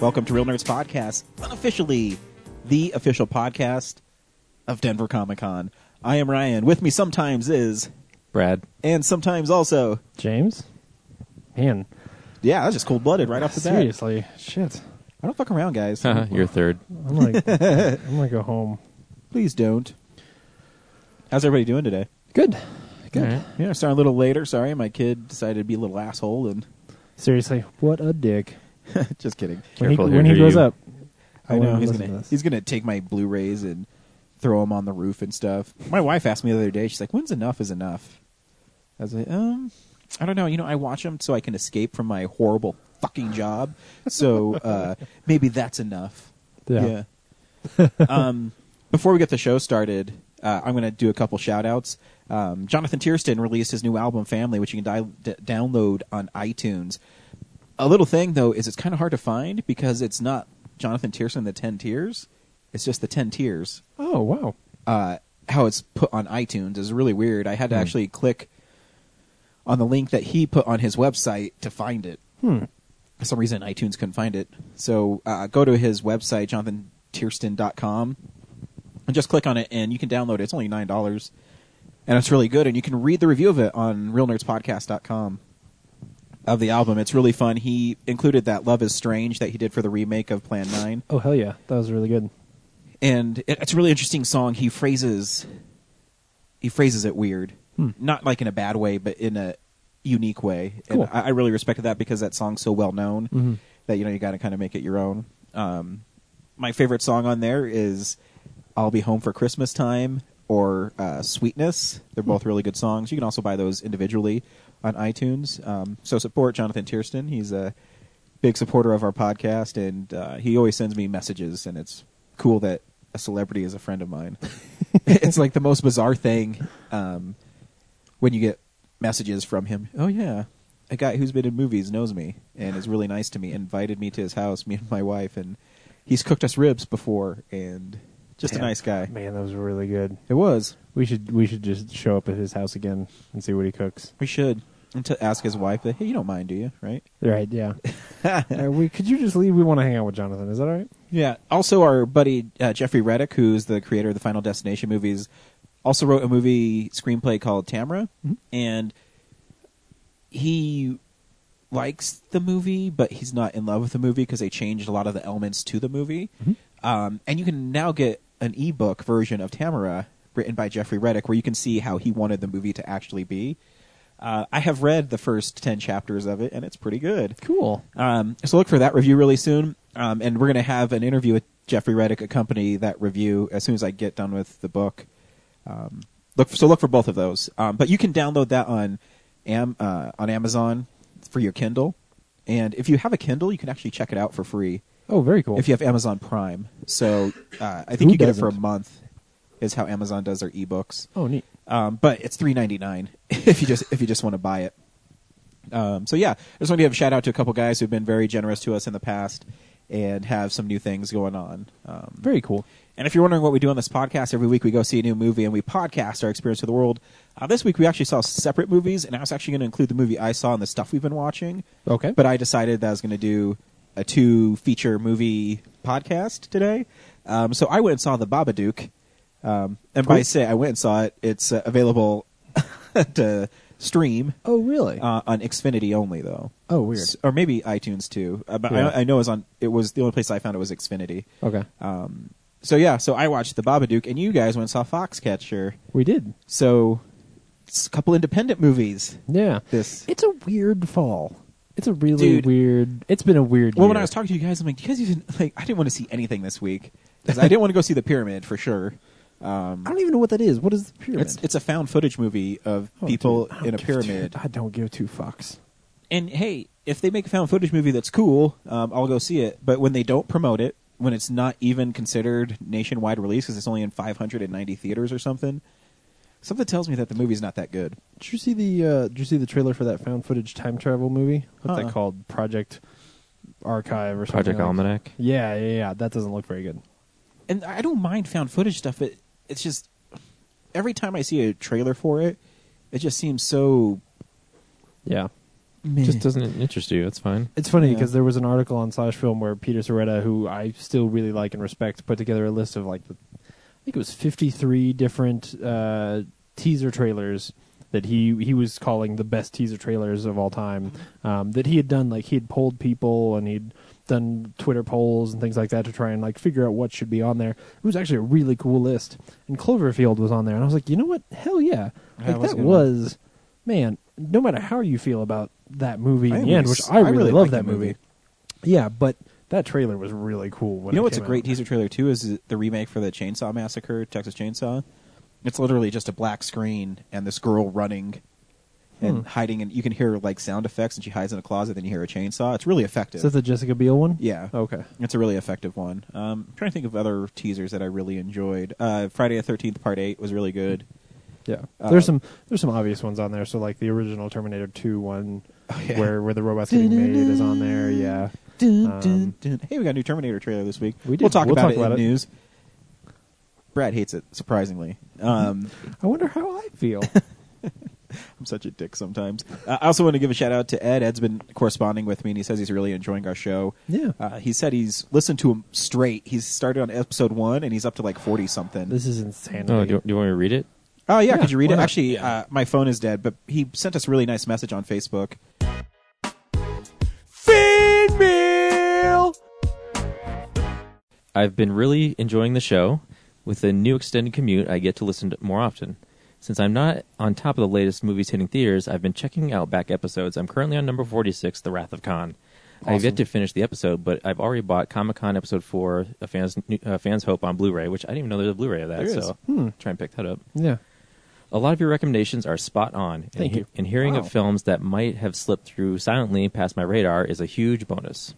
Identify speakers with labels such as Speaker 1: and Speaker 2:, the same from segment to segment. Speaker 1: Welcome to Real Nerds Podcast, unofficially the official podcast of Denver Comic Con. I am Ryan. With me sometimes is,
Speaker 2: Brad.
Speaker 1: and sometimes also,
Speaker 3: James? Man,
Speaker 1: yeah, that's just cold blooded right off the bat.
Speaker 3: seriously, shit.
Speaker 1: I don't fuck around, guys.
Speaker 2: Uh-huh, You're third.
Speaker 3: I'm like, I'm gonna go home.
Speaker 1: Please don't. How's everybody doing today?
Speaker 3: Good, good.
Speaker 1: Yeah, starting a little later. Sorry, my kid decided to be a little asshole and
Speaker 3: Seriously, what a dick.
Speaker 1: just kidding.
Speaker 3: When he,
Speaker 2: Careful here,
Speaker 3: when he
Speaker 2: do
Speaker 3: grows
Speaker 2: you-
Speaker 3: up,
Speaker 1: I know
Speaker 3: wanna
Speaker 1: he's
Speaker 3: listen
Speaker 1: gonna
Speaker 3: to this.
Speaker 1: he's gonna take my Blu-rays and throw them on the roof and stuff. My wife asked me the other day. She's like, "When's enough is enough?" I was like, "Um, I don't know. You know, I watch them so I can escape from my horrible fucking job. So uh, maybe that's enough."
Speaker 3: Yeah.
Speaker 1: Yeah. um, before we get the show started, uh, I'm going to do a couple shout outs. Um, Jonathan Tiersten released his new album, Family, which you can di- d- download on iTunes. A little thing, though, is it's kind of hard to find because it's not Jonathan Tiersten and the 10 Tears. It's just the 10 Tears.
Speaker 3: Oh wow.
Speaker 1: Uh, how it's put on iTunes is really weird. I had to actually click on the link that he put on his website to find it
Speaker 3: Hmm.
Speaker 1: for some reason iTunes couldn't find it. So uh, go to his website, jonathantiersten.com, and just click on it, and you can download it. It's only $9, and it's really good. And you can read the review of it on realnerdspodcast.com of the album. It's really fun. He included that Love is Strange that he did for the remake of Plan 9
Speaker 3: Oh hell yeah, that was really good.
Speaker 1: and it, it's a really interesting song. He phrases he phrases it weird, not like in a bad way, but in a unique way.
Speaker 3: Cool.
Speaker 1: And I, I really respected that because that song's so well known
Speaker 3: Mhm.
Speaker 1: that you know you got to kind of make it your own. Um, my favorite song on there is "I'll Be Home for Christmas Time" or uh, "Sweetness." They're both really good songs. You can also buy those individually on iTunes. Um, so support Jonathan Tiersten. He's a big supporter of our podcast, and uh, he always sends me messages, and it's cool that a celebrity is a friend of mine. it's like the most bizarre thing um, when you get messages from him. Oh yeah, a guy who's been in movies knows me and is really nice to me. Invited me to his house, me and my wife, and he's cooked us ribs before, and just
Speaker 3: Damn.
Speaker 1: a nice guy.
Speaker 3: Man, that was really good.
Speaker 1: It was.
Speaker 3: We should we should just show up at his house again and see what he cooks.
Speaker 1: We should and to ask his wife that hey, you don't mind, do you? Right?
Speaker 3: Right? Yeah. Uh, we could you just leave? We want to hang out with Jonathan. Is that all right?
Speaker 1: Yeah. Also, our buddy uh, Jeffrey Reddick, who's the creator of the Final Destination movies, also wrote a movie screenplay called Tamra, and he likes the movie, but he's not in love with the movie because they changed a lot of the elements to the movie.
Speaker 3: Mm-hmm.
Speaker 1: Um, and you can now get an ebook version of Tamara written by Jeffrey Reddick, where you can see how he wanted the movie to actually be. Uh, I have read the first ten chapters of it, and it's pretty good.
Speaker 3: Cool.
Speaker 1: Um, so look for that review really soon, um, and we're going to have an interview with Jeffrey Reddick accompany that review as soon as I get done with the book. Um, look, so look for both of those. Um, but you can download that on Am, uh, on Amazon for your Kindle, and if you have a Kindle, you can actually check it out for free
Speaker 3: Oh, very cool.
Speaker 1: if you have Amazon Prime. So uh, I think
Speaker 3: Who
Speaker 1: you get it for a
Speaker 3: doesn't?
Speaker 1: month. Is how Amazon does their ebooks
Speaker 3: oh neat.
Speaker 1: um, but it's three ninety nine if you just if you just want to buy it. Um, so yeah, I just want to give a shout out to a couple guys who've been very generous to us in the past and have some new things going on. Um,
Speaker 3: Very cool.
Speaker 1: and if you're wondering what we do on this podcast, every week we go see a new movie and we podcast our experience with the world. Uh, this week we actually saw separate movies, and I was actually going to include the movie I saw and the stuff we've been watching.
Speaker 3: Okay.
Speaker 1: But I decided that I was going to do a two feature movie podcast today. Um, so I went and saw The Babadook. Um, and by
Speaker 3: Cool.
Speaker 1: say I went and saw it, it's uh, available to stream
Speaker 3: Oh, really?
Speaker 1: uh, on Xfinity only though.
Speaker 3: oh, weird.
Speaker 1: S- or maybe iTunes too. Uh, but
Speaker 3: Yeah. Oh.
Speaker 1: I, I know it was on. It was the only place I found it was Xfinity.
Speaker 3: okay,
Speaker 1: So yeah, so I watched The Babadook, and you guys went and saw Foxcatcher.
Speaker 3: we did.
Speaker 1: So it's a couple independent movies.
Speaker 3: Yeah,
Speaker 1: This.
Speaker 3: it's a weird fall. It's a really
Speaker 1: Dude.
Speaker 3: weird. It's been a weird.
Speaker 1: Well, when
Speaker 3: year.
Speaker 1: I was talking to you guys, I'm like, do you guys even like? I didn't want to see anything this week because I didn't want to go see the pyramid for sure.
Speaker 3: I don't even know what that is. What is the pyramid?
Speaker 1: It's it's a found footage movie of
Speaker 3: Oh,
Speaker 1: people
Speaker 3: dude, I don't
Speaker 1: in a
Speaker 3: give two-
Speaker 1: pyramid.
Speaker 3: I don't give two fucks.
Speaker 1: And hey, if they make a found footage movie that's cool, um, I'll go see it. But when they don't promote it, when it's not even considered nationwide release because it's only in 590 theaters or something, something tells me that the movie's not that good.
Speaker 3: Did you see the uh, Did you see the trailer for that found footage time travel movie? What's
Speaker 1: Huh.
Speaker 3: that called? Project Archive or something?
Speaker 2: Project
Speaker 3: like-
Speaker 2: Almanac.
Speaker 3: Yeah, yeah, yeah. That doesn't look very good.
Speaker 1: And I don't mind found footage stuff. It it's just every time I see a trailer for it, it just seems so.
Speaker 2: Yeah.
Speaker 1: meh.
Speaker 2: Just doesn't interest you. That's fine.
Speaker 3: It's funny
Speaker 1: Yeah.
Speaker 3: because there was an article on Slash Film where Peter Soretta, who I still really like and respect, put together a list of like, the, I think it was 53 different uh, teaser trailers that he he was calling the best teaser trailers of all time.
Speaker 1: Mm-hmm.
Speaker 3: Um, that he had done like he had polled people and he'd done Twitter polls and things like that to try and like figure out what should be on there. It was actually a really cool list, and Cloverfield was on there, and I was like, you know what? Hell yeah!
Speaker 1: Yeah, it
Speaker 3: Like
Speaker 1: was a good
Speaker 3: that
Speaker 1: one.
Speaker 3: was, man. No matter how you feel about that movie
Speaker 1: I
Speaker 3: in
Speaker 1: am
Speaker 3: the end,
Speaker 1: really
Speaker 3: which
Speaker 1: s-
Speaker 3: I
Speaker 1: I
Speaker 3: really,
Speaker 1: really
Speaker 3: love
Speaker 1: like
Speaker 3: that
Speaker 1: the movie.
Speaker 3: Yeah, but that trailer was really cool. When
Speaker 1: you know
Speaker 3: it
Speaker 1: what's a
Speaker 3: came
Speaker 1: great
Speaker 3: out.
Speaker 1: teaser trailer too is the remake for the Chainsaw Massacre, Texas Chainsaw. It's literally just a black screen and this girl running and
Speaker 3: Hmm.
Speaker 1: hiding, and you can hear like sound effects, and she hides in a closet. Then you hear a chainsaw. It's really effective.
Speaker 3: Is that the Oh. Jessica Biel one?
Speaker 1: yeah,
Speaker 3: Okay.
Speaker 1: it's a really effective one. Um, I'm trying to think of other teasers that I really enjoyed. Uh, Friday the Thirteenth Part Eight was really good.
Speaker 3: Yeah.
Speaker 1: Uh,
Speaker 3: there's some there's some obvious ones on there. So like the original Terminator Two one,
Speaker 1: Oh, yeah.
Speaker 3: where where the robots getting made is on there. Yeah.
Speaker 1: Dun,
Speaker 3: Um,
Speaker 1: dun, dun. Hey, we got a new Terminator trailer this week.
Speaker 3: We did.
Speaker 1: will talk
Speaker 3: We'll
Speaker 1: about
Speaker 3: talk
Speaker 1: it
Speaker 3: about
Speaker 1: in
Speaker 3: it.
Speaker 1: news. Brad hates it surprisingly. Um,
Speaker 3: I wonder how I feel.
Speaker 1: I'm such a dick sometimes. Uh, I also want to give a shout out to Ed. Ed's been corresponding with me, and he says he's really enjoying our show.
Speaker 3: yeah.
Speaker 1: Uh, he said he's listened to him straight. He's started on episode one, and he's up to like forty something.
Speaker 3: this is insanity.
Speaker 2: No, do, do Oh, you want me to read it?
Speaker 1: oh yeah,
Speaker 3: Yeah,
Speaker 1: could you read
Speaker 3: why
Speaker 1: it?
Speaker 3: not?
Speaker 1: Actually, uh, my phone is dead, but he sent us a really nice message on Facebook. Feed mail.
Speaker 2: I've been really enjoying the show. With the new extended commute, I get to listen to more often. Since I'm not on top of the latest movies hitting theaters, I've been checking out back episodes. I'm currently on number 46, The Wrath of Khan. I've yet to finish the episode, but I've already bought Comic Con Episode 4, A Fan's, uh, Fan's Hope on Blu ray, which I didn't even know there's a Blu ray of that,
Speaker 1: There is.
Speaker 2: so
Speaker 3: Hmm.
Speaker 2: try and pick that up.
Speaker 3: Yeah.
Speaker 2: A lot of your recommendations are spot on. and
Speaker 3: Thank
Speaker 2: he-
Speaker 3: you.
Speaker 2: And hearing
Speaker 1: Wow.
Speaker 2: of films that might have slipped through silently past my radar is a huge bonus.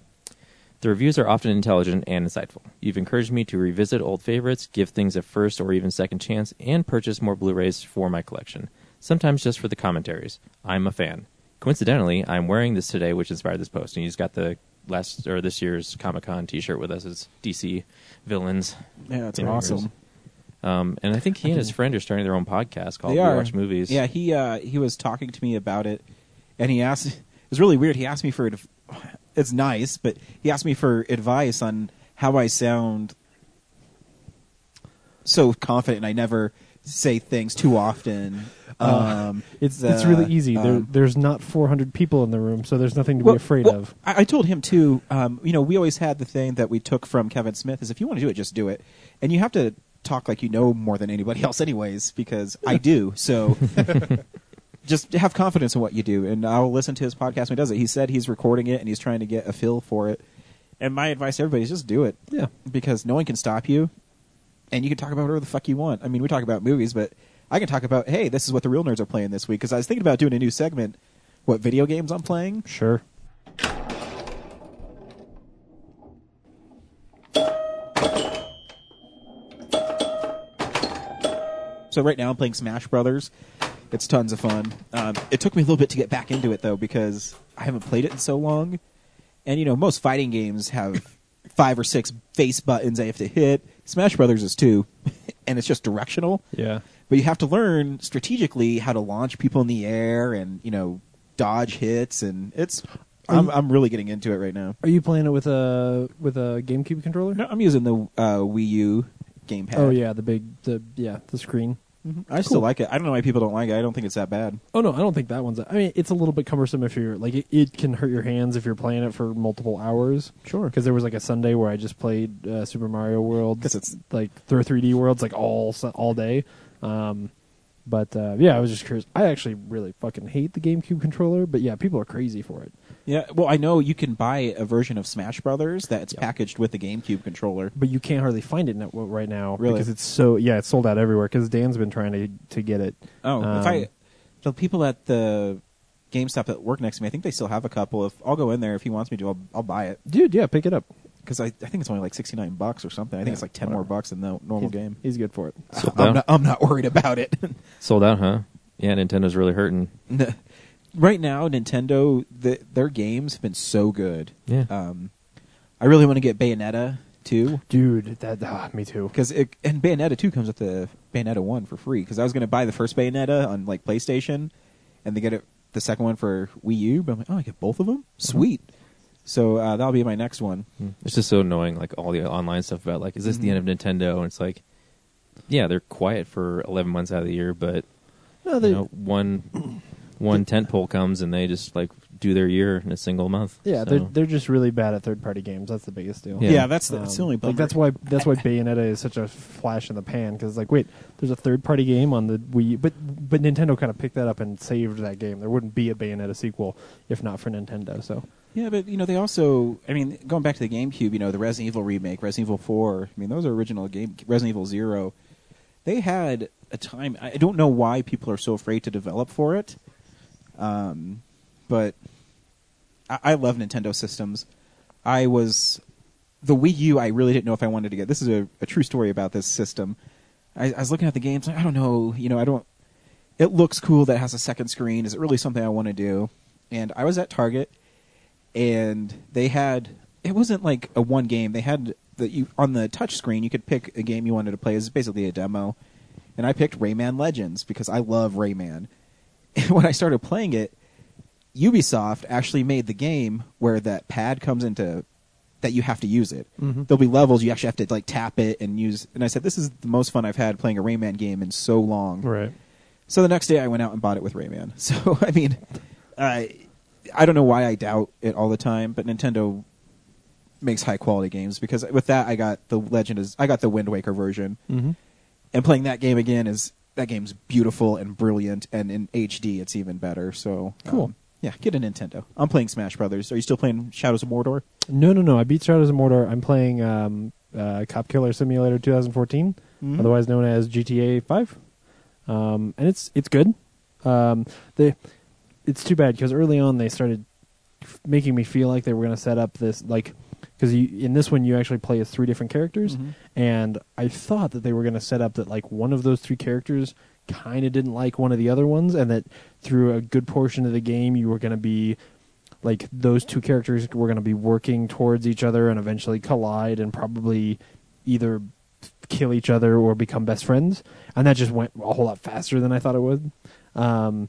Speaker 2: The reviews are often intelligent and insightful. You've encouraged me to revisit old favorites, give things a first or even second chance, and purchase more Blu rays for my collection, sometimes just for the commentaries. I'm a fan. Coincidentally, I'm wearing this today, which inspired this post. And he's got the last or this year's Comic Con t shirt with us. It's DC Villains.
Speaker 1: Yeah, that's
Speaker 2: Yeah,
Speaker 1: awesome.
Speaker 2: yours. Um, and I think he and his friend are starting their own podcast called We Watch Movies.
Speaker 1: Yeah, he uh, he was talking to me about it, and he asked. It was really weird. He asked me for adv- it's nice, but he asked me for advice on how I sound so confident, and I never say things too often. Um,
Speaker 3: Uh, It's
Speaker 1: the-
Speaker 3: it's really easy. there,
Speaker 1: um,
Speaker 3: there's not 400 people in the room, so there's nothing to
Speaker 1: well-
Speaker 3: be afraid
Speaker 1: well,
Speaker 3: of.
Speaker 1: I, I told him too. Um, you know, we always had the thing that we took from Kevin Smith is if you want to do it, just do it, and you have to talk like you know more than anybody else, anyways, because I do. So. Just have confidence in what you do, and I'll listen to his podcast when he does it. He said he's recording it and he's trying to get a feel for it. And my advice to everybody is just do it
Speaker 3: Yeah.
Speaker 1: because no one can stop you, and you can talk about whatever the fuck you want. I mean, we talk about movies, but I can talk about hey, this is what the real nerds are playing this week. Because I was thinking about doing a new segment, what video games I'm playing.
Speaker 3: Sure.
Speaker 1: So right now I'm playing Smash Brothers. It's tons of fun. Um, it took me a little bit to get back into it though because I haven't played it in so long. And you know, most fighting games have five or six face buttons I have to hit. Smash Brothers is two, and it's just directional.
Speaker 3: Yeah.
Speaker 1: But you have to learn strategically how to launch people in the air and you know dodge hits, and it's. I'm, I'm really getting into it right now.
Speaker 3: Are you playing it with a with a GameCube controller?
Speaker 1: No, I'm using the uh, Wii U gamepad.
Speaker 3: Oh yeah, the big the yeah the screen.
Speaker 1: I still like it. I don't know why people don't like it. I don't think it's that bad.
Speaker 3: Oh no, I don't think that one's. I mean, it's a little bit cumbersome if you're like it, it can hurt your hands if you're playing it for multiple hours.
Speaker 1: Sure.
Speaker 3: Because there was like a Sunday where I just played uh, Super Mario World.
Speaker 1: 'Cause it's-
Speaker 3: like through 3D worlds like all su- all day. Um, but uh, yeah, I was just curious. I actually really fucking hate the GameCube controller, but yeah, people are crazy for it.
Speaker 1: Yeah. Well, I know you can buy a version of Smash Brothers that's packaged with the GameCube controller.
Speaker 3: But you can't hardly find it now, right now
Speaker 1: Really?
Speaker 3: because it's so yeah, it's sold out everywhere. Because Dan's been trying to to get it.
Speaker 1: Oh, if
Speaker 3: Um,
Speaker 1: I the people at the GameStop that work next to me, I think they still have a couple. If I'll go in there if he wants me to, I'll, I'll buy it
Speaker 3: dude, yeah, pick it up.
Speaker 1: because I, I think it's only like sixty nine bucks or something. I think
Speaker 3: Yeah,
Speaker 1: it's like ten
Speaker 3: whatever.
Speaker 1: more bucks than the normal
Speaker 3: he's,
Speaker 1: game.
Speaker 3: He's good for it.
Speaker 1: I'm
Speaker 2: down.
Speaker 1: not, I'm not worried about it.
Speaker 2: Sold out, huh? Yeah, Nintendo's really hurting.
Speaker 1: right now, Nintendo the, their games have been so good.
Speaker 2: Yeah.
Speaker 1: Um, I really want to get Bayonetta too.
Speaker 3: Dude, that ah, me too.
Speaker 1: Because and Bayonetta two comes with the Bayonetta one for free. Because I was going to buy the first Bayonetta on like PlayStation, and they get it the second one for Wii U. But I'm like, oh, I get both of them. Sweet. So uh, that'll be my next one.
Speaker 2: Mm. It's just so annoying, like all the online stuff about like, is this the end of
Speaker 1: Mm-hmm.
Speaker 2: Nintendo? And it's like, yeah, they're quiet for eleven months out of the year, but
Speaker 3: No,
Speaker 2: you
Speaker 3: they,
Speaker 2: know, one one tent pole comes and they just like do their year in a single month.
Speaker 3: yeah,
Speaker 2: So-
Speaker 3: they're they're just really bad at third party games. That's the biggest deal. Um,
Speaker 2: Yeah. Yeah,
Speaker 1: that's
Speaker 3: like that's why that's why Bayonetta is such a flash in the pan because like wait there's a third party game on the Wii U- but but Nintendo kind of picked that up and saved that game there wouldn't be a Bayonetta sequel if not for Nintendo so
Speaker 1: Yeah, but you know they also. I mean, going back to the GameCube, you know the Resident Evil remake, Resident Evil Four. I mean, those are original game. Resident Evil Zero. They had a time. I I don't know why people are so afraid to develop for it, um, but I, I love Nintendo systems. I was the Wii U. I really didn't know if I wanted to get. This is a, a true story about this system. I, I was looking at the games. Like, I don't know. You know, I don't. It looks cool that it has a second screen. Is it really something I want to do? And I was at Target and they had it wasn't like a one game they had that you on the touch screen you could pick a game you wanted to play it was basically a demo and i picked rayman legends because i love rayman and when i started playing it ubisoft actually made the game where that pad comes into that you have to use it
Speaker 3: Mhm.
Speaker 1: there'll be levels you actually have to like tap it and use and i said this is the most fun i've had playing a rayman game in so long
Speaker 3: right
Speaker 1: so the next day, I went out and bought it with Rayman. So I mean, I I don't know why I doubt it all the time, but Nintendo makes high quality games because with that, I got the Legend is I got the Wind Waker version,
Speaker 3: mm-hmm.
Speaker 1: and playing that game again is that game's beautiful and brilliant, and in HD, it's even better. So um,
Speaker 3: Cool.
Speaker 1: yeah, get a Nintendo. I'm playing Smash Brothers. Are you still playing Shadows of Mordor?
Speaker 3: no no no I beat Shadows of Mordor I'm playing um, uh, Cop Killer Simulator 2014
Speaker 1: Mhm.
Speaker 3: otherwise known as GTA 5 um, and it's it's good um, they it's too bad because early on they started f- making me feel like they were going to set up this like because in this one you actually play as three different characters
Speaker 1: Mhm.
Speaker 3: and i thought that they were going to set up that like one of those three characters kind of didn't like one of the other ones and that through a good portion of the game you were going to be like those two characters were going to be working towards each other and eventually collide and probably either kill each other or become best friends and that just went a whole lot faster than i thought it would um,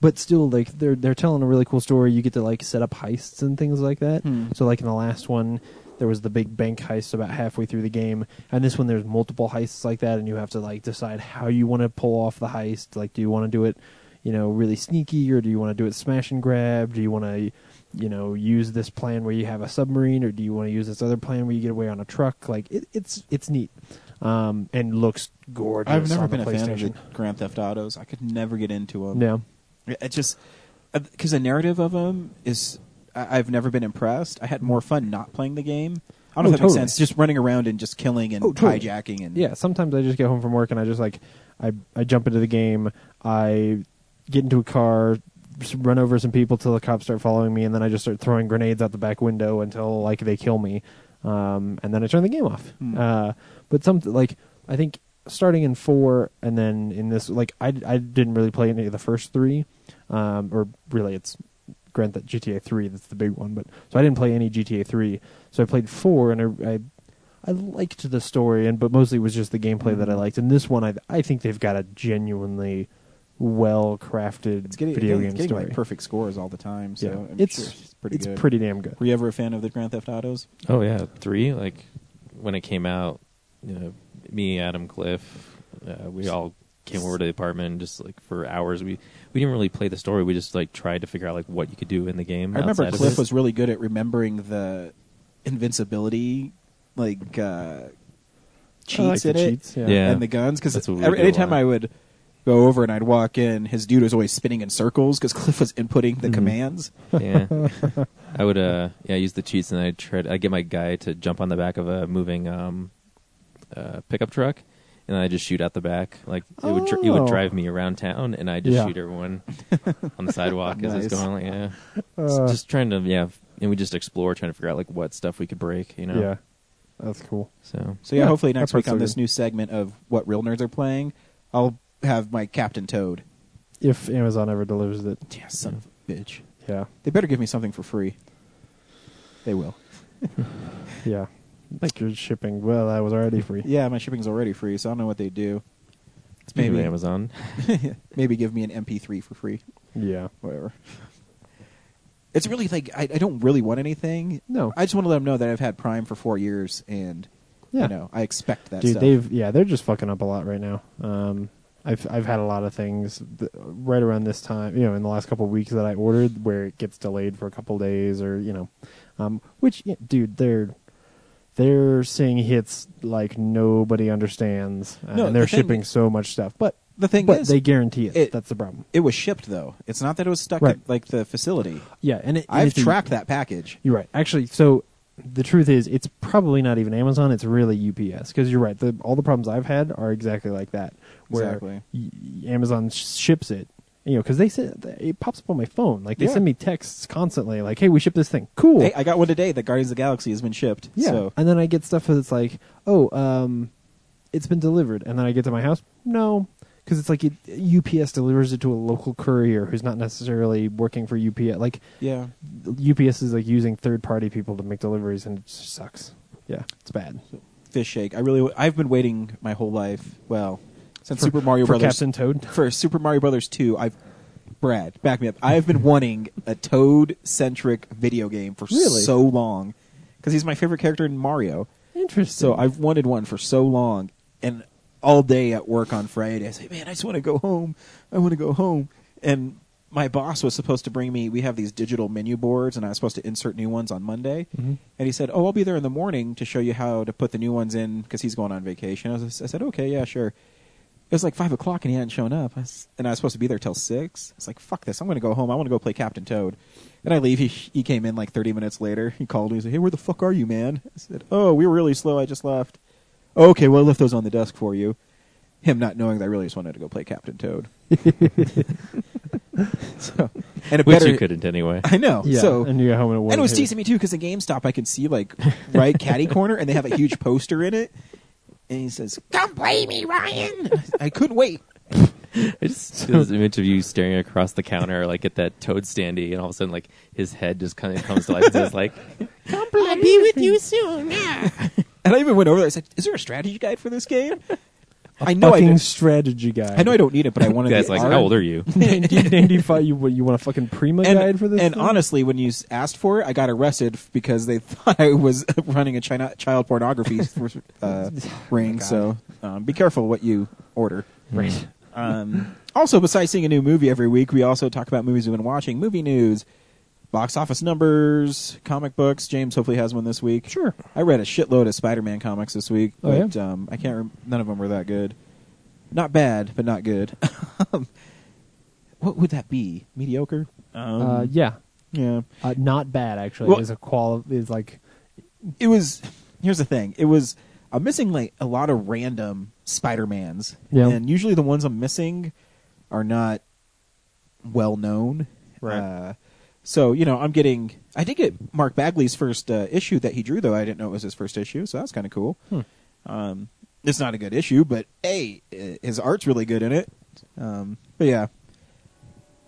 Speaker 3: but still like they're they're telling a really cool story you get to like set up heists and things like that
Speaker 1: Hmm.
Speaker 3: so like in the last one there was the big bank heist about halfway through the game and this one there's multiple heists like that and you have to like decide how you want to pull off the heist like do you want to do it you know really sneaky or do you want to do it smash and grab do you want to you know use this plan where you have a submarine or do you want to use this other plan where you get away on a truck like it, it's it's neat um, and looks gorgeous
Speaker 1: I've never
Speaker 3: on the
Speaker 1: been a fan of
Speaker 3: PlayStation.
Speaker 1: the Grand Theft Autos. I could never get into them.
Speaker 3: yeah
Speaker 1: It it just because the narrative of them is I, I've never been impressed. I had more fun not playing the game. I don't know
Speaker 3: Oh,
Speaker 1: if that makes
Speaker 3: totally.
Speaker 1: sense. Just running around and just killing and
Speaker 3: Oh, totally.
Speaker 1: hijacking and
Speaker 3: yeah sometimes i just get home from work and i just like i i jump into the game i get into a car s- run over some people till the cops start following me and then i just start throwing grenades out the back window until like they kill me um and then i turn the game off
Speaker 1: Hmm.
Speaker 3: uh but something like i think starting in four and then in this like i i didn't really play any of the first three um or really it's grant that gta 3 that's the big one but so i didn't play any gta 3 so i played four and i, I I liked the story, and but mostly it was just the gameplay that I
Speaker 1: Mm-hmm.
Speaker 3: liked. And this one, I I think they've got a genuinely well crafted
Speaker 1: It's getting,
Speaker 3: video
Speaker 1: again,
Speaker 3: game
Speaker 1: it's getting
Speaker 3: story.
Speaker 1: like perfect scores all the time. So
Speaker 3: yeah,
Speaker 1: I'm
Speaker 3: it's
Speaker 1: sure it's pretty.
Speaker 3: it's
Speaker 1: good.
Speaker 3: pretty damn good.
Speaker 1: Were you ever a fan of the Grand Theft Autos?
Speaker 2: Oh yeah, three. Like when it came out, you know, me, Adam, Cliff, uh, we all came over to the apartment and just like for hours. We we didn't really play the story. We just like tried to figure out like what you could do in the game.
Speaker 1: I remember
Speaker 2: outside of
Speaker 1: Cliff
Speaker 2: it.
Speaker 1: was really good at remembering the invincibility, like uh, cheats
Speaker 3: like the
Speaker 1: in it,
Speaker 3: cheats, yeah.
Speaker 2: Yeah.
Speaker 1: and the guns. Because
Speaker 2: That's what we
Speaker 1: every
Speaker 2: do a
Speaker 1: anytime
Speaker 2: lot.
Speaker 1: I would go over and I'd walk in, his dude was always spinning in circles because Cliff was inputting the
Speaker 2: Mhm.
Speaker 1: commands.
Speaker 2: yeah. I would uh yeah use the cheats and I tried. I get my guy to jump on the back of a moving um uh, pickup truck. And I just shoot out the back, like it would. Dr- it would
Speaker 3: Oh.
Speaker 2: drive me around town, and I just
Speaker 3: Yeah.
Speaker 2: shoot everyone on the sidewalk as it's
Speaker 1: Nice.
Speaker 2: going. Like, yeah, It's
Speaker 3: Uh,
Speaker 2: just trying to yeah, and we just explore, trying to figure out like what stuff we could break, you know.
Speaker 3: Yeah, that's cool.
Speaker 2: So
Speaker 1: So yeah,
Speaker 3: Yeah,
Speaker 1: hopefully
Speaker 3: that
Speaker 1: next week
Speaker 3: part's
Speaker 1: on
Speaker 3: so
Speaker 1: this
Speaker 3: good.
Speaker 1: new segment of what real nerds are playing, I'll have my Captain Toad.
Speaker 3: If Amazon ever delivers it,
Speaker 1: Yeah, son of a bitch.
Speaker 3: yeah,
Speaker 1: They better give me something for free. They will.
Speaker 3: yeah. Like your shipping, well, that was already free.
Speaker 1: Yeah, my shipping's already free, so I don't know what they do.
Speaker 2: speaking
Speaker 1: Maybe.
Speaker 2: of Amazon,
Speaker 1: Maybe give me an MP3 for free.
Speaker 3: yeah.
Speaker 1: whatever. It's really like I, I don't really want anything.
Speaker 3: No.
Speaker 1: I just want to let them know that I've had Prime for four years, and
Speaker 3: Yeah.
Speaker 1: you know I expect that.
Speaker 3: Dude,
Speaker 1: stuff.
Speaker 3: they've yeah, they're just fucking up a lot right now. Um, I've I've had a lot of things th- right around this time, you know, in the last couple of weeks that I ordered where it gets delayed for a couple of days or you know, um, which y dude, they're they're seeing hits like nobody understands, uh,
Speaker 1: No,
Speaker 3: and they're
Speaker 1: the thing-
Speaker 3: shipping so much stuff, but
Speaker 1: the thing
Speaker 3: but
Speaker 1: is
Speaker 3: they guarantee it.
Speaker 1: it-
Speaker 3: That's the problem.
Speaker 1: it was shipped though. It's not that it was stuck
Speaker 3: Right.
Speaker 1: at like the facility.
Speaker 3: Yeah, and, it, and
Speaker 1: I've
Speaker 3: it's a-
Speaker 1: tracked that package.
Speaker 3: You're right. Actually, so the truth is, it's probably not even Amazon. It's really UPS because you're right. The, all the problems I've had are exactly like that, where
Speaker 1: Exactly.
Speaker 3: y- Amazon sh- ships it. You know, because they said it pops up on my phone. Like they
Speaker 1: Yeah.
Speaker 3: send me texts constantly, like, "Hey, we ship this thing. Cool."
Speaker 1: Hey, I got one today that Guardians of the Galaxy has been shipped.
Speaker 3: yeah.
Speaker 1: So
Speaker 3: And then I get stuff that's like, "Oh, um, it's been delivered," and then I get to my house, no. Because it's like it, UPS delivers it to a local courier who's not necessarily working for UPS. Like,
Speaker 1: yeah,
Speaker 3: UPS is like using third party people to make deliveries and it just sucks. Yeah, it's bad.
Speaker 1: fish shake. I really I've been waiting my whole life. Well, since Super Mario
Speaker 3: for
Speaker 1: Brothers
Speaker 3: Captain Toad.
Speaker 1: for Super Mario Brothers 2, I've Brad, back me up. I have been wanting a Toad-centric video game for
Speaker 3: Really?
Speaker 1: so long because he's my favorite character in Mario.
Speaker 3: Interesting.
Speaker 1: So I've wanted one for so long, and all day at work on Friday, I say, "Man, I just want to go home. I want to go home." And my boss was supposed to bring me. We have these digital menu boards, and I was supposed to insert new ones on Monday. And he said, "Oh, I'll be there in the morning to show you how to put the new ones in because he's going on vacation." I, was, I said, "Okay, yeah, sure." It was like five o'clock, and he hadn't shown up. I s and I was supposed to be there till six. It's like, "Fuck this! I'm going to go home. I want to go play Captain Toad." And I leave. He he came in like thirty minutes later. He called me. He said, "Hey, where the fuck are you, man?" I said, "Oh, we were really slow. I just left." Okay, well, I left those on the desk for you. Him not knowing that I really just wanted to go play Captain Toad. so, and a
Speaker 2: which
Speaker 1: better,
Speaker 2: you couldn't anyway.
Speaker 1: I know.
Speaker 3: yeah,
Speaker 1: so
Speaker 3: and you got home and it
Speaker 1: and
Speaker 3: wasn't
Speaker 1: it was
Speaker 3: here.
Speaker 1: teasing me too because in GameStop I can see like right caddy corner, and they have a huge poster in it, and he says, "Come play me, Ryan." I couldn't wait.
Speaker 2: I just see this image of you staring across the counter, like at that toad standee, and all of a sudden, like his head just kind of comes to life. and says, like,
Speaker 4: I'll be with you soon. Yeah.
Speaker 1: And I even went over there. I said, "Is there a strategy guide for this game?" I know I,
Speaker 3: fucking
Speaker 1: don't-
Speaker 3: strategy guy.
Speaker 1: I know I don't need it, but I wanted.
Speaker 2: "Guys,
Speaker 1: the
Speaker 2: like,
Speaker 1: art.
Speaker 2: how old are you?"
Speaker 3: Nineteen ninety five. You what, you want a fucking Prima
Speaker 1: And,
Speaker 3: guide for this?
Speaker 1: and
Speaker 3: thing?
Speaker 1: honestly, when you s- asked for it, I got arrested f- because they thought I was running a China, child pornography s-
Speaker 2: Oh
Speaker 1: uh, ring. so um, be careful what you order.
Speaker 3: right.
Speaker 1: Um, also, besides seeing a new movie every week, we also talk about movies we've been watching, movie news, box office numbers, comic books. James hopefully has one this week.
Speaker 3: Sure.
Speaker 1: I read a shitload of Spider-Man comics this week,
Speaker 3: Oh,
Speaker 1: but um, I can't. Rem- none of them were that good. Not bad, but not good. um, what would that be? Mediocre. Um,
Speaker 3: uh, yeah,
Speaker 1: yeah.
Speaker 3: uh, not bad actually.
Speaker 1: Well-
Speaker 3: is a qual is like
Speaker 1: It was. Here's the thing. It was. I'm missing like a lot of random Spider-Mans,
Speaker 3: Yeah.
Speaker 1: and usually the ones I'm missing are not well known.
Speaker 3: Right.
Speaker 1: Uh, so you know, I'm getting. I did get Mark Bagley's first uh, issue that he drew, though I didn't know it was his first issue, so that's kind of cool.
Speaker 3: Hmm.
Speaker 1: Um, it's not a good issue, but hey, i- his art's really good in it. Um, but yeah,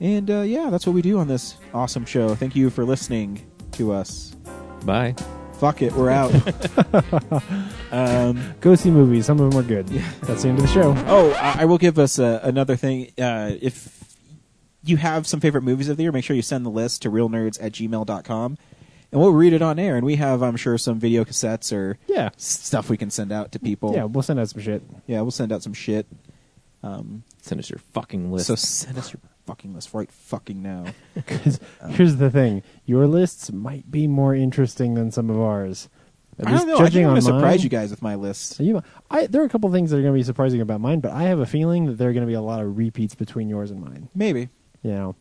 Speaker 1: and uh, yeah, that's what we do on this awesome show. Thank you for listening to us.
Speaker 2: Bye.
Speaker 1: Fuck it, we're out. um,
Speaker 3: go see movies. Some of them are good. That's the end of the show.
Speaker 1: Oh, I I will give us uh, another thing. Uh, if you have some favorite movies of the year, make sure you send the list to realnerds at gmail.com. And we'll read it on air. And we have, I'm sure, some video cassettes or
Speaker 3: Yeah,
Speaker 1: stuff we can send out to people.
Speaker 3: yeah. We'll send out some shit.
Speaker 1: Yeah, we'll send out some shit. Um,
Speaker 2: Sinister fucking list.
Speaker 1: So send us your fucking list right fucking now.
Speaker 3: Because here's the thing: your lists might be more interesting than some of ours. At
Speaker 1: I
Speaker 3: least
Speaker 1: don't know. I think
Speaker 3: judging
Speaker 1: I'm
Speaker 3: on
Speaker 1: gonna surprise
Speaker 3: mine-
Speaker 1: you guys with my list.
Speaker 3: So you, I, there are a couple things that are going to be surprising about mine, but I have a feeling that there are going to be a lot of repeats between yours and mine.
Speaker 1: Maybe.
Speaker 3: You know,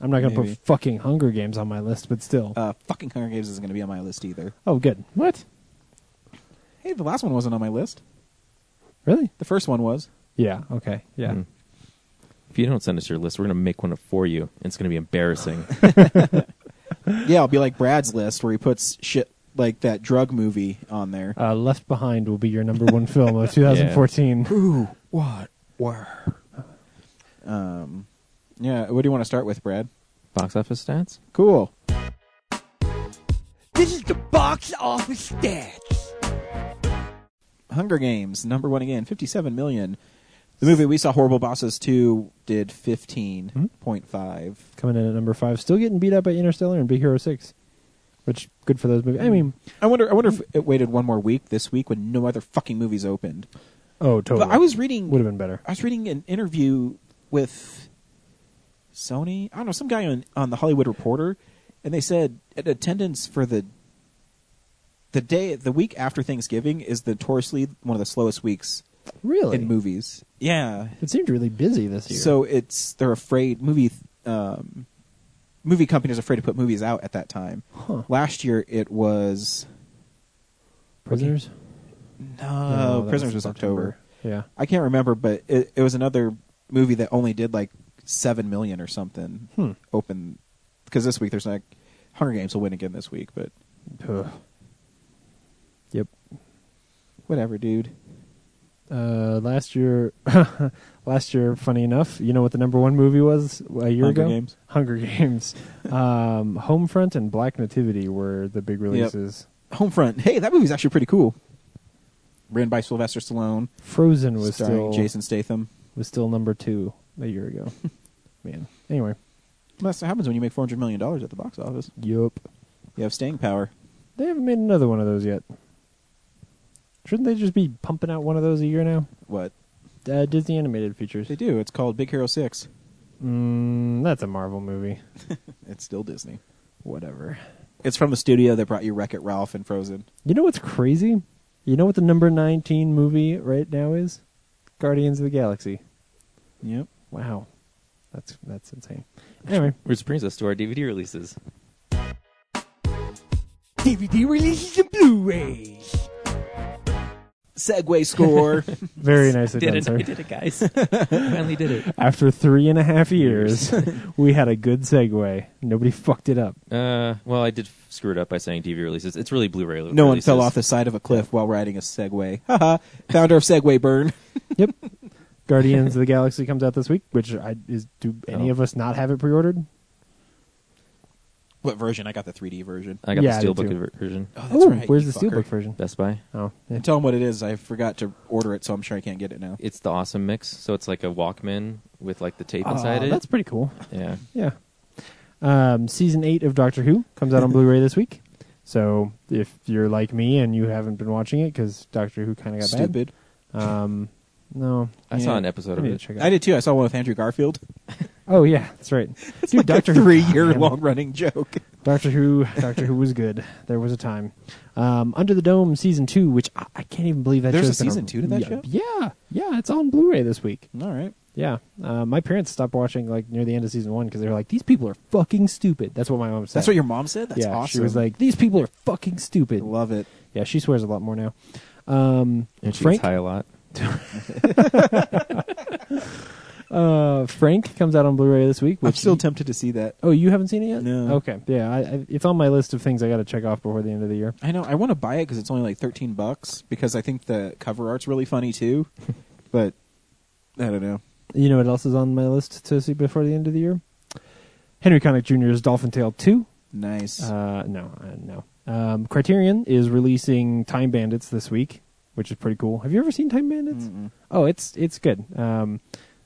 Speaker 3: I'm not going to
Speaker 1: Maybe.
Speaker 3: put fucking Hunger Games on my list, but still.
Speaker 1: Uh, fucking Hunger Games isn't going to be on my list either.
Speaker 3: oh, good. What?
Speaker 1: Hey, the last one wasn't on my list.
Speaker 3: Really?
Speaker 1: The first one was.
Speaker 3: Yeah. Okay. Yeah.
Speaker 1: Hmm.
Speaker 2: Mhm. If you don't send us your list, we're going to make one up for you. and It's going to be embarrassing.
Speaker 1: Yeah, I'll be like Brad's list where he puts shit like that drug movie on there.
Speaker 3: Uh, Left Behind will be your number one film of 2014.
Speaker 1: Ooh, what were? Um, yeah. What do you want to start with, Brad?
Speaker 2: Box office stats?
Speaker 1: Cool.
Speaker 5: This is the box office stats.
Speaker 1: Hunger Games number one again, fifty-seven million. The movie we saw, Horrible Bosses Two, did
Speaker 5: Hmm?
Speaker 1: fifteen point five.
Speaker 3: Coming in at number five, still getting beat out by Interstellar and Big Hero Six, which good for those movies. I mean,
Speaker 1: I wonder. I wonder if it waited one more week this week when no other fucking movies opened.
Speaker 3: oh, totally.
Speaker 1: But I was reading.
Speaker 3: would have been better.
Speaker 1: I was reading an interview with Sony. I don't know some guy on on the Hollywood Reporter, and they said at attendance for the the day the week after Thanksgiving is notoriously one of the slowest weeks
Speaker 3: Really,
Speaker 1: in movies. Yeah,
Speaker 3: it seemed really busy this year.
Speaker 1: so it's they're afraid movie um, movie companies are afraid to put movies out at that time.
Speaker 3: Huh.
Speaker 1: Last year it was
Speaker 3: prisoners.
Speaker 1: no,
Speaker 3: that
Speaker 1: Uh, Prisoners was October.
Speaker 3: Yeah.
Speaker 1: I can't remember, but it, it was another movie that only did like seven million or something.
Speaker 3: Hmm.
Speaker 1: Open because this week there's like Hunger Games will win again this week, but
Speaker 3: Ugh. Yep.
Speaker 1: whatever, dude.
Speaker 3: Uh, last year, last year, funny enough, you know what the number one movie was a year
Speaker 1: Hunger
Speaker 3: ago?
Speaker 1: Games.
Speaker 3: Hunger Games. um, Homefront and Black Nativity were the big releases.
Speaker 1: Homefront. Hey, that movie's actually pretty cool. Written by Sylvester Stallone,
Speaker 3: Frozen was
Speaker 1: starring
Speaker 3: still
Speaker 1: Jason Statham.
Speaker 3: was still number two a year ago. Man. Anyway.
Speaker 1: Well, that's what happens when you make four hundred million dollars at the box office.
Speaker 3: Yup.
Speaker 1: You have staying power.
Speaker 3: They haven't made another one of those yet. Shouldn't they just be pumping out one of those a year now?
Speaker 1: What
Speaker 3: Uh, Disney animated features.
Speaker 1: they do? It's called Big Hero Six.
Speaker 3: Mm, that's a Marvel movie.
Speaker 1: It's still Disney.
Speaker 3: Whatever.
Speaker 1: It's from the studio that brought you Wreck It Ralph and Frozen.
Speaker 3: You know what's crazy? You know what the number 19 movie right now is? Guardians of the Galaxy.
Speaker 1: Yep.
Speaker 3: Wow. That's that's insane. Anyway,
Speaker 2: Which brings us to our DVD releases.
Speaker 5: DVD releases and Blu-rays.
Speaker 1: Segway score.
Speaker 3: very nicely
Speaker 2: did
Speaker 3: done,
Speaker 2: it. I
Speaker 3: sir.
Speaker 2: did it, guys. Finally did it.
Speaker 3: After three and a half years, we had a good segue. Nobody fucked it up.
Speaker 2: Uh, well, I did f- screw it up by saying DVD releases. It's really Blu-ray.
Speaker 1: No one
Speaker 2: releases.
Speaker 1: fell off the side of a cliff while riding a Segway. Haha. Founder of Segway Burn.
Speaker 3: Yep. Guardians of the Galaxy comes out this week, which I, is do any
Speaker 2: Oh.
Speaker 3: of us not have it pre-ordered?
Speaker 1: What version? I got the 3D version.
Speaker 2: I got
Speaker 3: Yeah, I
Speaker 2: the
Speaker 3: did
Speaker 2: steelbook
Speaker 3: too.
Speaker 2: ver- version.
Speaker 1: Oh,
Speaker 3: Ooh, where's the steelbook version?
Speaker 2: Best Buy.
Speaker 3: Oh, yeah.
Speaker 1: And tell them what it is. I forgot to order it, so I'm sure I can't get it now.
Speaker 2: It's the awesome mix. So it's like a Walkman with like the tape
Speaker 3: Aw,
Speaker 2: inside it.
Speaker 3: That's pretty cool.
Speaker 2: yeah.
Speaker 3: Yeah. Um, season eight of Doctor Who comes out on Blu-ray this week. So if you're like me and you haven't been watching it because Doctor Who kind of got
Speaker 1: Stupid.
Speaker 3: bad, um, no,
Speaker 2: I saw
Speaker 1: Yeah.
Speaker 2: an episode
Speaker 3: I
Speaker 2: of
Speaker 3: need to
Speaker 2: it.
Speaker 3: check it
Speaker 1: I
Speaker 3: out.
Speaker 1: did too. I saw one with Andrew Garfield.
Speaker 3: Oh yeah, that's right. Dude, Doctor Who-
Speaker 1: Three year
Speaker 3: Man,
Speaker 1: long running joke.
Speaker 3: Doctor Who. Doctor Who was good. There was a time. Um, Under the Dome season two, which I, I can't even believe that
Speaker 1: There's
Speaker 3: show's
Speaker 1: a
Speaker 3: been
Speaker 1: season two to that
Speaker 3: yeah,
Speaker 1: show? Hmm.
Speaker 3: Yeah, yeah, it's on Blu-ray this week.
Speaker 1: All right.
Speaker 3: Yeah, uh, my parents stopped watching like near the end of season one because they were like, "These people are fucking stupid." That's what my mom said.
Speaker 1: That's what your mom said? That's
Speaker 3: yeah,
Speaker 1: awesome.
Speaker 3: she was like, "These people are fucking
Speaker 1: I
Speaker 3: stupid."
Speaker 1: love it.
Speaker 3: Yeah, she swears a lot more now. Um,
Speaker 2: And she
Speaker 3: Frank,
Speaker 2: gets high a lot.
Speaker 3: uh, Frank comes out on Blu-ray this week.
Speaker 1: I'm
Speaker 3: Which
Speaker 1: still tempted to see that.
Speaker 3: oh, you haven't seen it yet?
Speaker 1: No.
Speaker 3: Okay. Yeah, I, I, it's on my list of things I got to check off before the end of the year.
Speaker 1: I know. I want to buy it because it's only like 13 bucks because I think the cover art's really funny too. but I don't know.
Speaker 3: You know what else is on my list to see before the end of the year? Henry Connick Jr.'s Dolphin Tale Two.
Speaker 1: Nice.
Speaker 3: Uh, no, uh, no. Um, Criterion is releasing Time Bandits this week, which is pretty cool. Have you ever seen Time Bandits?
Speaker 1: Mm-mm.
Speaker 3: Oh, it's it's good. Um,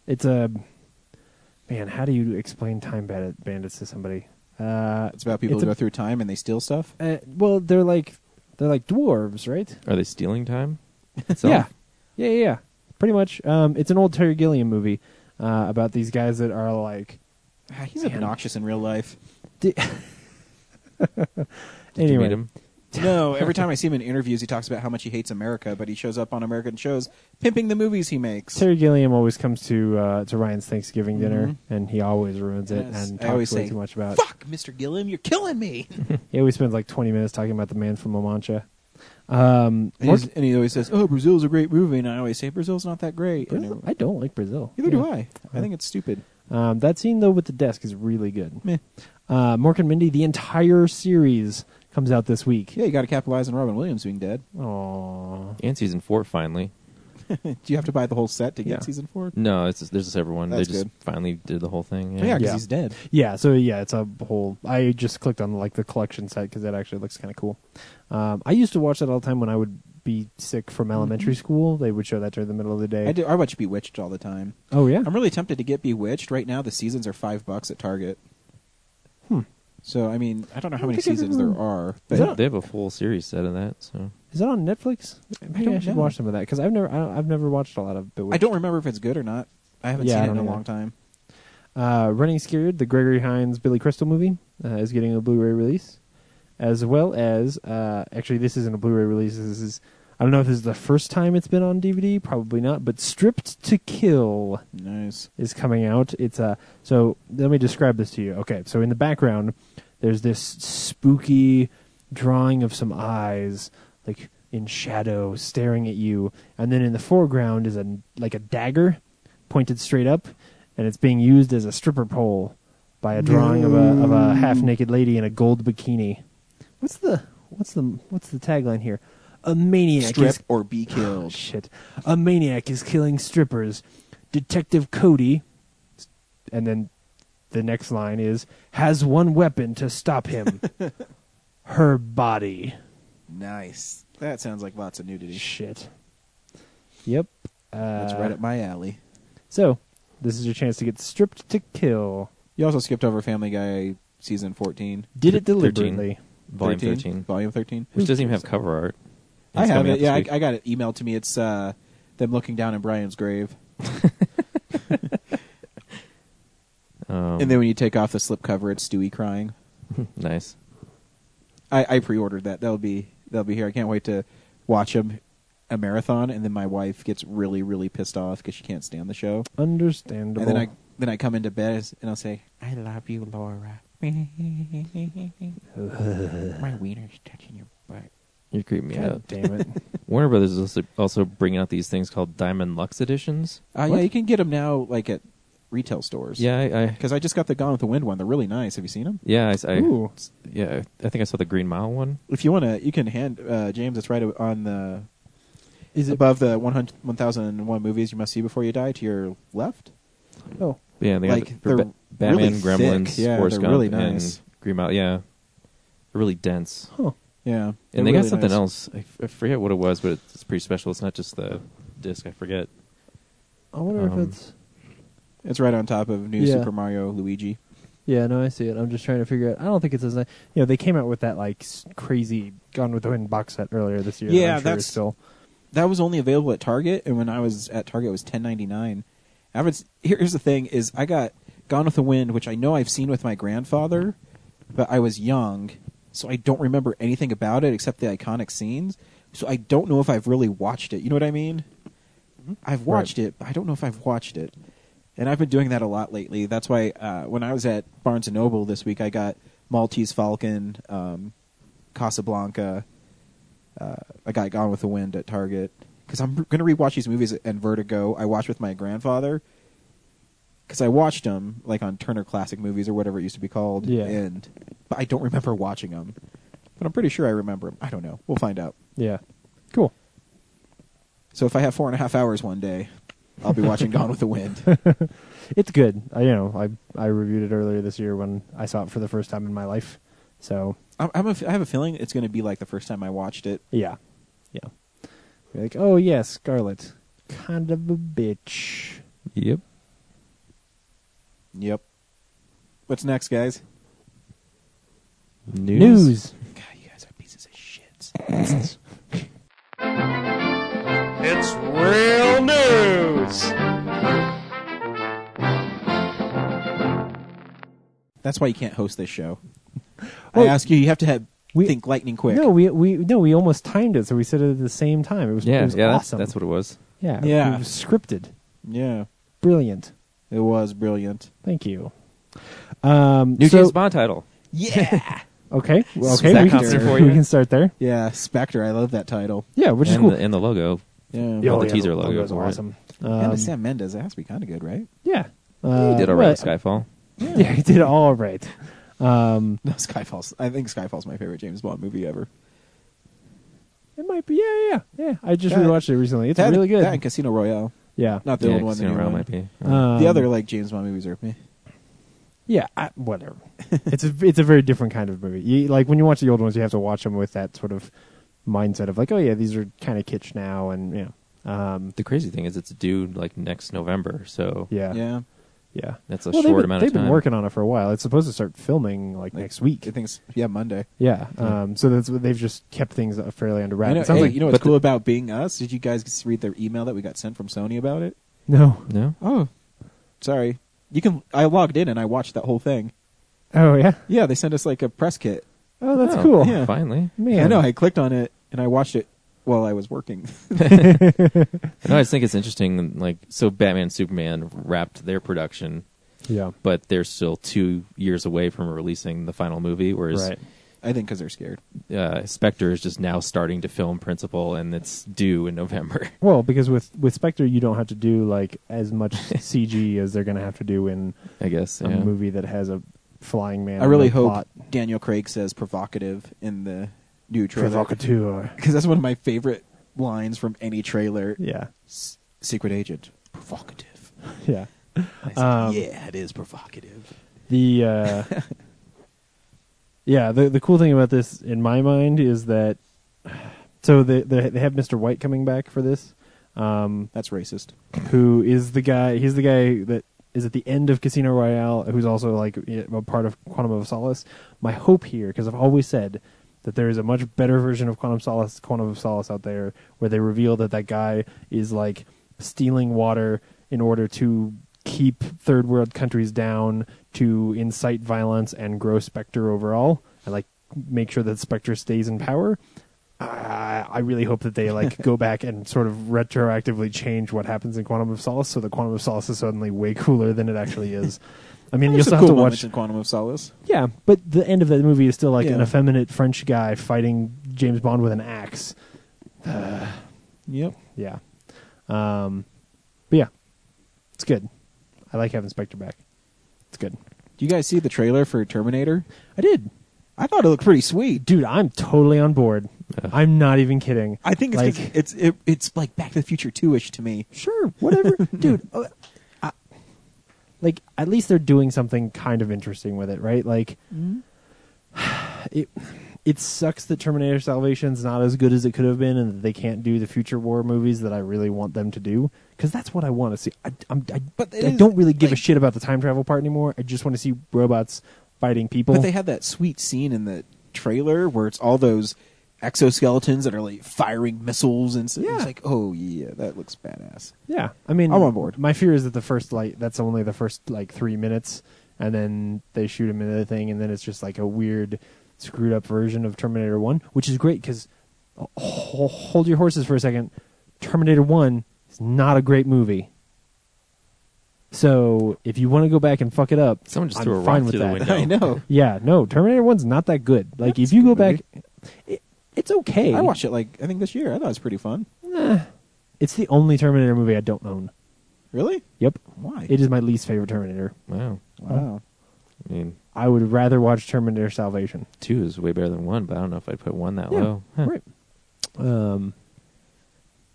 Speaker 3: it's a man. How do you explain Time Bandit, Bandits to somebody? Uh,
Speaker 1: It's about people
Speaker 3: It's
Speaker 1: who
Speaker 3: a-
Speaker 1: go through time and they steal stuff.
Speaker 3: uh, well, they're like they're like dwarves, right?
Speaker 2: Are they stealing time?
Speaker 3: Yeah, yeah, yeah. yeah. Pretty much. Um, it's an old Terry Gilliam movie. uh, about these guys that are like.
Speaker 1: Ah, He's obnoxious in real life.
Speaker 2: Did you
Speaker 3: anyway,
Speaker 2: meet him?
Speaker 1: No, every time I see him in interviews, he talks about how much he hates America, but he shows up on American shows pimping the movies he makes.
Speaker 3: Terry Gilliam always comes to uh, to Ryan's Thanksgiving dinner,
Speaker 1: Mhm.
Speaker 3: and he always ruins it
Speaker 1: Yes,
Speaker 3: and
Speaker 1: I
Speaker 3: talks way
Speaker 1: always say,
Speaker 3: too much about.
Speaker 1: Fuck, Mr. Gilliam, you're killing me.
Speaker 3: He always spends like twenty minutes talking about the man from La Mancha. Um,
Speaker 1: And, he's- and he always says, "Oh, Brazil's a great movie," and I always say, "Brazil's not that great." And
Speaker 3: Brazil? I don't like Brazil.
Speaker 1: Neither do
Speaker 3: Yeah.
Speaker 1: I. I think it's stupid.
Speaker 3: Um, that scene though with the desk is really good.
Speaker 1: Meh.
Speaker 3: Uh, Mork and Mindy, the entire series comes out this week.
Speaker 1: Yeah, you got to capitalize on Robin Williams being dead.
Speaker 3: Aww.
Speaker 2: And season four finally.
Speaker 1: Do you have to buy the whole set to get
Speaker 3: Yeah.
Speaker 1: season four?
Speaker 2: No, it's there's a separate one.
Speaker 1: That's
Speaker 2: they just
Speaker 1: good.
Speaker 2: finally did the whole thing.
Speaker 1: Oh, yeah,
Speaker 2: Yeah.
Speaker 1: because
Speaker 3: Yeah.
Speaker 1: he's dead.
Speaker 3: Yeah, so yeah, it's a whole. I just clicked on like the collection site because that actually looks kind of cool. Um, I used to watch that all the time when I would be sick from elementary school. They would show that during the middle of the day.
Speaker 1: Mm-hmm. I, do, I watch Bewitched all the time.
Speaker 3: Oh yeah,
Speaker 1: I'm really tempted to get Bewitched right now. The seasons are five bucks at Target.
Speaker 3: Hmm.
Speaker 1: So I mean, I don't know how
Speaker 3: I
Speaker 1: many
Speaker 3: think I've
Speaker 1: seasons
Speaker 3: ever-
Speaker 1: there are,
Speaker 3: Is
Speaker 1: but
Speaker 2: They have a full series set of that. So
Speaker 3: is that on Netflix? Maybe I,
Speaker 1: don't
Speaker 3: should
Speaker 1: know.
Speaker 3: watch some of that because I've never I don't, I've never watched a lot of Bewitched.
Speaker 1: I don't remember if it's good or not. I haven't
Speaker 3: Yeah, I
Speaker 1: seen it in
Speaker 3: don't
Speaker 1: a
Speaker 3: either.
Speaker 1: long time.
Speaker 3: Uh, Running Scared, the Gregory Hines Billy Crystal movie, uh, is getting a Blu-ray release, as well as uh, actually this isn't a Blu-ray release. This is I don't know if this is the first time it's been on DVD, probably not. But Stripped to Kill
Speaker 1: Nice.
Speaker 3: is coming out. It's uh, so let me describe this to you. Okay, so in the background, there's this spooky drawing of some eyes, like in shadow, staring at you, and then in the foreground is a like a dagger, pointed straight up, and it's being used as a stripper pole by a drawing of a of a half naked lady in a gold bikini. What's the what's the what's the tagline here? A maniac
Speaker 1: Strip
Speaker 3: is
Speaker 1: or be
Speaker 3: Oh,
Speaker 1: killed.
Speaker 3: shit. A maniac is killing strippers. Detective Cody, and then the next line is, has one weapon to stop him her body.
Speaker 1: nice. That sounds like lots of nudity.
Speaker 3: Shit. Yep. Uh,
Speaker 1: That's right up my alley.
Speaker 3: So, this is your chance to get stripped to kill.
Speaker 1: You also skipped over Family Guy season 14.
Speaker 3: Did
Speaker 2: Thirteen.
Speaker 3: it deliberately.
Speaker 2: volume thirteen,
Speaker 1: Volume 13.
Speaker 2: which doesn't even have cover art.
Speaker 1: I
Speaker 2: It's
Speaker 1: have
Speaker 2: coming
Speaker 1: it.
Speaker 2: up
Speaker 1: Yeah, I,
Speaker 2: this
Speaker 1: I got it emailed to me. It's uh, them looking down in Brian's grave.
Speaker 2: week. Um,
Speaker 1: And then when you take off the slipcover, it's Stewie crying.
Speaker 2: nice.
Speaker 1: I, I pre-ordered that. That'll be that'll be here. I can't wait to watch them a marathon. And then my wife gets really really pissed off because she can't stand the show.
Speaker 3: Understandable.
Speaker 1: And then I then I come into bed and I'll say,
Speaker 5: I love you, Laura. My wiener's touching your butt.
Speaker 2: You're creeping me out.
Speaker 3: God damn it.
Speaker 2: Warner Brothers is also, also bringing out these things called Diamond Lux editions.
Speaker 1: uh, "Yeah, you can get them now, like at retail stores."
Speaker 2: Yeah, I, I
Speaker 1: Because I just got the Gone with the Wind one. They're really nice. Have you seen them?
Speaker 2: yeah, I s- I-
Speaker 3: Ooh.
Speaker 2: yeah. I think I saw the Green Mile one.
Speaker 1: If you want to, you can hand uh, James. It's right on the
Speaker 3: Is it?
Speaker 1: above the 100 1001 movies you must see before you die to your left.
Speaker 3: Oh.
Speaker 2: Yeah, they
Speaker 1: Like,
Speaker 2: got for
Speaker 1: they're
Speaker 2: Ba- Batman,
Speaker 1: really
Speaker 2: Gremlins,
Speaker 1: thick. Yeah,
Speaker 2: Forrest
Speaker 1: they're really
Speaker 2: Gump,
Speaker 1: nice.
Speaker 2: and Green Mile. Yeah, They're really dense.
Speaker 3: Huh.
Speaker 1: Yeah,
Speaker 2: And they
Speaker 1: They're
Speaker 2: got
Speaker 1: really
Speaker 2: something
Speaker 1: nice.
Speaker 2: else. I, f- I forget what it was, but it's pretty special. It's not just the disc. I forget.
Speaker 3: I wonder
Speaker 2: Um,
Speaker 3: if it's.
Speaker 1: It's right on top of New
Speaker 3: Yeah.
Speaker 1: Super Mario Luigi.
Speaker 3: Yeah, no, I see it. I'm just trying to figure out. I don't think it's as nice. You know, they came out with that like s- crazy Gone with the Wind box set earlier this year. that
Speaker 1: Yeah,
Speaker 3: I'm sure
Speaker 1: that's-
Speaker 3: is still.
Speaker 1: That was only available at Target, and when I was at Target, it was ten ninety nine. I was here's the thing: is I got Gone with the Wind, which I know I've seen with my grandfather, but I was young, so I don't remember anything about it except the iconic scenes. So I don't know if I've really watched it. You know what I mean? I've watched it, but I don't know if I've watched it. And I've been doing that a lot lately. That's why uh, when I was at Barnes and Noble this week, I got Maltese Falcon, um, Casablanca. Uh, I got Gone with the Wind at Target because I'm going to rewatch these movies and Vertigo. I watched with my grandfather because I watched them like on Turner Classic Movies or whatever it used to be called.
Speaker 3: Yeah.
Speaker 1: And but I don't remember watching them, but I'm pretty sure I remember them. I don't know. We'll find out.
Speaker 3: Yeah, cool.
Speaker 1: So if I have four and a half hours one day, I'll be watching Gone with the Wind.
Speaker 3: It's good. I you know I I reviewed it earlier this year when I saw it for the first time in my life. So
Speaker 1: I'm, I'm a, i am i have a feeling it's going to be like the first time I watched it.
Speaker 3: yeah, yeah. You're like, oh yeah, Scarlet, kind of a bitch.
Speaker 2: Yep.
Speaker 1: Yep. What's next, guys?
Speaker 3: News.
Speaker 1: God, you guys are pieces of shit.
Speaker 6: It's real news.
Speaker 1: That's why you can't host this show. I
Speaker 3: Well,
Speaker 1: ask you, you have to have
Speaker 3: we-
Speaker 1: think lightning quick.
Speaker 3: No, we we no, we almost timed it, so we said it at the same time. It was it
Speaker 2: Yeah,
Speaker 3: was
Speaker 2: yeah, that's,
Speaker 3: awesome.
Speaker 2: that's what it was.
Speaker 3: yeah,
Speaker 1: Yeah.
Speaker 3: it was scripted,
Speaker 1: Yeah,
Speaker 3: brilliant.
Speaker 1: it was brilliant.
Speaker 3: Thank you. Um,
Speaker 2: New
Speaker 3: so-
Speaker 2: James Bond title.
Speaker 1: Yeah,
Speaker 3: Okay, well,
Speaker 1: Is
Speaker 3: okay,
Speaker 1: that
Speaker 3: we can,
Speaker 1: considered for
Speaker 3: we
Speaker 2: you?
Speaker 3: can start there.
Speaker 1: yeah. Spectre, I love that title.
Speaker 3: Yeah, which is
Speaker 2: and,
Speaker 3: cool.
Speaker 2: the, and the logo.
Speaker 1: Yeah,
Speaker 3: Yeah,
Speaker 2: well,
Speaker 3: oh,
Speaker 2: the
Speaker 3: yeah,
Speaker 2: teaser logo
Speaker 3: logo's
Speaker 2: for it.
Speaker 3: awesome.
Speaker 1: and
Speaker 3: Um,
Speaker 1: the Sam Mendes. That has to be kind of good, right?
Speaker 3: yeah, uh,
Speaker 2: he did all right with
Speaker 3: well,
Speaker 2: Skyfall.
Speaker 3: Yeah, he did all right. Um,
Speaker 1: No, Skyfall's. I think Skyfall's my favorite James Bond movie ever.
Speaker 3: it might be. Yeah, yeah, yeah. yeah. I just
Speaker 1: That-
Speaker 3: rewatched it recently. It's
Speaker 1: That-
Speaker 3: really good.
Speaker 1: That and Casino Royale.
Speaker 3: yeah,
Speaker 1: Not the
Speaker 2: yeah,
Speaker 1: old one. The,
Speaker 2: Casino
Speaker 1: new
Speaker 2: Royale
Speaker 1: one.
Speaker 2: might be. Uh,
Speaker 1: the
Speaker 3: Um,
Speaker 1: other like James Bond movies are meh.
Speaker 3: Yeah, I, whatever. it's a it's a very different kind of movie. You, like when you watch the old ones, you have to watch them with that sort of mindset of like, oh yeah, these are kind of kitsch now, and yeah, um,
Speaker 2: The crazy thing is, it's due like next November. So
Speaker 3: yeah,
Speaker 1: Yeah.
Speaker 3: yeah, yeah.
Speaker 2: that's a
Speaker 3: well,
Speaker 2: short
Speaker 3: they've been,
Speaker 2: amount
Speaker 3: they've
Speaker 2: of time.
Speaker 3: been working on it for a while. It's supposed to start filming like,
Speaker 1: Like,
Speaker 3: next week.
Speaker 1: I think it's yeah Monday.
Speaker 3: yeah, um, so that's what- they've just kept things uh, fairly under
Speaker 1: I
Speaker 3: wraps.
Speaker 1: know,
Speaker 3: It sounds
Speaker 1: hey,
Speaker 3: like
Speaker 1: you know what's
Speaker 2: but
Speaker 1: cool about being us? Did you guys read their email that we got sent from Sony about it?
Speaker 3: no.
Speaker 2: No,
Speaker 1: Oh, sorry. You can. I logged in and I watched that whole thing.
Speaker 3: Oh yeah.
Speaker 1: Yeah, they sent us like a press kit.
Speaker 3: Oh, that's
Speaker 2: Oh,
Speaker 3: cool.
Speaker 1: yeah.
Speaker 2: Finally,
Speaker 3: Man,
Speaker 1: I know. I clicked on it and I watched it while I was working.
Speaker 2: And I just think it's interesting. Like, so Batman, Superman wrapped their production,
Speaker 3: yeah,
Speaker 2: but they're still two years away from releasing the final movie. Whereas
Speaker 3: right.
Speaker 1: I think because they're scared.
Speaker 2: uh, Spectre is just now starting to film Principal, and it's due in November.
Speaker 3: Well, because with with Spectre, you don't have to do like as much CG as they're going to have to do in
Speaker 2: I guess.
Speaker 3: a
Speaker 2: yeah.
Speaker 3: movie that has a flying man.
Speaker 1: I really
Speaker 3: and a
Speaker 1: hope
Speaker 3: plot.
Speaker 1: Daniel Craig says "provocative" in the new trailer
Speaker 3: provocateur.
Speaker 1: because that's one of my favorite lines from any trailer.
Speaker 3: Yeah,
Speaker 1: S- Secret Agent, provocative.
Speaker 3: yeah.
Speaker 1: I said,
Speaker 3: Um,
Speaker 1: yeah, it is provocative.
Speaker 3: The uh, yeah, the the cool thing about this, in my mind, is that so they they they have Mr. White coming back for this, um,
Speaker 1: That's racist.
Speaker 3: who is the guy. He's the guy that is at the end of Casino Royale, who's also like a part of Quantum of Solace. My hope here, because I've always said. That there is a much better version of Quantum Solace, Quantum of Solace out there, where they reveal that that guy is like stealing water in order to keep third world countries down, to incite violence and grow Spectre overall, and like make sure that Spectre stays in power. I I really hope that they like go back and sort of retroactively change what happens in Quantum of Solace, so that Quantum of Solace is suddenly way cooler than it actually is. I mean, you
Speaker 1: There's some
Speaker 3: still have
Speaker 1: cool
Speaker 3: to
Speaker 1: moments
Speaker 3: watch.
Speaker 1: in Quantum of Solace.
Speaker 3: Yeah, but the end of that movie is still like an
Speaker 1: Yeah.
Speaker 3: effeminate French guy fighting James Bond with an axe.
Speaker 1: Yep.
Speaker 3: Yeah. Um, but yeah, it's good. I like having Spectre back. It's good.
Speaker 1: Do you guys see the trailer for Terminator?
Speaker 3: I did.
Speaker 1: I thought it looked pretty sweet.
Speaker 3: Dude, I'm totally on board. I'm not even kidding.
Speaker 1: I think it's 'cause
Speaker 3: like,
Speaker 1: it's it, it's like Back to the Future two ish to me.
Speaker 3: sure, whatever. Dude, uh, I- like, at least they're doing something kind of interesting with it, right? Like,
Speaker 1: Mm-hmm.
Speaker 3: it it sucks that Terminator Salvation's not as good as it could have been, and that they can't do the future war movies that I really want them to do because that's what I want to see. I, I'm, I,
Speaker 1: But it
Speaker 3: I
Speaker 1: is,
Speaker 3: don't really give a
Speaker 1: like-
Speaker 3: shit about the time travel part anymore. I just want to see robots fighting people.
Speaker 1: But they had that sweet scene in the trailer where it's all those exoskeletons that are like firing missiles and so
Speaker 3: Yeah.
Speaker 1: it's like, oh yeah, that looks badass.
Speaker 3: yeah, I mean,
Speaker 1: I'm on board.
Speaker 3: My fear is that the first like that's only the first like three minutes, and then they shoot him into the thing, and then it's just like a weird, screwed up version of Terminator One, which is great because hold your horses for a second. Terminator One is not a great movie. So if you want to go back and fuck it up,
Speaker 2: Someone just
Speaker 3: I'm
Speaker 2: threw a
Speaker 3: fine
Speaker 2: rock
Speaker 3: with
Speaker 2: through
Speaker 3: that.
Speaker 2: the window.
Speaker 1: I know.
Speaker 3: Yeah, no, Terminator One's not that good. Like if you go back, it, it's okay.
Speaker 1: I watched it like I think this year. I thought it was pretty fun.
Speaker 3: It's the only Terminator movie I don't own.
Speaker 1: Really?
Speaker 3: Yep,
Speaker 1: Why?
Speaker 3: it is my least favorite Terminator.
Speaker 2: Wow.
Speaker 1: wow.
Speaker 2: I mean,
Speaker 3: I would rather watch Terminator Salvation.
Speaker 2: two is way better than one, but I don't know if I'd put one
Speaker 1: Oh,
Speaker 2: that
Speaker 3: Yeah,
Speaker 2: low. Huh.
Speaker 3: right. Um.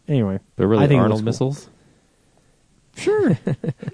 Speaker 3: Anyway,
Speaker 2: But
Speaker 3: I
Speaker 2: really,
Speaker 3: think it
Speaker 2: Arnold
Speaker 3: looks cool.
Speaker 2: missiles.
Speaker 3: Sure.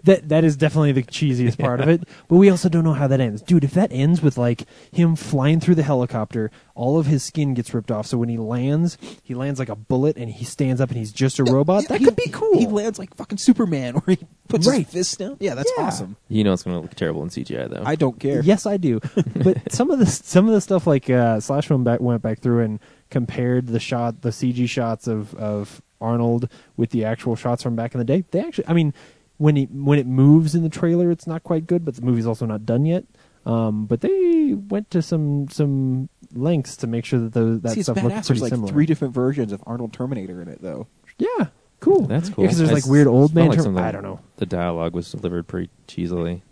Speaker 3: that that is definitely the cheesiest part of it. But we also don't know how that ends. Dude, if that ends with like him flying through the helicopter, all of his skin gets ripped off. So when he lands, he lands like a bullet and he stands up and he's just a robot.
Speaker 1: Yeah,
Speaker 3: that
Speaker 1: he-
Speaker 3: could be cool.
Speaker 1: He lands like fucking Superman, where he puts
Speaker 3: Right.
Speaker 1: his fist down. Yeah, that's
Speaker 3: Yeah.
Speaker 1: awesome.
Speaker 2: You know it's going to look terrible in CGI though.
Speaker 1: I don't care.
Speaker 3: Yes, I do. but some of the some of the stuff like uh, Slash went back went back through and compared the shot the CG shots of of Arnold with the actual shots from back in the day. They actually, I mean, when he when it moves in the trailer, it's not quite good, but the movie's also not done yet. Um, but they went to some some lengths to make sure that those that
Speaker 1: See, it's
Speaker 3: stuff looked
Speaker 1: badass. There's
Speaker 3: pretty
Speaker 1: like
Speaker 3: similar.
Speaker 1: three different versions of Arnold Terminator in it, though.
Speaker 3: yeah, cool.
Speaker 2: That's cool.
Speaker 3: Because
Speaker 2: I
Speaker 3: there's like weird old
Speaker 2: smell
Speaker 3: man.
Speaker 2: like
Speaker 3: term-
Speaker 2: something-
Speaker 3: I don't know.
Speaker 2: The dialogue was delivered pretty cheesily,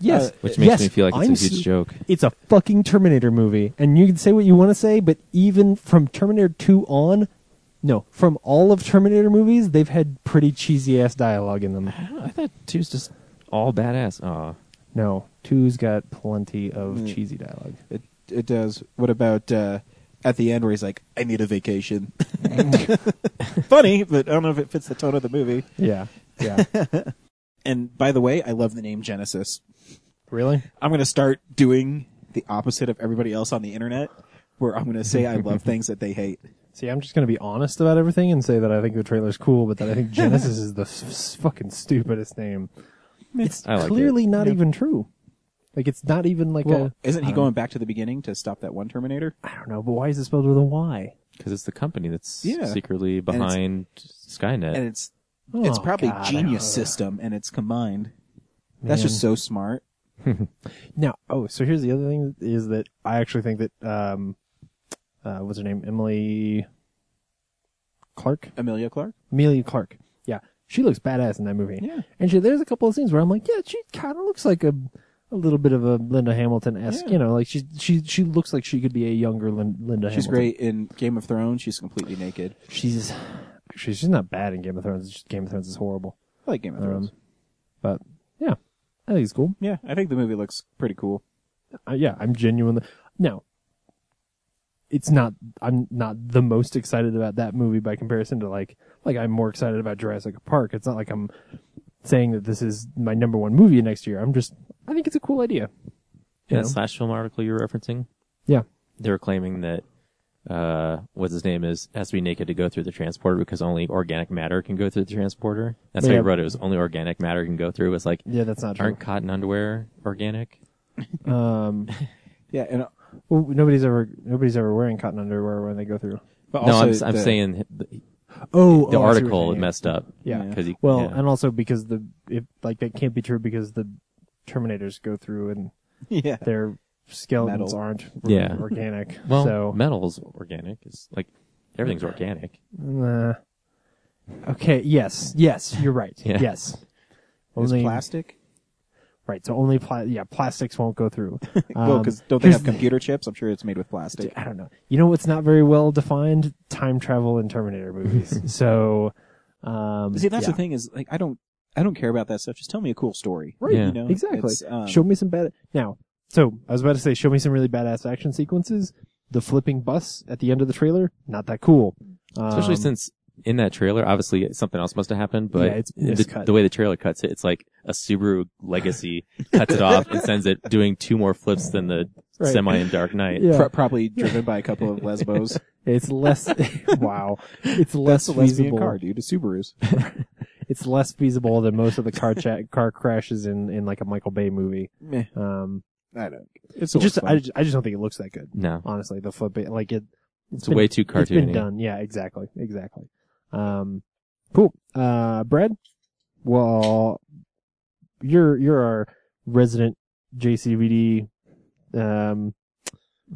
Speaker 3: Yes,
Speaker 1: Uh,
Speaker 2: which makes
Speaker 3: yes,
Speaker 2: me feel like it's
Speaker 3: I'm
Speaker 2: a huge
Speaker 3: s-
Speaker 2: joke.
Speaker 3: It's a fucking Terminator movie, and you can say what you want to say, but even from Terminator 2 on, no, from all of Terminator movies, they've had pretty cheesy ass dialogue in them.
Speaker 2: I thought two's just all badass. Aw.
Speaker 3: No, two's got plenty of
Speaker 1: Mm.
Speaker 3: cheesy dialogue.
Speaker 1: It it does. What about uh, at the end where he's like, "I need a vacation." Funny, but I don't know if it fits the tone of the movie.
Speaker 3: Yeah, yeah.
Speaker 1: And by the way, I love the name Genesis.
Speaker 3: really?
Speaker 1: I'm going to start doing the opposite of everybody else on the internet, where I'm going to say I love things that they hate.
Speaker 3: See, I'm just gonna be honest about everything and say that I think the trailer's cool, but that I think Genesis is the f- s- fucking stupidest name. It's
Speaker 2: I like it.
Speaker 3: clearly not even true. Like it's not even like
Speaker 2: Well,
Speaker 3: a. uh,
Speaker 1: Isn't
Speaker 3: I
Speaker 1: he
Speaker 3: don't know.
Speaker 1: going back to the beginning to stop that one Terminator?
Speaker 3: I don't know, but why is it spelled with a Y?
Speaker 2: Because it's the company that's
Speaker 1: Yeah.
Speaker 2: secretly
Speaker 1: it's-
Speaker 2: behind Skynet.
Speaker 1: And it's it's
Speaker 3: Oh,
Speaker 1: probably
Speaker 3: God, I
Speaker 1: Genius
Speaker 3: don't know.
Speaker 1: System, and it's combined. That's
Speaker 3: Man.
Speaker 1: just so smart.
Speaker 3: Now, oh, so here's the other thing is that I actually think that um, uh, what's her name, Emily Clark,
Speaker 1: Amelia Clark.
Speaker 3: Amelia Clark. Yeah, she looks badass in that movie.
Speaker 1: Yeah.
Speaker 3: and she, there's a couple of scenes where I'm like, yeah, she kind of looks like a a little bit of a Linda Hamilton esque,
Speaker 1: Yeah.
Speaker 3: you know, like she she she looks like she could be a younger Lin, Linda.
Speaker 1: She's
Speaker 3: Hamilton.
Speaker 1: great in Game of Thrones. She's completely naked.
Speaker 3: She's actually she's not bad in Game of Thrones. It's just Game of Thrones is horrible.
Speaker 1: I like Game of
Speaker 3: Um,
Speaker 1: Thrones.
Speaker 3: But yeah, I think it's cool.
Speaker 1: yeah, I think the movie looks pretty cool.
Speaker 3: uh, yeah, I'm genuinely now. It's not. I'm not the most excited about that movie by comparison to like like I'm more excited about Jurassic Park. It's not like I'm saying that this is my number one movie next year. I'm just. I think it's a cool idea.
Speaker 2: In
Speaker 3: You
Speaker 2: that
Speaker 3: know?
Speaker 2: slash film article you were referencing,
Speaker 3: Yeah.
Speaker 2: they were claiming that uh, what's his name is has to be naked to go through the transporter because only organic matter can go through the transporter. That's how
Speaker 3: Yeah.
Speaker 2: you wrote it. It was only organic matter can go through. It's like
Speaker 3: Yeah, that's not true.
Speaker 2: aren't cotton underwear organic?
Speaker 3: Um,
Speaker 1: Yeah, and uh,
Speaker 3: well, nobody's ever nobody's ever wearing cotton underwear when they go through.
Speaker 1: but
Speaker 2: no,
Speaker 1: also
Speaker 2: I'm, I'm
Speaker 1: the-
Speaker 2: saying the,
Speaker 3: Oh,
Speaker 2: the article messed up.
Speaker 3: Yeah.
Speaker 2: because he
Speaker 3: Well,
Speaker 2: yeah.
Speaker 3: and also because the if like that can't be true because the Terminators go through and
Speaker 1: yeah,
Speaker 3: their skeletons
Speaker 1: Metal.
Speaker 3: aren't
Speaker 2: Yeah.
Speaker 3: organic.
Speaker 2: well,
Speaker 3: so
Speaker 2: metal's organic. It's like everything's organic.
Speaker 3: Uh, okay. Yes. Yes. You're right.
Speaker 2: Yeah.
Speaker 3: Yes.
Speaker 1: it's plastic.
Speaker 3: Right. So only pla- yeah, plastics won't go through.
Speaker 1: well,
Speaker 3: Um,
Speaker 1: because don't they
Speaker 3: here's
Speaker 1: have computer chips? I'm sure it's made with plastic.
Speaker 3: the- I don't know. You know what's not very well defined? Time travel in Terminator movies. so, um,
Speaker 1: See, that's
Speaker 3: yeah.
Speaker 1: the thing is, like, I don't, I don't care about that stuff. Just tell me a cool story.
Speaker 3: Right.
Speaker 2: Yeah.
Speaker 1: You know,
Speaker 3: Exactly.
Speaker 1: It's, um,
Speaker 3: show me some bad. Now, so I was about to say, show me some really badass action sequences. The flipping bus at the end of the trailer, not that cool.
Speaker 2: Especially
Speaker 3: Um,
Speaker 2: since in that trailer, obviously something else must have happened, but
Speaker 3: Yeah, it's
Speaker 2: the,
Speaker 3: miscut.
Speaker 2: the way the trailer cuts it, it's like a Subaru Legacy cuts it off and sends it doing two more flips than the
Speaker 3: Right.
Speaker 2: semi in Dark Knight.
Speaker 3: Yeah.
Speaker 1: pro- probably driven by a couple of lesbos.
Speaker 3: it's less. wow, it's less
Speaker 1: That's a lesbian
Speaker 3: feasible.
Speaker 1: car, dude. A Subarus.
Speaker 3: it's less feasible than most of the car cha- car crashes in, in like a Michael Bay movie.
Speaker 1: Meh,
Speaker 3: Um,
Speaker 1: I don't. It's
Speaker 3: it
Speaker 1: always
Speaker 3: just
Speaker 1: fun.
Speaker 3: I, ju- I just don't think it looks that good.
Speaker 2: No,
Speaker 3: Honestly, the flip it, like it.
Speaker 2: it's
Speaker 3: been-
Speaker 2: way too cartoony.
Speaker 3: It's been done. Yeah, exactly, exactly. Um, cool. Uh, Brad. Well, you're you're our resident JCVD um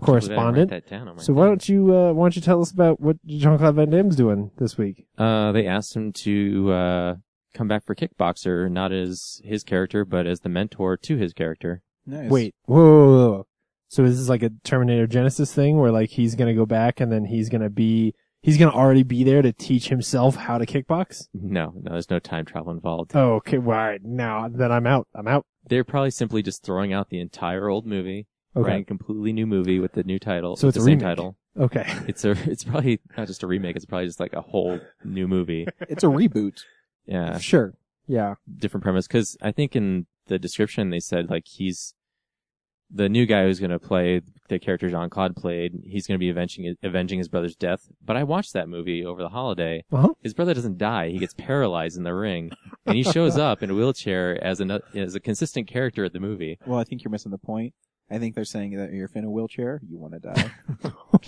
Speaker 3: correspondent. So why don't you uh, why don't you tell us about what Jean Claude Van Damme's doing this week?
Speaker 2: Uh, they asked him to uh, come back for Kickboxer, not as his character, but as the mentor to his character.
Speaker 1: Nice.
Speaker 3: Wait, whoa, whoa, whoa, whoa. So is this like a Terminator Genesis thing where like he's gonna go back and then he's gonna be he's gonna already be there to teach himself how to kickbox?
Speaker 2: No, no, there's no time travel involved.
Speaker 3: Oh, okay, well, all right, now then I'm out. I'm out.
Speaker 2: They're probably simply just throwing out the entire old movie,
Speaker 3: Okay.
Speaker 2: writing a completely new movie with the new title.
Speaker 3: So
Speaker 2: with
Speaker 3: it's
Speaker 2: the
Speaker 3: a
Speaker 2: same
Speaker 3: remake.
Speaker 2: title.
Speaker 3: Okay.
Speaker 2: It's a, it's probably not just a remake. It's probably just like a whole new movie.
Speaker 1: It's a reboot.
Speaker 2: Yeah,
Speaker 3: Sure. Yeah.
Speaker 2: different premise. Because I think in the description they said like he's the new guy who's going to play the character Jean Claude played. He's going to be avenging avenging his brother's death. But I watched that movie over the holiday.
Speaker 3: Uh-huh.
Speaker 2: His brother doesn't die. He gets paralyzed in the ring, and he shows up in a wheelchair as an as a consistent character at the movie.
Speaker 1: Well, I think you're missing the point. I think they're saying that if you're in a wheelchair, you want to die.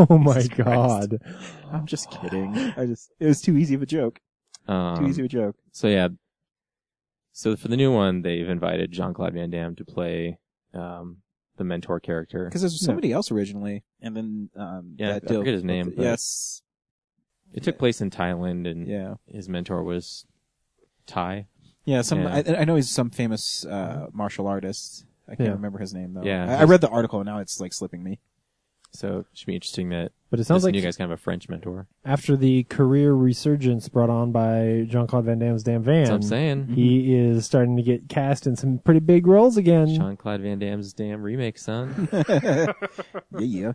Speaker 3: Oh my
Speaker 1: Jesus Christ.
Speaker 3: god.
Speaker 1: I'm just kidding. I just, it was too easy of a joke. Too
Speaker 2: Um,
Speaker 1: easy of a joke.
Speaker 2: So yeah. So for the new one, they've invited Jean Claude Van Damme to play um, the mentor character.
Speaker 1: Because there's somebody else originally, and then um,
Speaker 2: Yeah,
Speaker 1: that
Speaker 2: I
Speaker 1: deal-
Speaker 2: forget his name, but-
Speaker 1: Yes,
Speaker 2: It took place in Thailand, and
Speaker 1: yeah,
Speaker 2: his mentor was Thai.
Speaker 1: yeah. Some
Speaker 2: Yeah.
Speaker 1: I, I know he's some famous uh, martial artist. I can't
Speaker 3: Yeah.
Speaker 1: remember his name though.
Speaker 2: Yeah.
Speaker 1: I, I read the article and now it's like slipping me.
Speaker 2: So it should be interesting that
Speaker 3: But it sounds
Speaker 2: this
Speaker 3: like
Speaker 2: new guy's kind of a French mentor.
Speaker 3: after the career resurgence brought on by Jean Claude Van Damme's Damn Van,
Speaker 2: That's what I'm saying.
Speaker 3: he is starting to get cast in some pretty big roles again.
Speaker 2: Sean Claude Van Damme's damn remake, son.
Speaker 1: Yeah, yeah.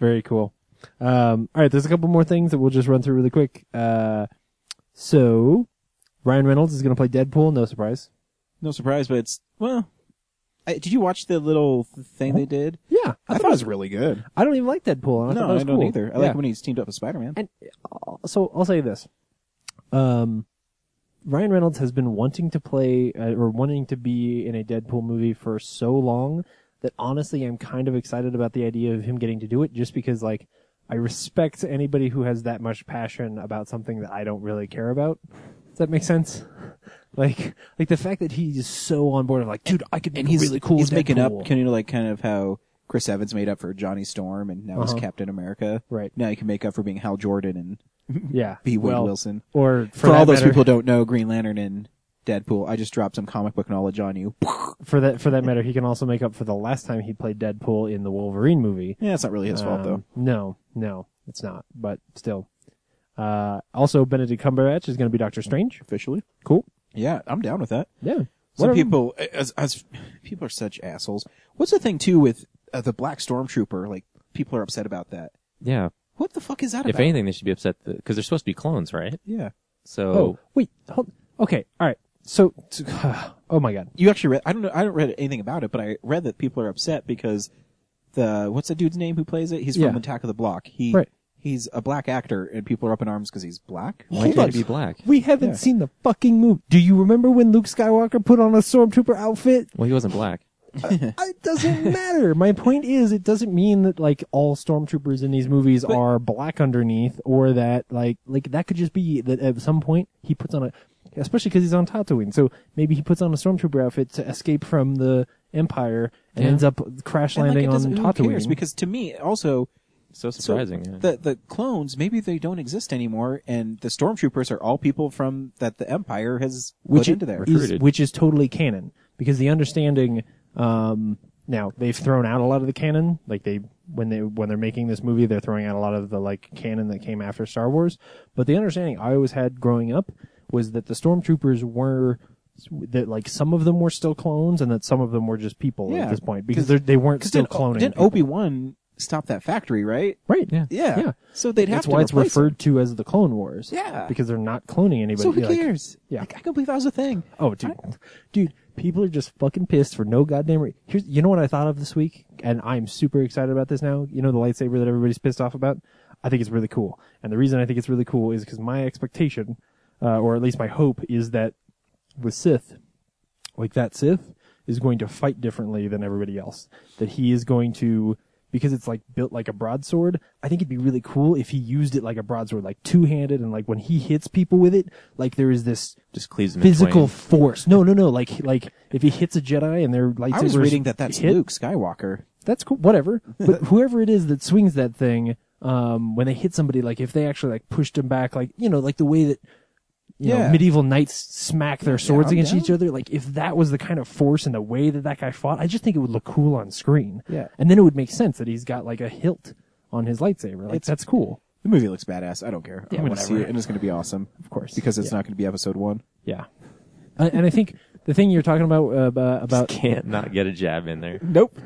Speaker 3: Very cool. Um, all right, there's a couple more things that we'll just run through really quick. Uh, so Ryan Reynolds is going to play Deadpool. No surprise.
Speaker 1: No surprise, but it's well. I, did you watch the little thing they did?
Speaker 3: Yeah,
Speaker 1: I, thought it was really good.
Speaker 3: I don't even like Deadpool. And I thought
Speaker 1: no,
Speaker 3: that
Speaker 1: I
Speaker 3: was
Speaker 1: don't
Speaker 3: cool.
Speaker 1: either. I
Speaker 3: Yeah.
Speaker 1: like when he's teamed up with Spider-Man.
Speaker 3: And uh, so I'll say this. Um, Ryan Reynolds has been wanting to play uh, or wanting to be in a Deadpool movie for so long that honestly I'm kind of excited about the idea of him getting to do it just because like I respect anybody who has that much passion about something that I don't really care about. Does that make sense? Like, like the fact that he's so on board of like, dude, I could be
Speaker 1: and he's
Speaker 3: really cool.
Speaker 1: He's
Speaker 3: Deadpool.
Speaker 1: making up, kind of like kind of how Chris Evans made up for Johnny Storm, and now he's
Speaker 3: Uh-huh.
Speaker 1: Captain America.
Speaker 3: Right.
Speaker 1: now, he can make up for being Hal Jordan and
Speaker 3: yeah,
Speaker 1: be Wade
Speaker 3: well,
Speaker 1: Wilson.
Speaker 3: Or
Speaker 1: For,
Speaker 3: that
Speaker 1: all those
Speaker 3: matter-
Speaker 1: people who don't know, Green Lantern and Deadpool. I just dropped some comic book knowledge on you.
Speaker 3: for that for that matter, he can also make up for the last time he played Deadpool in the Wolverine movie.
Speaker 1: Yeah, it's not really his fault
Speaker 3: Um,
Speaker 1: though.
Speaker 3: No, no, it's not. But still, uh, also Benedict Cumberbatch is going to be Doctor Strange.
Speaker 1: Officially,
Speaker 3: Cool.
Speaker 1: yeah, I'm down with that.
Speaker 3: Yeah.
Speaker 1: Some
Speaker 3: Whatever.
Speaker 1: people, as, as people are such assholes. What's the thing too with uh, the Black Stormtrooper? Like people are upset about that.
Speaker 2: yeah.
Speaker 1: What the fuck is that
Speaker 2: If
Speaker 1: about?
Speaker 2: anything, they should be upset because they're supposed to be clones, right?
Speaker 1: yeah,
Speaker 2: So
Speaker 3: Oh wait. Hold, okay. All right. So. t- oh my God.
Speaker 1: you actually read. I don't know. I don't read anything about it, but I read that people are upset because the what's the dude's name who plays it? He's from
Speaker 3: Yeah.
Speaker 1: Attack of the Block. He
Speaker 3: Right.
Speaker 1: he's a black actor, and people are up in arms because he's black.
Speaker 2: why can't he be black?
Speaker 3: We haven't
Speaker 1: Yeah.
Speaker 3: seen the fucking movie. Do you remember when Luke Skywalker put on a stormtrooper outfit?
Speaker 2: Well, he wasn't black.
Speaker 3: It doesn't matter. My point is, it doesn't mean that like all stormtroopers in these movies are black underneath, or that like like that could just be that at some point he puts on a, especially because he's on Tatooine, so maybe he puts on a stormtrooper outfit to escape from the Empire and
Speaker 2: Yeah.
Speaker 3: ends up crash
Speaker 1: And, like,
Speaker 3: landing
Speaker 1: it doesn't-
Speaker 3: on
Speaker 1: who
Speaker 3: Tatooine.
Speaker 1: cares? Because to me, also
Speaker 2: So
Speaker 1: so
Speaker 2: surprising. yeah.
Speaker 1: the the clones maybe they don't exist anymore, and the stormtroopers are all people from that the Empire has put
Speaker 3: i-
Speaker 1: into there.
Speaker 3: is-
Speaker 2: Recruited.
Speaker 3: which is totally canon because the understanding um, now they've thrown out a lot of the canon like they when they when they're making this movie they're throwing out a lot of the like canon that came after Star Wars but the understanding I always had growing up was that the stormtroopers were that like some of them were still clones and that some of them were just people
Speaker 1: Yeah.
Speaker 3: at this point because they're- they weren't
Speaker 1: Because
Speaker 3: still
Speaker 1: didn't,
Speaker 3: cloning
Speaker 1: didn't
Speaker 3: people.
Speaker 1: Obi Wan stop that factory? Right.
Speaker 3: right
Speaker 2: Yeah.
Speaker 1: Yeah.
Speaker 3: Yeah.
Speaker 1: So they'd have
Speaker 3: that's
Speaker 1: to.
Speaker 3: why it's
Speaker 1: replace him.
Speaker 3: referred to as the Clone Wars
Speaker 1: Yeah.
Speaker 3: because they're not cloning anybody
Speaker 1: So who
Speaker 3: Like,
Speaker 1: cares?
Speaker 3: yeah.
Speaker 1: Like, I can't believe that was a thing.
Speaker 3: Oh, dude, dude, people are just fucking pissed for no goddamn reason. Here's, you know what I thought of this week, and I'm super excited about this now. You know the lightsaber that everybody's pissed off about. I think it's really cool, and the reason I think it's really cool is because my expectation, uh, or at least my hope, is that with Sith, like that Sith is going to fight differently than everybody else. That he is going to because it's like built like a broadsword. I think it'd be really cool if he used it like a broadsword, like two handed, and like when he hits people with it, like there is this
Speaker 2: Just cleaves him in
Speaker 3: physical
Speaker 2: twain.
Speaker 3: force. No, no, no. Like like if he hits a Jedi and their lightsaber,
Speaker 1: I was reading that that's
Speaker 3: hit,
Speaker 1: Luke Skywalker.
Speaker 3: That's cool. Whatever. But whoever it is that swings that thing, um, when they hit somebody, like if they actually like pushed them back, like you know, like the way that. You know,
Speaker 1: Yeah.
Speaker 3: medieval knights smack their swords
Speaker 1: I'm
Speaker 3: against
Speaker 1: down.
Speaker 3: each other. Like, if that was the kind of force and the way that that guy fought, I just think it would look cool on screen.
Speaker 1: Yeah.
Speaker 3: And then it would make sense that he's got like a hilt on his lightsaber. Like,
Speaker 1: It's-
Speaker 3: that's cool.
Speaker 1: The movie looks badass. I don't care.
Speaker 3: Yeah,
Speaker 1: I'm going to see
Speaker 3: whatever.
Speaker 1: it, and it's going to be awesome.
Speaker 3: Of course.
Speaker 1: Because it's
Speaker 3: Yeah.
Speaker 1: not going to be episode one.
Speaker 3: Yeah. and, and I think the thing you're talking about, uh, about- about
Speaker 2: Can't not get a jab in there.
Speaker 1: Nope.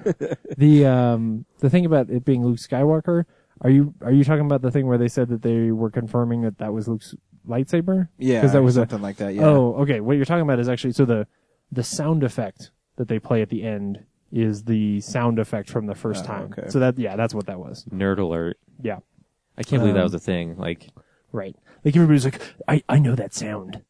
Speaker 3: the um the thing about it being Luke Skywalker, are you are you talking about the thing where they said that they were confirming that that was Luke's lightsaber?
Speaker 1: yeah.
Speaker 3: because that
Speaker 1: or
Speaker 3: was a
Speaker 1: something like that. Yeah.
Speaker 3: oh okay. What you're talking about is actually so the the sound effect that they play at the end is the sound effect from the first
Speaker 1: Oh,
Speaker 3: time.
Speaker 1: okay.
Speaker 3: So that yeah, that's what that was.
Speaker 2: Nerd alert.
Speaker 3: Yeah,
Speaker 2: I can't believe that
Speaker 3: Um,
Speaker 2: was a thing. Like
Speaker 3: right. Like everybody's like, I I know that sound.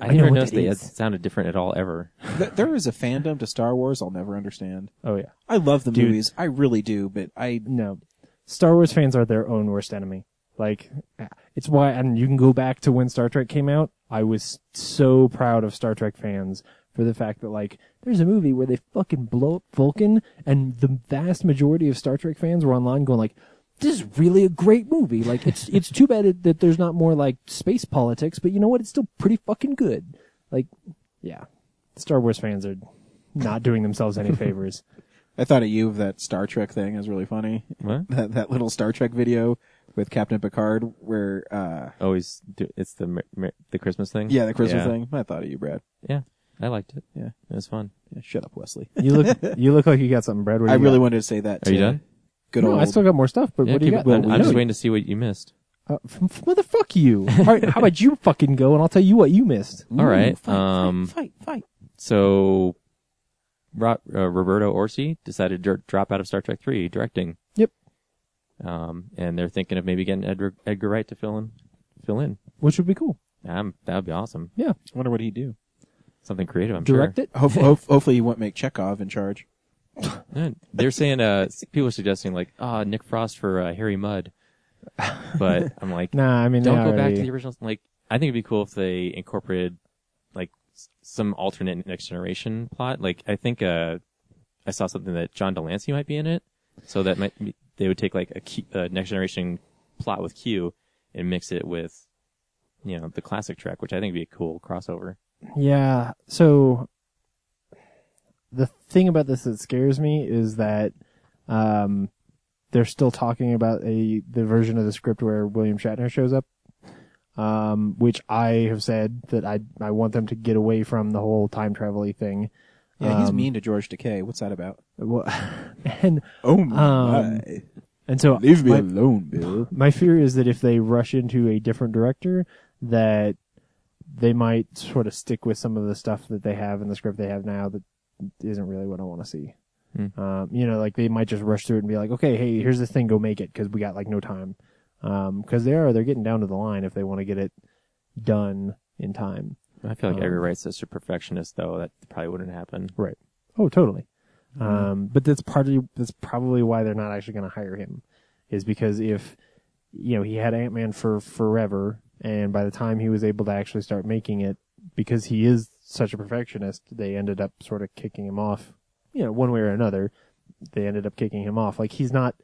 Speaker 2: I,
Speaker 3: know
Speaker 2: never
Speaker 3: what
Speaker 2: noticed
Speaker 3: that
Speaker 2: they had
Speaker 3: is.
Speaker 2: sounded different at all ever.
Speaker 1: Th- there is a fandom to Star Wars I'll never understand.
Speaker 3: Oh yeah,
Speaker 1: I love the
Speaker 3: Dude.
Speaker 1: movies. I really do, but I.
Speaker 3: no. Star Wars fans are their own worst enemy. Like, it's why, and you can go back to when Star Trek came out. I was so proud of Star Trek fans for the fact that like there's a movie where they fucking blow up Vulcan, and the vast majority of Star Trek fans were online going like, "This is really a great movie. Like it's it's too bad it, that there's not more like space politics, but you know what? It's still pretty fucking good. Like, yeah, Star Wars fans are not doing themselves any favors.
Speaker 1: I thought of you of that Star Trek thing. It was really funny.
Speaker 2: What?
Speaker 1: That, that little Star Trek video with Captain Picard where, uh,
Speaker 2: Always, do, Oh, it's the mer- mer- the Christmas thing.
Speaker 1: yeah, the Christmas
Speaker 2: Yeah.
Speaker 1: thing. I thought of you, Brad.
Speaker 2: Yeah, I liked it.
Speaker 1: Yeah.
Speaker 2: It was fun.
Speaker 1: Yeah, shut up, Wesley.
Speaker 3: You look you look like you got something, Brad. What do
Speaker 1: I
Speaker 3: you
Speaker 1: really
Speaker 3: got?
Speaker 1: wanted to say that.
Speaker 2: Are you
Speaker 1: too.
Speaker 2: done?
Speaker 1: Good
Speaker 3: No,
Speaker 1: old.
Speaker 3: I still got more stuff, but
Speaker 2: Yeah,
Speaker 3: what do you
Speaker 2: keep
Speaker 3: got?
Speaker 2: it- I'm,
Speaker 3: Well,
Speaker 2: I'm
Speaker 3: no,
Speaker 2: just waiting to see what you missed.
Speaker 3: Uh, f- f- mother, fuck you. All right, how about you fucking go and I'll tell you what you missed.
Speaker 2: All right.
Speaker 5: fight,
Speaker 2: um,
Speaker 5: fight, fight,
Speaker 2: So, Ro- uh, Roberto Orsi decided to drop out of Star Trek Three directing.
Speaker 3: Yep.
Speaker 2: Um, and they're thinking of maybe getting Edgar, Edgar Wright to fill in. Fill in.
Speaker 3: Which would be cool.
Speaker 2: Um, that would be awesome.
Speaker 3: Yeah.
Speaker 1: wonder what he'd do.
Speaker 2: Something creative. I'm
Speaker 3: Direct
Speaker 2: sure.
Speaker 3: it.
Speaker 1: Hope, hope, hopefully you won't make Chekhov in charge.
Speaker 2: Yeah, They're saying uh, s- people are suggesting like, ah, Nick Frost for uh, Harry Mudd. But I'm like,
Speaker 3: Nah, I mean,
Speaker 2: don't go
Speaker 3: they
Speaker 2: back
Speaker 3: already-
Speaker 2: to the original. Like, I think it'd be cool if they incorporated like s- some alternate next generation plot. Like, I think uh, I saw something that John Delancey might be in it, so that might be, they would take like a, Q, a next generation plot with Q and mix it with you know the classic track, which I think would be a cool crossover.
Speaker 3: Yeah. So the thing about this that scares me is that um, they're still talking about a the version of the script where William Shatner shows up, um, which I have said that I I want them to get away from the whole time travel thing.
Speaker 1: Yeah, he's
Speaker 3: Um,
Speaker 1: mean to George Takei. What's that about?
Speaker 3: Well, and
Speaker 1: Oh
Speaker 3: my. and so my-
Speaker 1: alone, Bill.
Speaker 3: my fear is that if they rush into a different director, that they might sort of stick with some of the stuff that they have in the script they have now that isn't really what I want to see.
Speaker 2: Hmm.
Speaker 3: Um, you know, like they might just rush through it and be like, okay, hey, here's this thing, go make it because we got like no time. Um, cause they are, they're getting down to the line if they want to get it done in time.
Speaker 2: I feel like
Speaker 3: Um,
Speaker 2: Edgar Wright's such a perfectionist, though that probably wouldn't happen.
Speaker 3: Oh, totally. Um, but that's partly that's probably why they're not actually going to hire him, is because if you know he had Ant Man for forever, and by the time he was able to actually start making it, because he is such a perfectionist, they ended up sort of kicking him off. You know, one way or another, they ended up kicking him off. Like he's not.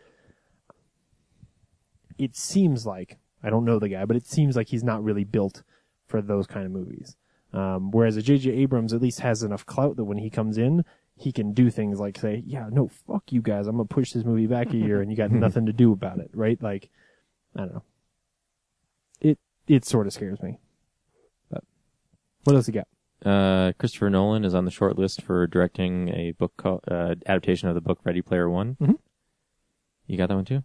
Speaker 3: It seems like I don't know the guy, but it seems like he's not really built for those kind of movies. Um, whereas a J.J. Abrams at least has enough clout that when he comes in, he can do things like say, "Yeah, no, fuck you guys, I'm gonna push this movie back a year, and you got nothing to do about it." Right? Like, I don't know. It it sort of scares me. But what else you got?
Speaker 2: Uh, Christopher Nolan is on the short list for directing a book co- uh, adaptation of the book Ready Player One.
Speaker 3: Mhm.
Speaker 2: You got that one too?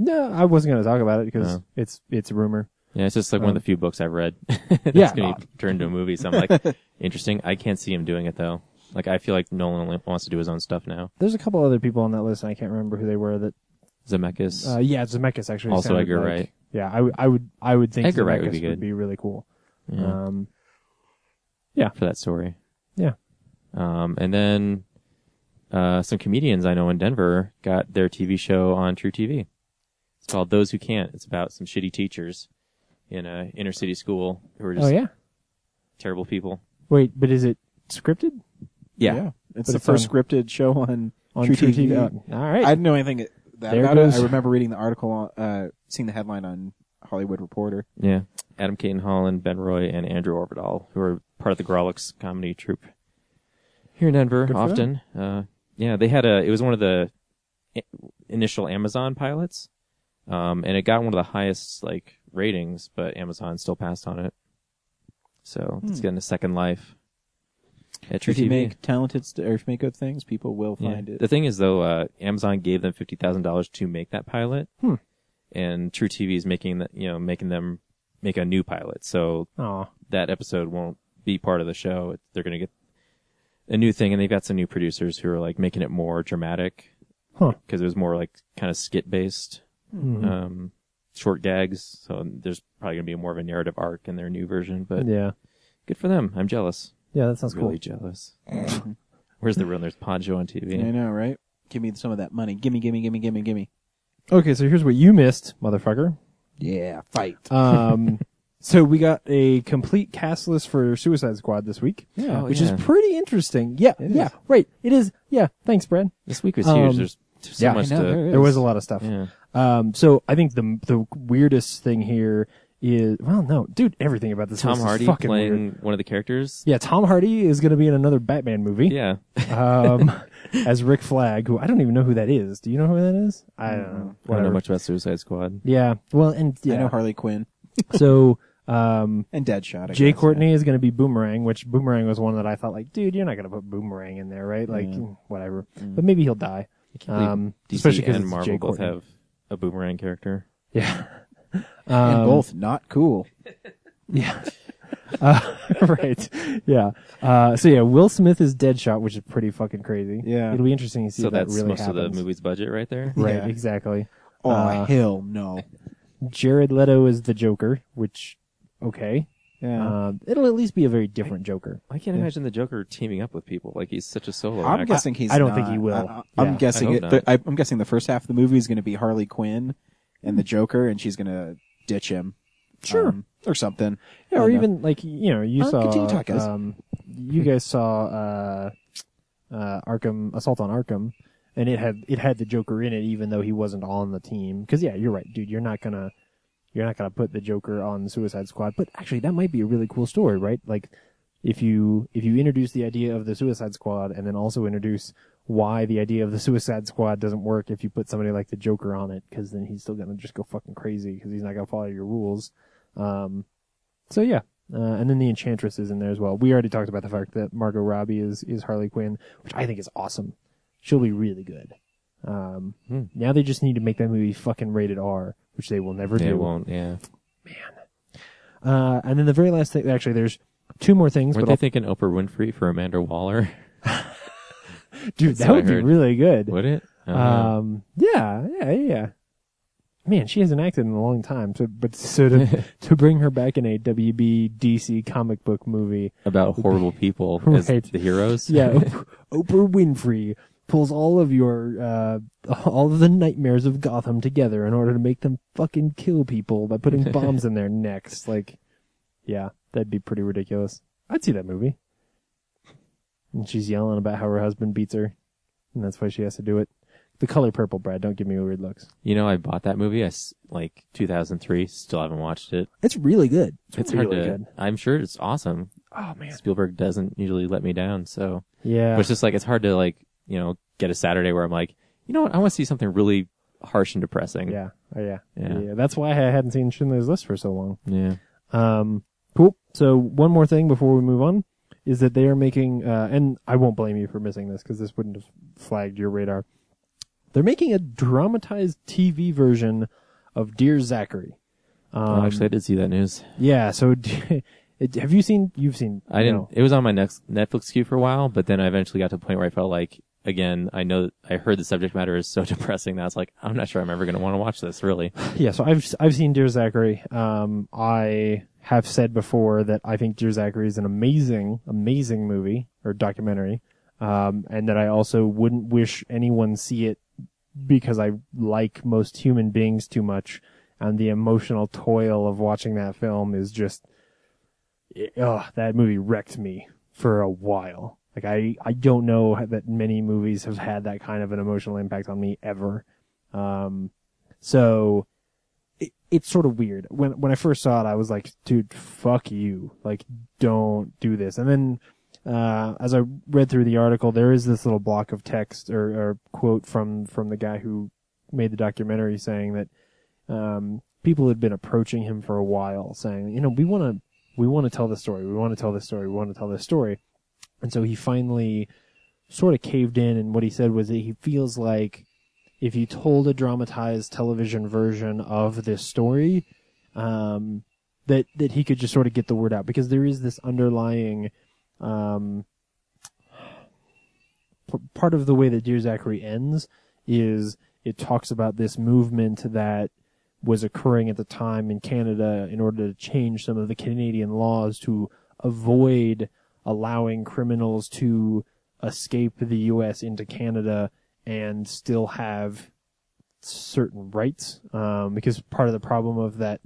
Speaker 3: No, I wasn't gonna talk about it because
Speaker 2: No.
Speaker 3: it's it's a rumor.
Speaker 2: Yeah, it's just like one of the few books I've read that's
Speaker 3: Um, Yeah.
Speaker 2: gonna be turned to a movie. So I'm like, interesting. I can't see him doing it though. Like I feel like Nolan only wants to do his own stuff now.
Speaker 3: There's a couple other people on that list, and I can't remember who they were. That
Speaker 2: Zemeckis.
Speaker 3: uh, yeah, Zemeckis actually.
Speaker 2: Also
Speaker 3: sounded
Speaker 2: Edgar
Speaker 3: like-
Speaker 2: Wright.
Speaker 3: Yeah, I, w- I would I would think
Speaker 2: Edgar
Speaker 3: Zemeckis
Speaker 2: Wright would be good.
Speaker 3: really cool.
Speaker 2: yeah,
Speaker 3: Um,
Speaker 2: for that story.
Speaker 3: Yeah.
Speaker 2: Um, and then uh, some comedians I know in Denver got their TV show on True TV. It's called Those Who Can't. It's about some shitty teachers in a inner city school who are just
Speaker 3: oh yeah.
Speaker 2: terrible people.
Speaker 3: Wait, but is it scripted
Speaker 1: Yeah. It's
Speaker 3: But
Speaker 1: the
Speaker 3: it's
Speaker 1: first
Speaker 3: on-
Speaker 1: scripted show on,
Speaker 3: on
Speaker 1: True,
Speaker 3: True TV?
Speaker 1: TV.
Speaker 3: All
Speaker 1: I
Speaker 3: right.
Speaker 1: didn't know anything that
Speaker 3: There
Speaker 1: about
Speaker 3: goes-
Speaker 1: it. I remember reading the article, uh, seeing the headline on Hollywood Reporter.
Speaker 2: Yeah. Adam Caton Holland, Ben Roy, and Andrew Orbital, who are part of the Grolix comedy troupe here in Denver
Speaker 3: Good for
Speaker 2: often. Uh, yeah, they had a, it was one of the i- initial Amazon pilots. Um, and it got one of the highest, like, ratings, but Amazon still passed on it. So it's getting a second life at True
Speaker 1: Hmm. if you
Speaker 2: TV.
Speaker 1: make talented st- or if you make good things, people will
Speaker 2: Yeah.
Speaker 1: find
Speaker 2: The
Speaker 1: it.
Speaker 2: thing is, though, uh, Amazon gave them fifty thousand dollars to make that pilot,
Speaker 3: Hmm.
Speaker 2: and True TV is making that you know making them make a new pilot, so
Speaker 3: Aw.
Speaker 2: that episode won't be part of the show. It- They're gonna get a new thing, and they've got some new producers who are like making it more dramatic
Speaker 3: Huh. Hmm.
Speaker 2: because it was more like kind of skit based, um, short gags. So there's probably gonna be more of a narrative arc in their new version, but
Speaker 3: yeah.
Speaker 2: good for them. I'm jealous.
Speaker 3: Yeah, that sounds
Speaker 2: really jealous. Where's the real? There's Poncho on TV.
Speaker 1: I know, right? Give me some of that money. Gimme, gimme, gimme, gimme, gimme.
Speaker 3: cool. Okay, so here's what you missed, motherfucker.
Speaker 1: Yeah, fight.
Speaker 3: Um, So we got a complete cast list for Suicide Squad this week.
Speaker 2: Yeah. Oh,
Speaker 3: which
Speaker 2: yeah.
Speaker 3: is pretty interesting. Yeah,
Speaker 2: It
Speaker 3: yeah,
Speaker 2: is.
Speaker 3: right. It is. Yeah, thanks, Brad.
Speaker 2: This week was
Speaker 3: Um,
Speaker 2: huge. There's so
Speaker 3: yeah,
Speaker 2: much
Speaker 3: I know,
Speaker 2: to.
Speaker 3: There was a lot of stuff.
Speaker 2: Yeah.
Speaker 3: Um, so I think the the weirdest thing here is well, no, dude, everything about this
Speaker 2: Tom
Speaker 3: list is
Speaker 2: Hardy
Speaker 3: fucking
Speaker 2: playing
Speaker 3: weird.
Speaker 2: one of the characters.
Speaker 3: Yeah, Tom Hardy is going to be in another Batman movie.
Speaker 2: Yeah.
Speaker 3: um, as Rick Flag, who I don't even know who that is. Do you know who that is? I don't know.
Speaker 2: Mm, I don't know
Speaker 3: Whatever.
Speaker 2: much about Suicide Squad.
Speaker 3: Yeah. Well, and yeah.
Speaker 1: I know Harley Quinn
Speaker 3: so, um,
Speaker 1: and Deadshot. I
Speaker 3: Jay
Speaker 1: guess, yeah.
Speaker 3: Courtney is going to be Boomerang, which Boomerang was one that I thought, like, dude, you're not going to put Boomerang in there, right? Like,
Speaker 1: Yeah.
Speaker 3: whatever. But maybe he'll die.
Speaker 2: I can't believe
Speaker 3: Um,
Speaker 2: DC
Speaker 3: especially 'cause
Speaker 2: and
Speaker 3: it's
Speaker 2: Marvel
Speaker 3: Jay
Speaker 2: both
Speaker 3: Courtney.
Speaker 2: have a boomerang character.
Speaker 3: Yeah.
Speaker 1: and
Speaker 3: Um,
Speaker 1: both not cool.
Speaker 3: Yeah. uh, right. Yeah. Uh, so yeah, Will Smith is Deadshot, which is pretty fucking crazy.
Speaker 1: Yeah.
Speaker 3: It'll be interesting to see
Speaker 2: So
Speaker 3: if that
Speaker 2: that's
Speaker 3: really
Speaker 2: most
Speaker 3: happens.
Speaker 2: of the movie's budget right there.
Speaker 3: Right.
Speaker 1: Yeah.
Speaker 3: Exactly.
Speaker 1: Oh
Speaker 3: Uh,
Speaker 1: hell no!
Speaker 3: Jared Leto is the Joker, which okay.
Speaker 1: Yeah.
Speaker 3: Um, it'll at least be a very different Joker.
Speaker 2: I can't imagine the Joker teaming up with people. Like he's such a solo.
Speaker 1: I'm
Speaker 2: act.
Speaker 1: guessing he's.
Speaker 3: I don't
Speaker 1: not.
Speaker 3: think he will.
Speaker 1: I, am
Speaker 3: Yeah.
Speaker 1: guessing
Speaker 2: I
Speaker 1: it.
Speaker 2: hope
Speaker 1: The, I, I'm guessing the first half of the movie is going to be Harley Quinn and the Joker, and she's going to ditch him.
Speaker 3: Sure.
Speaker 1: um, or something.
Speaker 3: Yeah, or
Speaker 1: And, uh,
Speaker 3: even like you know, you
Speaker 1: Uh,
Speaker 3: saw
Speaker 1: continue talk, guys.
Speaker 3: um, you guys saw uh, uh, Arkham Assault on Arkham, and it had it had the Joker in it, even though he wasn't on the team. Because yeah, you're right, dude. You're not gonna you're not gonna put the Joker on Suicide Squad. But actually, that might be a really cool story, right? Like if you if you introduce the idea of the Suicide Squad, and then also introduce why the idea of the Suicide Squad doesn't work if you put somebody like the Joker on it, because then he's still gonna just go fucking crazy because he's not gonna follow your rules. Um, so yeah, uh, and then the Enchantress is in there as well. We already talked about the fact that Margot Robbie is is Harley Quinn, which I think is awesome. She'll be really good. Um,
Speaker 2: Hmm.
Speaker 3: Now they just need to make that movie fucking rated R, which they will never
Speaker 2: They
Speaker 3: do.
Speaker 2: won't. Yeah.
Speaker 3: Uh, and then the very last thing, actually, there's two more things.
Speaker 2: Were
Speaker 3: but
Speaker 2: they thinking Oprah Winfrey for Amanda Waller?
Speaker 3: I'll- dude,
Speaker 2: That's
Speaker 3: that
Speaker 2: what I
Speaker 3: would be
Speaker 2: heard. Uh-huh.
Speaker 3: really good.
Speaker 2: Would it? I don't know.
Speaker 3: Um, yeah, yeah, yeah. Man, she hasn't acted in a long time. So, but so to, to bring her back in a WB DC comic book movie,
Speaker 2: about horrible people as
Speaker 3: Right.
Speaker 2: the heroes.
Speaker 3: yeah, Op- Oprah Winfrey pulls all of your uh, all of the nightmares of Gotham together in order to make them fucking kill people by putting bombs in their necks. Like, yeah, that'd be pretty ridiculous. I'd see that movie. And she's yelling about how her husband beats her, and that's why she has to do it. The color purple, Brad. Don't give me weird looks.
Speaker 2: You know, I bought that movie. I s- like 2003. Still haven't watched it.
Speaker 3: It's really good. It's,
Speaker 2: It's
Speaker 3: really
Speaker 2: hard to.
Speaker 3: good.
Speaker 2: I'm sure it's awesome.
Speaker 3: Oh man.
Speaker 2: Spielberg doesn't usually let me down, so
Speaker 3: Yeah.
Speaker 2: but it's just like it's hard to like you know get a Saturday where I'm like, you know what, I want to see something really harsh and depressing.
Speaker 3: yeah. Oh, yeah.
Speaker 2: Yeah.
Speaker 3: Yeah. That's why I hadn't seen Schindler's List for so long.
Speaker 2: yeah.
Speaker 3: Um, cool. So one more thing before we move on is that they are making, uh, and I won't blame you for missing this because this wouldn't have flagged your radar. They're making a dramatized TV version of Dear Zachary. Um,
Speaker 2: oh, actually, I did see that news.
Speaker 3: yeah. So d- it- have you seen? You've seen?
Speaker 2: I didn't.
Speaker 3: no.
Speaker 2: It was on my next Netflix queue for a while, but then I eventually got to a point where I felt like, again, I know I heard the subject matter is so depressing that I was like, I'm not sure I'm ever going to want to watch this. Really,
Speaker 3: Yeah. So I've I've seen Dear Zachary. Um, I have said before that I think Dear Zachary is an amazing, amazing movie or documentary, um, and that I also wouldn't wish anyone see it because I like most human beings too much, and the emotional toil of watching that film is just, oh, that movie wrecked me for a while. Like I, I don't know that many movies have had that kind of an emotional impact on me ever. Um, so it, it's sort of weird. When when I first saw it, I was like, dude, fuck you, like don't do this. And then uh, as I read through the article, there is this little block of text or, or quote from from the guy who made the documentary saying that um, people had been approaching him for a while, saying, you know, we want to we want to tell this story, we want to tell this story, we want to tell this story, and so he finally sort of caved in, and what he said was that he feels like if you told a dramatized television version of this story, um, that that he could just sort of get the word out because there is this underlying um, p- part of the way that Dear Zachary ends is it talks about this movement that was occurring at the time in Canada in order to change some of the Canadian laws to avoid allowing criminals to escape the U.S. into Canada and still have certain rights um, because part of the problem of that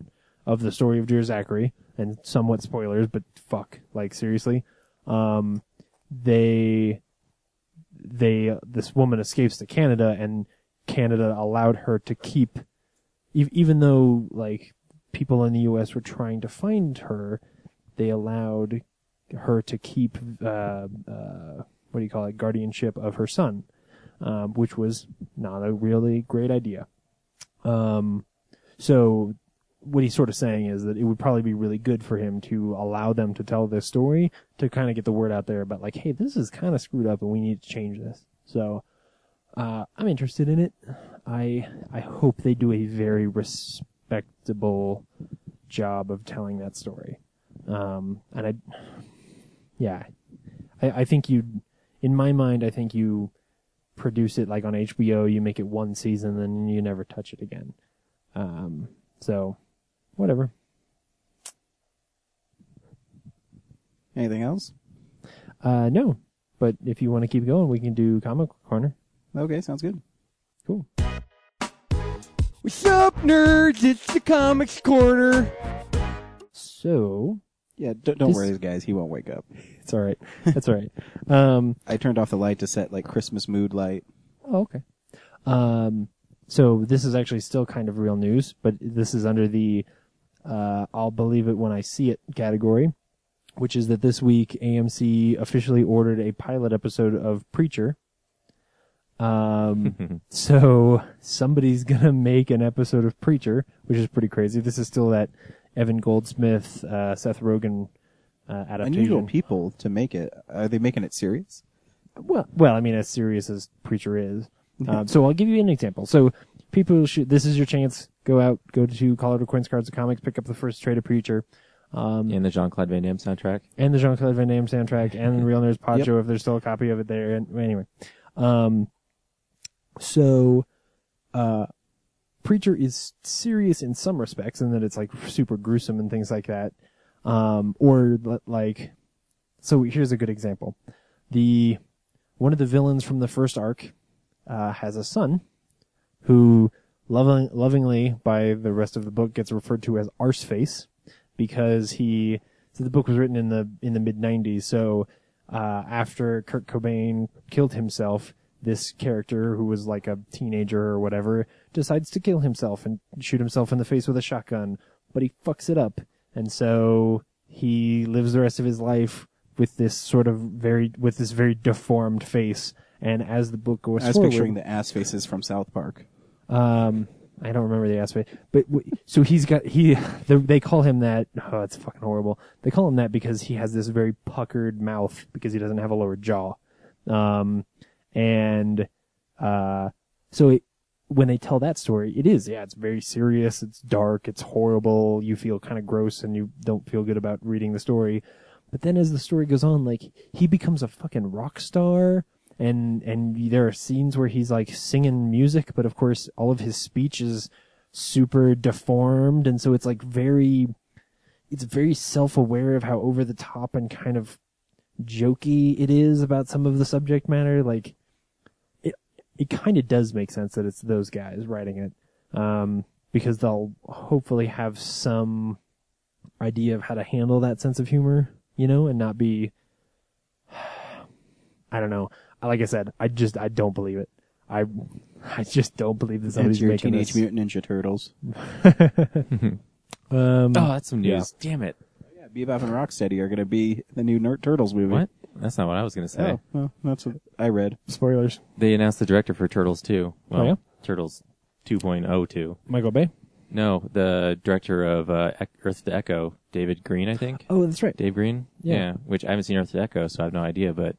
Speaker 3: of the story of Dear Zachary and somewhat spoilers, but fuck, like seriously, um, they they this woman escapes to Canada and Canada allowed her to keep ev- even though like people in the US were trying to find her they allowed her to keep uh, uh, what do you call it guardianship of her son um, which was not a really great idea um, so what he's sort of saying is that it would probably be really good for him to allow them to tell this story to kind of get the word out there about like, hey, this is kind of screwed up and we need to change this. So uh, I'm interested in it. I I hope they do a very respectable job of telling that story. Um, and I, yeah, I, I think you, in my mind, I think you produce it like on HBO, you make it one season, then you never touch it again. Um, so, whatever.
Speaker 1: Anything else?
Speaker 3: Uh, no, but if you want to keep going, we can do comic corner.
Speaker 1: Okay, sounds good.
Speaker 3: Cool.
Speaker 5: What's up, nerds? It's the Comics Corner.
Speaker 3: So
Speaker 1: Yeah, don't, don't
Speaker 3: This-
Speaker 1: worry, guys. He won't wake up.
Speaker 3: it's all right. That's all right. Um,
Speaker 1: I turned off the light to set like Christmas mood light.
Speaker 3: oh, okay. Um, so this is actually still kind of real news, but this is under the uh, "I'll believe it when I see it" category, which is that this week AMC officially ordered a pilot episode of Preacher. Um. So somebody's gonna make an episode of Preacher, which is pretty crazy. This is still that Evan Goldsmith, uh, Seth Rogen uh, adaptation.
Speaker 1: Unusual people to make it. Are they making it serious?
Speaker 3: Well, well, I mean, as serious as Preacher is. Um, so I'll give you an example. So people should. This is your chance. Go out. Go to Colorado Coins Cards and Comics. Pick up the first trade of Preacher. Um,
Speaker 2: in the Jean Claude Van Damme soundtrack.
Speaker 3: and the Jean Claude Van Damme soundtrack and the Real Nerds Pod
Speaker 1: Yep.
Speaker 3: Show if there's still a copy of it there. And anyway, um, so uh, Preacher is serious in some respects in that it's like super gruesome and things like that. Um, or li- like, so here's a good example: the one of the villains from the first arc uh, has a son who loving, lovingly by the rest of the book gets referred to as Arseface because he so the book was written in the in the mid 90s so uh, after Kurt Cobain killed himself this character who was like a teenager or whatever decides to kill himself and shoot himself in the face with a shotgun but he fucks it up and so he lives the rest of his life with this sort of very with this very deformed face and as the book goes
Speaker 1: I was
Speaker 3: forward,
Speaker 1: picturing the ass faces from South Park.
Speaker 3: um, I don't remember the aspect, but w- so he's got he. The, they call him that. Oh, it's fucking horrible. They call him that because he has this very puckered mouth because he doesn't have a lower jaw, um, and uh, so it, when they tell that story, it is yeah, it's very serious. It's dark. It's horrible. You feel kind of gross, and you don't feel good about reading the story. But then as the story goes on, like he becomes a fucking rock star and and there are scenes where he's like singing music, but of course all of his speech is super deformed and so it's like very it's very self-aware of how over the top and kind of jokey it is about some of the subject matter like it it kind of does make sense that it's those guys writing it um because they'll hopefully have some idea of how to handle that sense of humor you know and not be I don't know. Like I said, I just I don't believe it. I I just don't believe that
Speaker 1: It's
Speaker 3: somebody's
Speaker 1: your
Speaker 3: making
Speaker 1: Teenage
Speaker 3: this.
Speaker 1: Mutant Ninja Turtles.
Speaker 3: Um,
Speaker 2: Oh, that's some news. Damn it.
Speaker 1: Yeah, Bebop and Rocksteady are going to be the new Nerd Turtles movie.
Speaker 2: What? That's not what I was going to say.
Speaker 1: Oh, well, that's what I read.
Speaker 3: spoilers.
Speaker 2: They announced the director for Turtles 2. Well,
Speaker 3: Oh, yeah?
Speaker 2: Turtles 2.02.
Speaker 3: Michael Bay.
Speaker 2: No, the director of uh, Ec- Earth to Echo, David Green, I think.
Speaker 3: Oh, that's right.
Speaker 2: Dave Green?
Speaker 3: Yeah.
Speaker 2: Which I haven't seen Earth to Echo, so I have no idea, but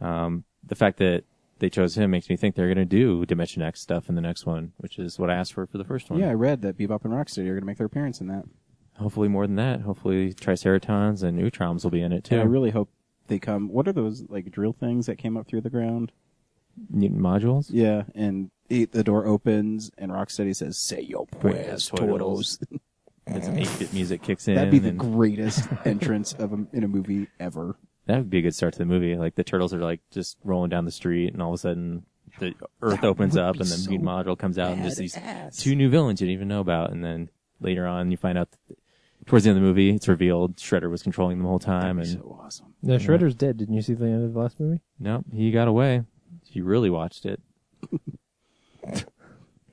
Speaker 2: um, the fact that they chose him makes me think they're going to do Dimension X stuff in the next one, which is what I asked for for the first one.
Speaker 1: Yeah, I read that Bebop and Rocksteady are going to make their appearance in that.
Speaker 2: Hopefully more than that. Hopefully Triceratons and Utroms will be in it too.
Speaker 1: And I really hope they come. What are those like drill things that came up through the ground?
Speaker 2: Mutant modules?
Speaker 1: Yeah, and he, the door opens and Rocksteady says, "Say your prayers, turtles."
Speaker 2: Turtles." It's an 8-bit music kicks in.
Speaker 1: That'd be the
Speaker 2: and-
Speaker 1: greatest entrance of a, in a movie ever.
Speaker 2: That would be a good start to the movie. Like the turtles are like just rolling down the street, and all of a sudden
Speaker 1: Um,
Speaker 2: the earth opens up, and the mutant module comes out, and just these two new villains you didn't even know about, and then later on you find out that towards the end of the movie it's revealed Shredder was controlling them the whole time and
Speaker 1: so awesome.
Speaker 3: No, Shredder's dead. Didn't you see the end of the last movie?
Speaker 2: no, he got away. If you really watched it.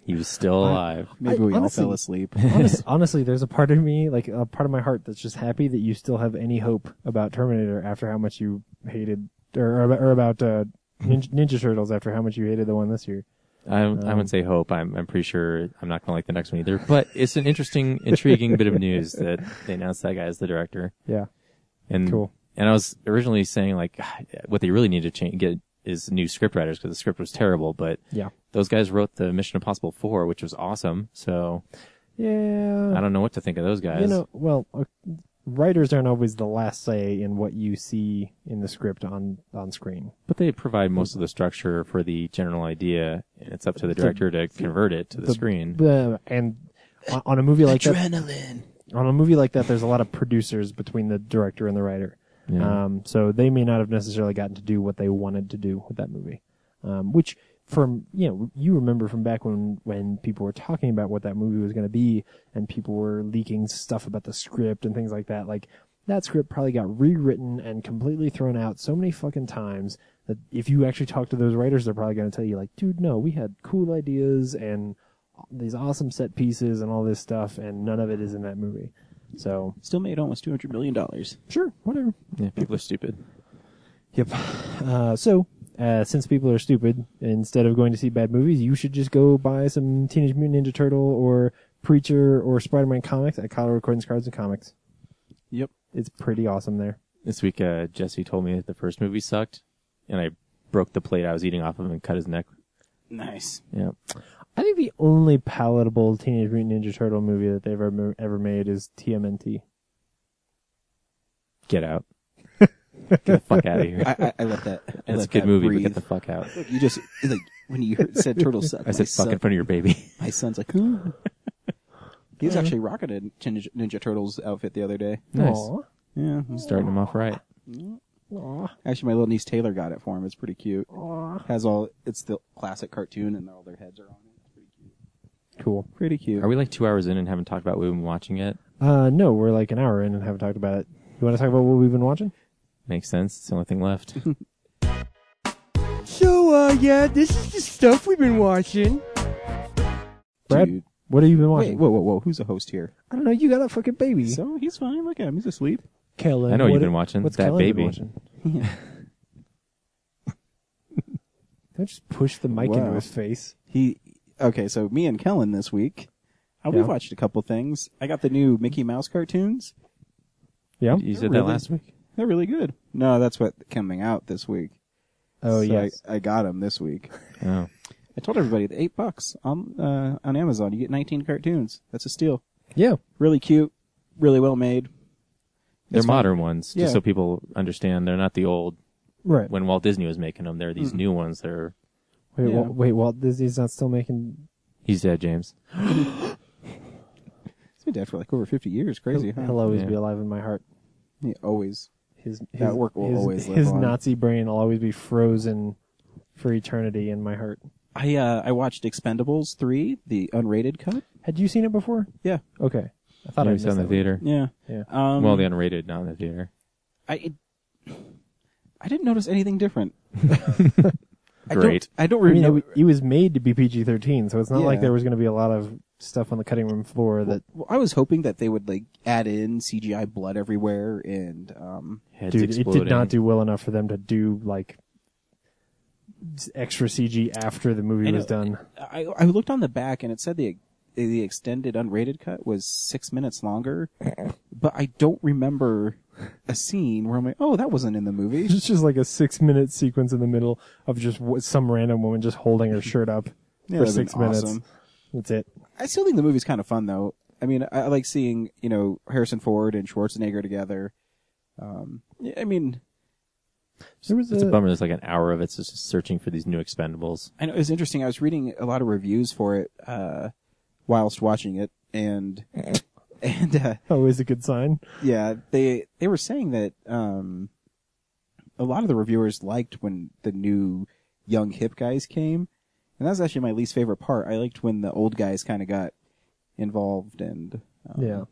Speaker 2: he was still alive.
Speaker 1: Maybe we
Speaker 3: honestly-
Speaker 1: all fell asleep.
Speaker 3: Honest, honestly, there's a part of me, like a part of my heart, that's just happy that you still have any hope about Terminator after how much you hated, or or, or about uh, Ninja, Ninja Turtles after how much you hated the one this year.
Speaker 2: I, I wouldn't say hope. I'm, I'm pretty sure I'm not going to like the next one either. But it's an interesting, intriguing bit of news that they announced that guy as the director.
Speaker 3: Yeah,
Speaker 2: And
Speaker 3: Cool.
Speaker 2: And I was originally saying like, what they really need to change get is new script writers because the script was terrible. But
Speaker 3: yeah,
Speaker 2: those guys wrote the Mission Impossible Four, which was awesome. So
Speaker 3: yeah.
Speaker 2: I don't know what to think of those guys.
Speaker 3: You know, well, uh, writers aren't always the last say in what you see in the script on on screen.
Speaker 2: but they provide most of the structure for the general idea, and it's up to the director to convert it to the, screen.
Speaker 3: Uh, and on, on a movie like that,
Speaker 5: Adrenaline.
Speaker 3: on a movie like that, there's a lot of producers between the director and the writer.
Speaker 2: Yeah.
Speaker 3: Um, so they may not have necessarily gotten to do what they wanted to do with that movie. Um, which from, you know, you remember from back when, when people were talking about what that movie was going to be and people were leaking stuff about the script and things like that. Like that script probably got rewritten and completely thrown out so many fucking times that if you actually talk to those writers, they're probably going to tell you like, dude, no, we had cool ideas and these awesome set pieces and all this stuff and none of it is in that movie. So
Speaker 1: Still made almost two hundred million dollars.
Speaker 3: sure, whatever.
Speaker 2: yeah, people are stupid.
Speaker 3: Yep. Uh, so, uh, since people are stupid, instead of going to see bad movies, you should just go buy some Teenage Mutant Ninja Turtle or Preacher or Spider-Man comics at Colorado Recordings Cards and Comics.
Speaker 1: Yep.
Speaker 3: It's pretty awesome there.
Speaker 2: This week, uh, Jesse told me that the first movie sucked, and I broke the plate I was eating off of him and cut his neck.
Speaker 1: Nice.
Speaker 2: Yeah.
Speaker 3: I think the only palatable Teenage Mutant Ninja Turtle movie that they've ever ever made is TMNT.
Speaker 2: Get out. get the fuck out of here.
Speaker 1: I, I, I let that. I
Speaker 2: That's
Speaker 1: let
Speaker 2: a good
Speaker 1: that
Speaker 2: movie,
Speaker 1: breathe.
Speaker 2: but get the fuck out.
Speaker 1: Look, you just like when you heard, said turtle suck.
Speaker 2: I said
Speaker 1: my
Speaker 2: fuck in
Speaker 1: son-
Speaker 2: front of your baby.
Speaker 1: My son's like, "Huh?" he was actually rocking a Ninja, Ninja Turtles outfit the other day.
Speaker 2: nice.
Speaker 3: Aw.
Speaker 1: Yeah,
Speaker 2: Starting him off right.
Speaker 1: actually, my little niece Taylor got it for him. It's pretty cute. Has all it's the classic cartoon, and all their heads are on it. It's pretty cute.
Speaker 3: Cool.
Speaker 1: Pretty cute.
Speaker 2: Are we like two hours in and haven't talked about what we've been watching yet?
Speaker 3: Uh, no, we're like an hour in and haven't talked about it. You want to talk about what we've been watching?
Speaker 2: Makes sense. It's the only thing left.
Speaker 5: So, uh, yeah, this is the stuff we've been watching.
Speaker 3: Brad,
Speaker 1: Dude.
Speaker 3: what have you been
Speaker 1: Wait,
Speaker 3: watching?
Speaker 1: whoa, whoa, whoa! Who's the host here?
Speaker 3: I don't know. You got a fucking baby.
Speaker 1: So he's fine. Look at him. He's asleep.
Speaker 3: Kellen,
Speaker 2: I know what you've
Speaker 3: what-
Speaker 2: been watching.
Speaker 3: What's
Speaker 2: That
Speaker 3: Kellen been
Speaker 2: baby.
Speaker 3: watching? Don't just push the mic into
Speaker 1: Wow.
Speaker 3: his face.
Speaker 1: He okay. So me and Kellen this week, uh, we
Speaker 3: Yeah.
Speaker 1: watched a couple things. I got the new Mickey Mouse cartoons.
Speaker 3: Yeah.
Speaker 2: You said that
Speaker 1: Really?
Speaker 2: last week.
Speaker 1: They're really good. No, that's what coming out this week.
Speaker 3: Oh
Speaker 1: so
Speaker 3: yes.
Speaker 1: I, I got them this week.
Speaker 2: Oh,
Speaker 1: I told everybody the eight bucks on uh, on Amazon. You get 19 cartoons. That's a steal.
Speaker 3: yeah.
Speaker 1: Really cute. Really well made.
Speaker 2: they're
Speaker 1: It's fine.
Speaker 2: modern ones,
Speaker 1: Yeah.
Speaker 2: just so people understand. They're not the old
Speaker 3: Right.
Speaker 2: when Walt Disney was making them. They're these new ones. They're
Speaker 3: Wait,
Speaker 1: Yeah.
Speaker 3: Walt, wait, Walt Disney's not still making.
Speaker 2: he's dead, James.
Speaker 1: It's been dead for like over 50 years. Crazy. Huh?
Speaker 3: He'll always
Speaker 2: Yeah.
Speaker 3: be alive in my heart.
Speaker 1: Yeah, always.
Speaker 3: His his,
Speaker 1: That work will
Speaker 3: his,
Speaker 1: always live
Speaker 3: his
Speaker 1: on.
Speaker 3: Nazi brain will always be frozen for eternity in my heart.
Speaker 1: I uh, I watched Expendables three, the unrated cut.
Speaker 3: Had you seen it before?
Speaker 1: Yeah.
Speaker 3: Okay. I thought I
Speaker 2: Maybe
Speaker 3: missed
Speaker 2: it's in the
Speaker 3: that
Speaker 2: theater.
Speaker 1: Yeah.
Speaker 3: Yeah.
Speaker 1: Um,
Speaker 2: well, the unrated, not in the theater.
Speaker 1: I it, I didn't notice anything different. I don't-
Speaker 2: Great.
Speaker 1: I don't
Speaker 3: one. I mean, it,
Speaker 1: remember.
Speaker 3: w- it was made to be PG thirteen, so it's not like
Speaker 1: Yeah.
Speaker 3: there was going to be a lot of stuff on the cutting room floor that.
Speaker 1: well, I was hoping that they would like add in CGI blood everywhere and um,
Speaker 2: Heads
Speaker 3: Dude,
Speaker 2: exploding.
Speaker 3: it did not do well enough for them to do like s- extra CG after the movie
Speaker 1: I know.
Speaker 3: was done.
Speaker 1: I, I looked on the back and it said the the extended unrated cut was six minutes longer, but I don't remember a scene where I'm like, oh, that wasn't in the movie.
Speaker 3: It's just like a six minute sequence in the middle of just w- some random woman just holding her shirt up
Speaker 1: Yeah,
Speaker 3: for
Speaker 1: that'd
Speaker 3: six
Speaker 1: been
Speaker 3: minutes.
Speaker 1: awesome.
Speaker 3: That's it.
Speaker 1: I still think the movie's kind of fun though. I mean, I, I like seeing you know Harrison Ford and Schwarzenegger together. Um, yeah, I mean,
Speaker 3: There was
Speaker 2: It's a
Speaker 3: a-
Speaker 2: bummer. There's like an hour of it so it's just searching for these new Expendables.
Speaker 1: I know it was interesting. I was reading a lot of reviews for it uh, whilst watching it, and and uh,
Speaker 3: Always a good sign.
Speaker 1: yeah they they were saying that um a lot of the reviewers liked when the new young hip guys came and that was actually my least favorite part i liked when the old guys kind of got involved and
Speaker 3: yeah.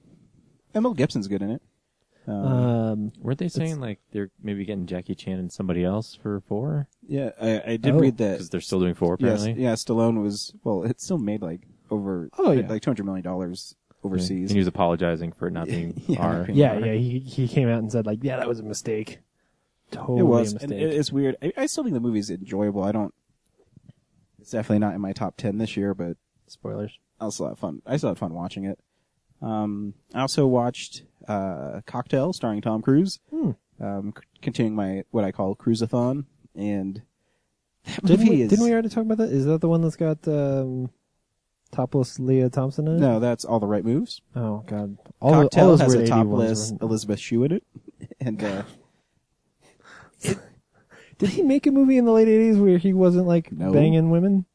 Speaker 1: And Mel Gibson's good in it. Um,
Speaker 3: Um,
Speaker 2: Weren't they saying like they're maybe getting Jackie Chan and somebody else for four?
Speaker 1: yeah, I, I did
Speaker 3: Oh.
Speaker 1: read that.
Speaker 2: Because they're still doing four
Speaker 1: Uh, Yes,
Speaker 2: apparently.
Speaker 1: yeah, Stallone was well. It still made like over
Speaker 3: Oh, yeah.
Speaker 1: like two hundred million dollars
Speaker 2: And
Speaker 1: overseas.
Speaker 2: he was apologizing for it not being
Speaker 1: Yeah.
Speaker 2: R.
Speaker 3: yeah, yeah. He he came out and said like, yeah, that was a mistake. Totally
Speaker 1: it was,
Speaker 3: a
Speaker 1: and
Speaker 3: mistake.
Speaker 1: it- it's weird. I, I still think the movie's enjoyable. I don't. It's definitely not in my top ten this year, but
Speaker 3: Spoilers.
Speaker 1: I still had fun. I still had fun watching it. Um, I also watched uh, Cocktail, starring Tom Cruise.
Speaker 3: Hmm.
Speaker 1: Um, c- continuing my what I call cruiseathon, and that
Speaker 3: Didn't
Speaker 1: movie
Speaker 3: we,
Speaker 1: is
Speaker 3: didn't we already talk about that? Is that the one that's got um, topless Leah Thompson in it?
Speaker 1: no, that's all the right moves.
Speaker 3: Oh God. All the-
Speaker 1: Cocktail
Speaker 3: all those
Speaker 1: has
Speaker 3: weird
Speaker 1: a
Speaker 3: 80
Speaker 1: topless
Speaker 3: ones were-
Speaker 1: Elizabeth Shue in it, and uh,
Speaker 3: Did he make a movie in the late eighties where he wasn't like
Speaker 1: No.
Speaker 3: banging women?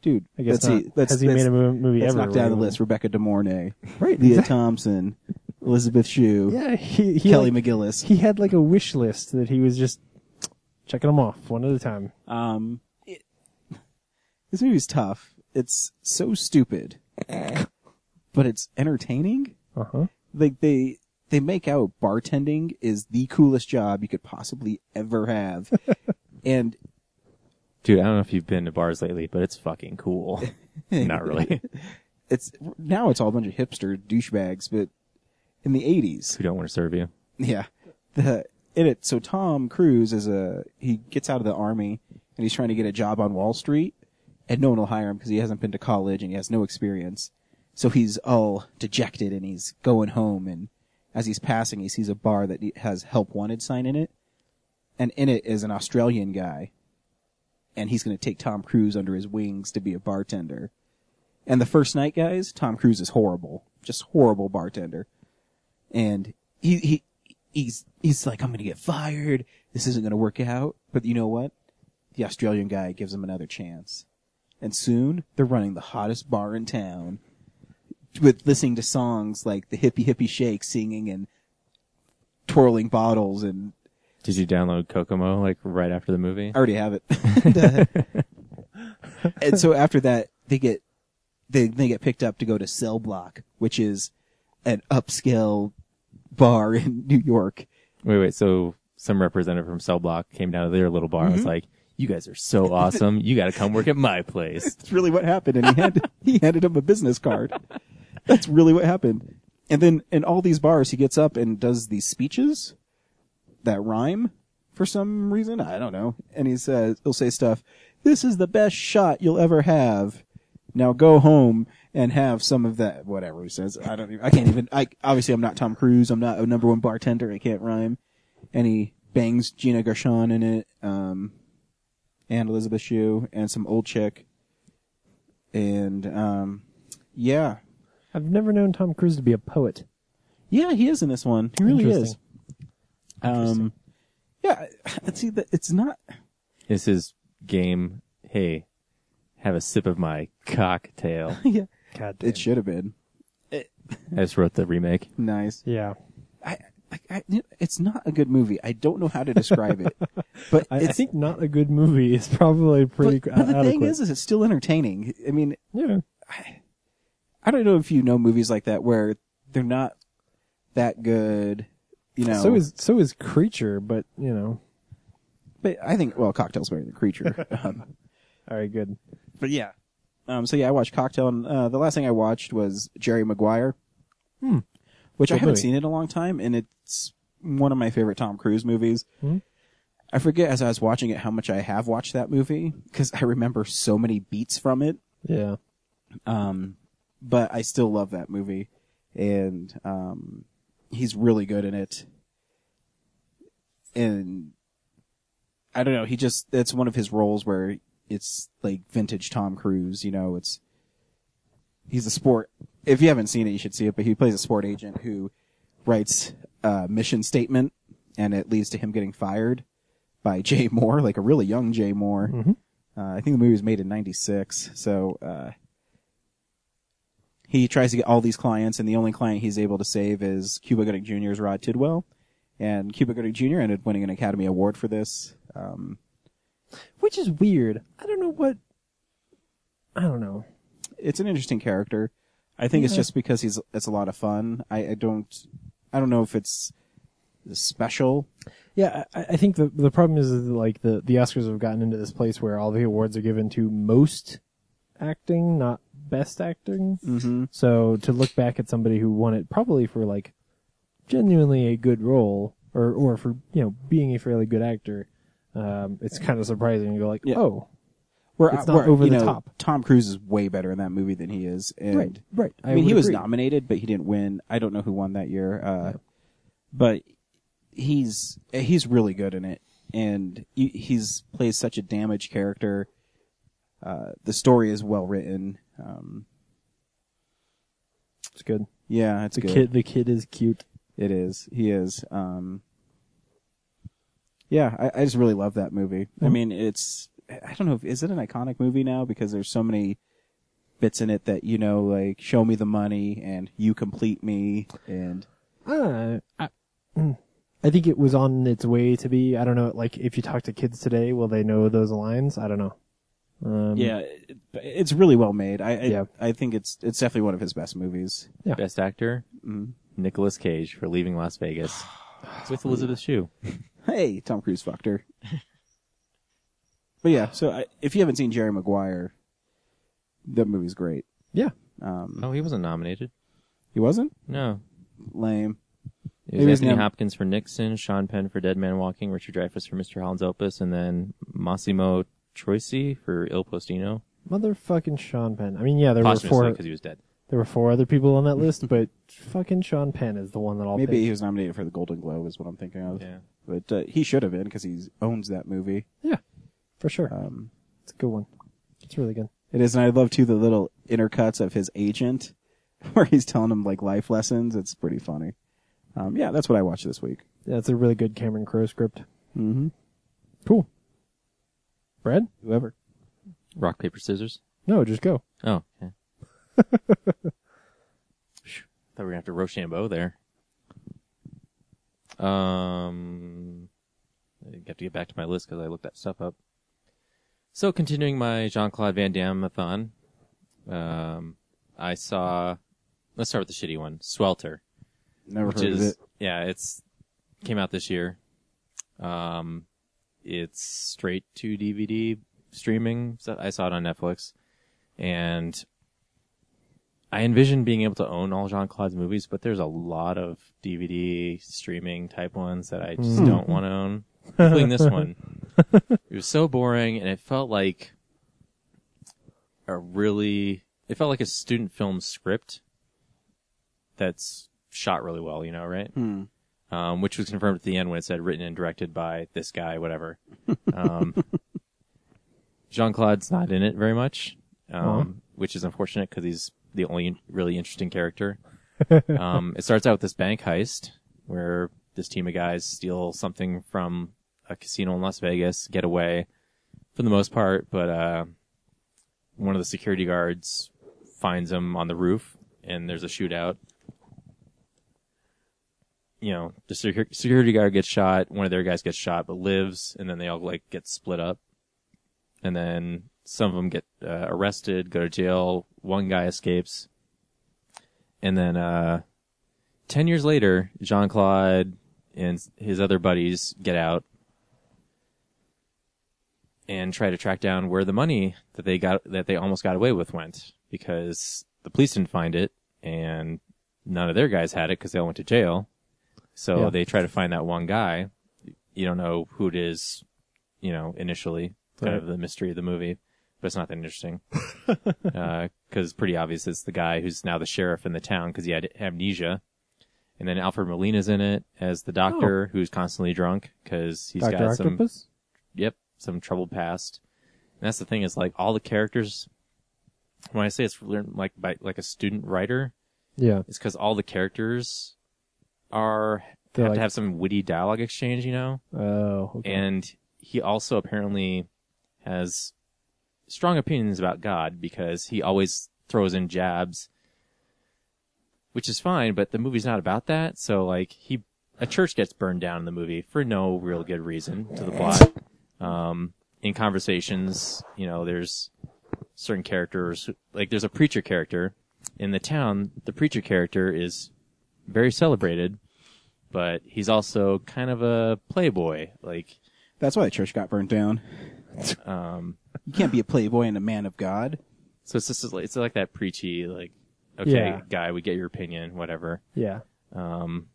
Speaker 1: dude, e,
Speaker 3: I guess
Speaker 1: let's
Speaker 3: not.
Speaker 1: see, let's,
Speaker 3: Has he
Speaker 1: let's-
Speaker 3: made a mo- movie
Speaker 1: let's
Speaker 3: ever?
Speaker 1: knock down
Speaker 3: where
Speaker 1: the
Speaker 3: he
Speaker 1: list: Rebecca De Mornay,
Speaker 3: was- Right.
Speaker 1: Leah
Speaker 3: exactly.
Speaker 1: Thompson, Elizabeth Shue,
Speaker 3: Yeah. He, he
Speaker 1: Kelly
Speaker 3: like,
Speaker 1: McGillis.
Speaker 3: he had like a wish list that he was just checking them off one at a time.
Speaker 1: Um, it- this movie's tough. It's so stupid, but it's entertaining.
Speaker 3: Uh huh.
Speaker 1: Like they they make out bartending is the coolest job you could possibly ever have, and
Speaker 2: Dude, I don't know if you've been to bars lately, but it's fucking cool. not really.
Speaker 1: it's now it's all a bunch of hipster douchebags. But in the eighties,
Speaker 2: Who don't want to serve you?
Speaker 1: yeah, the in it. So Tom Cruise is a he gets out of the army and he's trying to get a job on Wall Street, and no one will hire him because he hasn't been to college and he has no experience. So he's all dejected and he's going home. And as he's passing, he sees a bar that has "Help Wanted" sign in it, and in it is an Australian guy, and he's going to take Tom Cruise under his wings to be a bartender. And the first night, guys, Tom Cruise is horrible, just horrible bartender, and he he he's he's like, I'm going to get fired. This isn't going to work out. But you know what? The Australian guy gives him another chance, and soon they're running the hottest bar in town with listening to songs like the hippie hippie shake singing and twirling bottles and
Speaker 2: Did you download Kokomo like right after the movie?
Speaker 1: I already have it. and, uh, and so after that, they get they they get picked up to go to Cell Block, which is an upscale bar in New York.
Speaker 2: Wait, wait. So some representative from Cell Block came down to their little bar and was like, "You guys are so awesome. You got to come work at my place."
Speaker 1: That's really what happened. And he handed he handed him a business card. That's really what happened. And then in all these bars, he gets up and does these speeches that rhyme for some reason. I don't know. And he says he'll say stuff. This is the best shot you'll ever have. Now go home and have some of that. Whatever he says. I don't. Even, I can't even. I obviously I'm not Tom Cruise. I'm not a number one bartender. I can't rhyme. And he bangs Gina Gershon in it. Um, and Elizabeth Shue and some old chick and um, yeah,
Speaker 3: I've never known Tom Cruise to be a poet.
Speaker 1: yeah, he is in this one. He really is.
Speaker 3: Interesting.
Speaker 1: Um, yeah, let's see that it's not.
Speaker 2: This is game. Hey, have a sip of my cocktail.
Speaker 1: Yeah,
Speaker 3: God damn.
Speaker 1: it should have been
Speaker 2: I just wrote the remake.
Speaker 1: nice.
Speaker 3: yeah.
Speaker 1: I, I, I, it's not a good movie. I don't know how to describe it, but
Speaker 3: I, I
Speaker 1: it's,
Speaker 3: think not a good movie is probably pretty
Speaker 1: but,
Speaker 3: good.
Speaker 1: but the thing is, is it's still entertaining. I mean,
Speaker 3: yeah.
Speaker 1: I don't know if you know movies like that where they're not that good. You know,
Speaker 3: So is so is Creature, but you know,
Speaker 1: but I think well, cocktails better than creature. um,
Speaker 3: all right, good.
Speaker 1: but yeah. Um, so yeah, I watched Cocktail, and uh, the last thing I watched was Jerry Maguire, which I
Speaker 3: Hmm. Good
Speaker 1: haven't
Speaker 3: movie.
Speaker 1: seen in a long time, and it's one of my favorite Tom Cruise movies.
Speaker 3: Hmm.
Speaker 1: I forget as I was watching it how much I have watched that movie because I remember so many beats from it,
Speaker 3: Yeah,
Speaker 1: um, but I still love that movie, and um, he's really good in it. And I don't know, he just that's one of his roles where it's like vintage Tom Cruise. You know, it's he's a sport. If you haven't seen it, you should see it. But he plays a sport agent who writes a mission statement, and it leads to him getting fired by Jay Moore, like a really young Jay Moore. Uh, I think the movie was made in '96, so uh, he tries to get all these clients, and the only client he's able to save is Cuba Gooding Jr.'s Rod Tidwell. And Cuba Gooding Jr. ended up winning an Academy Award for this. Um,
Speaker 3: which is weird. I don't know what. I don't know.
Speaker 1: it's an interesting character. I think it's just because he's it's a lot of fun. I, I don't I don't know if it's special.
Speaker 3: Yeah, I, I think the the problem is, is that, like the the Oscars have gotten into this place where all the awards are given to most acting, not best acting.
Speaker 1: Mm-hmm.
Speaker 3: So to look back at somebody who won it probably for like genuinely a good role or or for you know being a fairly good actor, um, it's kind of surprising. You go like,
Speaker 1: Yeah.
Speaker 3: oh,
Speaker 1: Where
Speaker 3: It's not over
Speaker 1: you
Speaker 3: the
Speaker 1: know,
Speaker 3: top.
Speaker 1: Tom Cruise is way better in that movie than he is. And
Speaker 3: right, right.
Speaker 1: I, mean,
Speaker 3: would
Speaker 1: he was
Speaker 3: agree.
Speaker 1: nominated, but he didn't win. I don't know who won that year. Uh, But he's he's really good in it, and he, he's plays such a damaged character. Uh, the story is well written. Um,
Speaker 3: It's good.
Speaker 1: yeah, it's
Speaker 3: The
Speaker 1: good.
Speaker 3: kid, the kid is cute.
Speaker 1: It is. He is. Um, yeah, I, I just really love that movie.
Speaker 3: Mm-hmm.
Speaker 1: I mean, it's. I don't know. if Is it an iconic movie now? Because there's so many bits in it that you know, like "Show me the money" and "You complete me," and
Speaker 3: Uh, I, mm. I think it was on its way to be. I don't know. Like, if you talk to kids today, will they know those lines? I don't know. Um,
Speaker 1: yeah, it- it's really well made. I I,
Speaker 3: Yeah.
Speaker 1: I think it's it's definitely one of his best movies. Mm.
Speaker 2: Best actor, Nicolas Cage for Leaving Las Vegas with Elizabeth Shue.
Speaker 1: Hey, Tom Cruise fucked her. but yeah, so I, if you haven't seen Jerry Maguire, that movie's great.
Speaker 3: Yeah.
Speaker 1: Um,
Speaker 2: Oh, he wasn't nominated.
Speaker 1: he wasn't
Speaker 2: No.
Speaker 1: lame.
Speaker 2: It was,
Speaker 1: He was
Speaker 2: Anthony
Speaker 1: nom-
Speaker 2: Hopkins for Nixon, Sean Penn for Dead Man Walking, Richard Dreyfuss for Mr. Holland's Opus, and then Massimo Troisi for Il Postino.
Speaker 3: Motherfucking Sean Penn. I mean, yeah, there were
Speaker 2: Posthumously,
Speaker 3: four.
Speaker 2: because he was dead.
Speaker 3: There were four other people on that list, but fucking Sean Penn is the one that I'll
Speaker 1: Maybe
Speaker 3: pick.
Speaker 1: he was nominated for the Golden Globe, is what I'm thinking of.
Speaker 2: Yeah.
Speaker 1: But uh, he should have been because he owns that movie.
Speaker 3: for sure.
Speaker 1: Um,
Speaker 3: it's a good one. It's really good.
Speaker 1: it is, and I love too the little intercuts of his agent, where he's telling him like life lessons. It's pretty funny. Um, yeah, that's what I watched this week.
Speaker 3: Yeah, it's a really good Cameron Crowe script.
Speaker 1: Mm-hmm.
Speaker 3: Cool. Brad?
Speaker 1: Whoever.
Speaker 2: Rock, paper, scissors.
Speaker 3: No, just go.
Speaker 2: Oh, yeah. Phew, Thought we were gonna have to Rochambeau there. Um, I have to get back to my list because I looked that stuff up. So, continuing my Jean Claude Van Damme marathon, um, I saw. Let's start with the shitty one, Swelter,
Speaker 1: Never
Speaker 2: which
Speaker 1: heard
Speaker 2: is
Speaker 1: of it.
Speaker 2: yeah, it's came out this year. Um, it's straight to DVD streaming. So I saw it on Netflix, and I envision being able to own all Jean Claude's movies, but there's a lot of DVD streaming type ones that I
Speaker 1: Hmm.
Speaker 2: just don't want to own, including this one. It was so boring, and it felt like a really it felt like a student film script that's shot really well, you know, right?
Speaker 1: Hmm.
Speaker 2: Um, which was confirmed at the end when it said written and directed by this guy, whatever. Um, Jean Claude's not in it very much, um, which is unfortunate because he's the only really interesting character. um, it starts out with this bank heist where this team of guys steal something from a casino in Las Vegas, get away for the most part, but uh, one of the security guards finds him on the roof and there's a shootout. You know, the secu- security guard gets shot, one of their guys gets shot, but lives, and then they all like get split up. And then some of them get uh, arrested, go to jail. One guy escapes. And then, uh, 10 years later, Jean Claude and his other buddies get out and try to track down where the money that they got that they almost got away with went because the police didn't find it and none of their guys had it because they all went to jail. So
Speaker 3: Yeah.
Speaker 2: they try to find that one guy. You don't know who it is, you know, initially. It's Kind
Speaker 3: Right.
Speaker 2: of the mystery of the movie, but it's not that interesting because it's pretty obvious it's the guy who's now the sheriff in the town because he had amnesia. And then Alfred Molina's in it as the
Speaker 3: Oh.
Speaker 2: doctor who's constantly drunk because he's
Speaker 3: Dr.
Speaker 2: got some
Speaker 3: Octopus?
Speaker 2: yep, some troubled past. And that's the thing is like all the characters. When I say it's learned like by like a student writer,
Speaker 3: Yeah.
Speaker 2: it's because all the characters are
Speaker 3: They're
Speaker 2: have
Speaker 3: like-
Speaker 2: to have some witty dialogue exchange, you know.
Speaker 3: Oh, okay.
Speaker 2: And he also apparently has strong opinions about God because he always throws in jabs, which is fine, but the movie's not about that. So like he, a church gets burned down in the movie for no real good reason to the plot. Um, in conversations, you know, there's certain characters, like there's a preacher character in the town, the preacher character is very celebrated, but he's also kind of a playboy. Like,
Speaker 6: That's why the church got burnt down.
Speaker 2: um,
Speaker 6: You can't be a playboy and a man of God.
Speaker 2: so it's just like, it's like that preachy, like, okay,
Speaker 3: Yeah.
Speaker 2: guy, we get your opinion, whatever.
Speaker 3: Yeah.
Speaker 2: Um,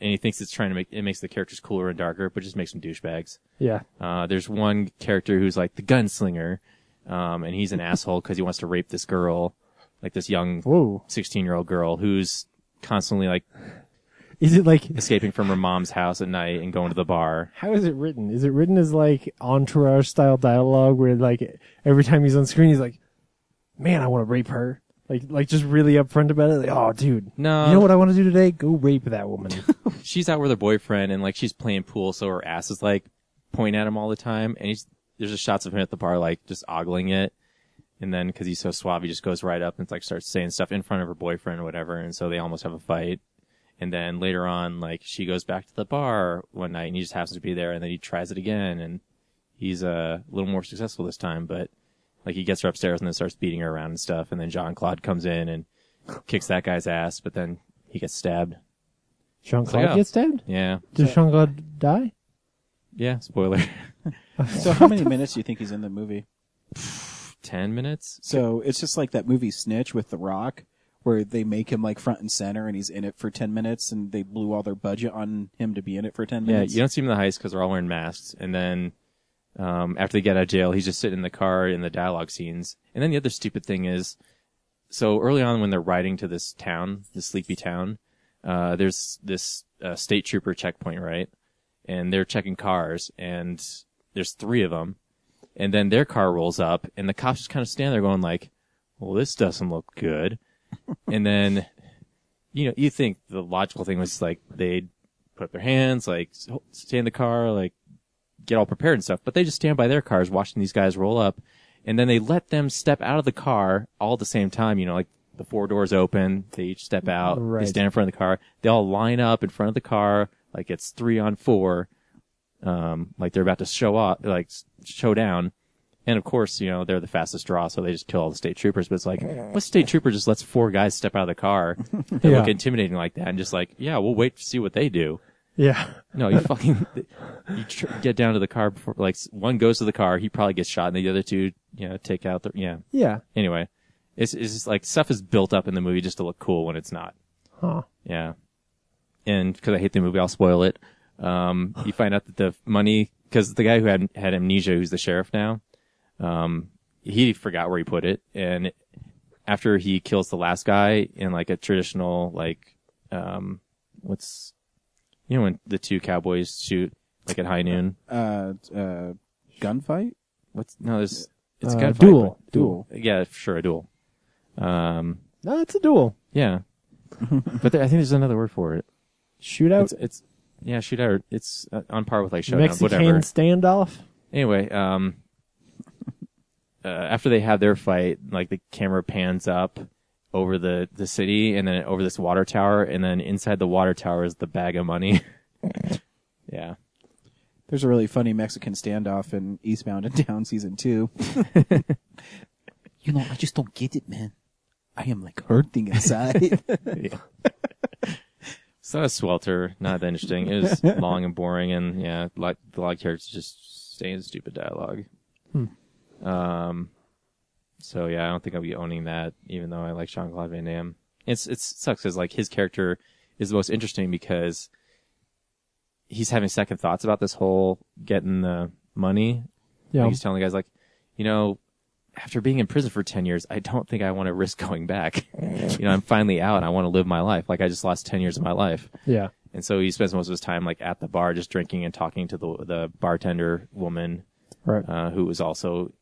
Speaker 2: and he thinks it's trying to make it makes the characters cooler and darker, but just makes them douchebags.
Speaker 3: Yeah.
Speaker 2: Uh, there's one character who's like the gunslinger, um, and he's an asshole because he wants to rape this girl, like this young
Speaker 3: Whoa.
Speaker 2: 16 year old girl who's constantly like
Speaker 3: Is it like
Speaker 2: escaping from her mom's house at night and going to the bar.
Speaker 3: how is it written? Is it written as like entourage style dialogue where like every time he's on screen he's like, Man, I want to rape her. Like like just really upfront about it, like, oh dude.
Speaker 2: No.
Speaker 3: You know what I want to do today? Go rape that woman.
Speaker 2: She's out with her boyfriend and like she's playing pool, so her ass is like pointing at him all the time. And he's, there's just shots of him at the bar, like just ogling it. And then because he's so suave, he just goes right up and like starts saying stuff in front of her boyfriend or whatever. And so they almost have a fight. And then later on, like she goes back to the bar one night and he just happens to be there. And then he tries it again and he's uh, a little more successful this time, but like he gets her upstairs and then starts beating her around and stuff. And then Jean Claude comes in and kicks that guy's ass, but then he gets stabbed.
Speaker 3: Sean Claude
Speaker 2: Yeah.
Speaker 3: gets stabbed?
Speaker 2: Yeah.
Speaker 3: Does Sean Claude die?
Speaker 2: Yeah. Spoiler.
Speaker 6: So how many minutes do you think he's in the movie?
Speaker 2: 10 minutes?
Speaker 6: So it's just like that movie Snitch with The Rock, where they make him like front and center, and he's in it for ten minutes, and they blew all their budget on him to be in it for ten
Speaker 2: Yeah.
Speaker 6: minutes.
Speaker 2: You don't see him in the heist because they're all wearing masks. And then, um, after they get out of jail, he's just sitting in the car in the dialogue scenes. And then the other stupid thing is, so early on when they're riding to this town, this sleepy town, uh, there's this, uh, state trooper checkpoint, right? And they're checking cars and there's three of them. And then their car rolls up and the cops just kind of stand there going like, well, this doesn't look good. and then, you know, you think the logical thing was like they'd put up their hands, like s- stay in the car, like get all prepared and stuff. But they just stand by their cars watching these guys roll up and then they let them step out of the car all at the same time. You know, like the four doors open, they each step out, they
Speaker 3: Right.
Speaker 2: stand in front of the car, they all line up in front of the car, like it's three on four. Um, like they're about to show up, like s- show down. And of course, you know, they're the fastest draw, so they just kill all the state troopers. But it's like, what state trooper just lets four guys step out of the car that
Speaker 3: Yeah.
Speaker 2: look intimidating like that and just like, yeah, we'll wait to see what they do.
Speaker 3: Yeah.
Speaker 2: No, you fucking, you tr- get down to the car before, like, s- one goes to the car, he probably gets shot, and the other two, you know, take out the, yeah.
Speaker 3: Yeah.
Speaker 2: Anyway, it's, it's just like stuff is built up in the movie just to look cool when it's not.
Speaker 3: Huh.
Speaker 2: Yeah. And because I hate the movie, I'll spoil it. Um, you find out that the money, because the guy who had had amnesia, who's the sheriff now, um, he forgot where he put it, and after he kills the last guy in like a traditional like, um, what's, you know, when the two cowboys shoot like at high noon.
Speaker 6: Uh, uh, gunfight,
Speaker 2: What's no, there's it's
Speaker 3: Uh,
Speaker 2: a gunfight.
Speaker 3: duel.
Speaker 6: duel.
Speaker 2: but- Yeah, sure, a duel. Um,
Speaker 3: No, it's a duel.
Speaker 2: yeah, but there, I think there's another word for it.
Speaker 3: Shootout.
Speaker 2: It's, it's yeah, shoot out. It's uh, on par with like showdown,
Speaker 3: Mexican
Speaker 2: whatever.
Speaker 3: standoff.
Speaker 2: Anyway, um, uh, after they have their fight, like the camera pans up over the the city and then over this water tower, and then inside the water tower is the bag of money. yeah,
Speaker 6: There's a really funny Mexican standoff in Eastbound and Down season two.
Speaker 5: You know, I just don't get it, man.
Speaker 6: I am like hurting inside.
Speaker 2: it's not a swelter, not that interesting. It was long and boring, and yeah, like the lot of characters just saying stupid dialogue. Um, so yeah, I don't think I'll be owning that, even though I like Sean Claude Van Damme. It's it sucks because like his character is the most interesting because he's having second thoughts about this whole getting the money.
Speaker 3: Yeah.
Speaker 2: Like, he's telling the guys like, you know, after being in prison for ten years, I don't think I want to risk going back. you know, I'm finally out. And I want to live my life. Like I just lost ten years of my life.
Speaker 3: Yeah.
Speaker 2: And so he spends most of his time like at the bar, just drinking and talking to the the bartender woman,
Speaker 3: Right.
Speaker 2: uh, who was also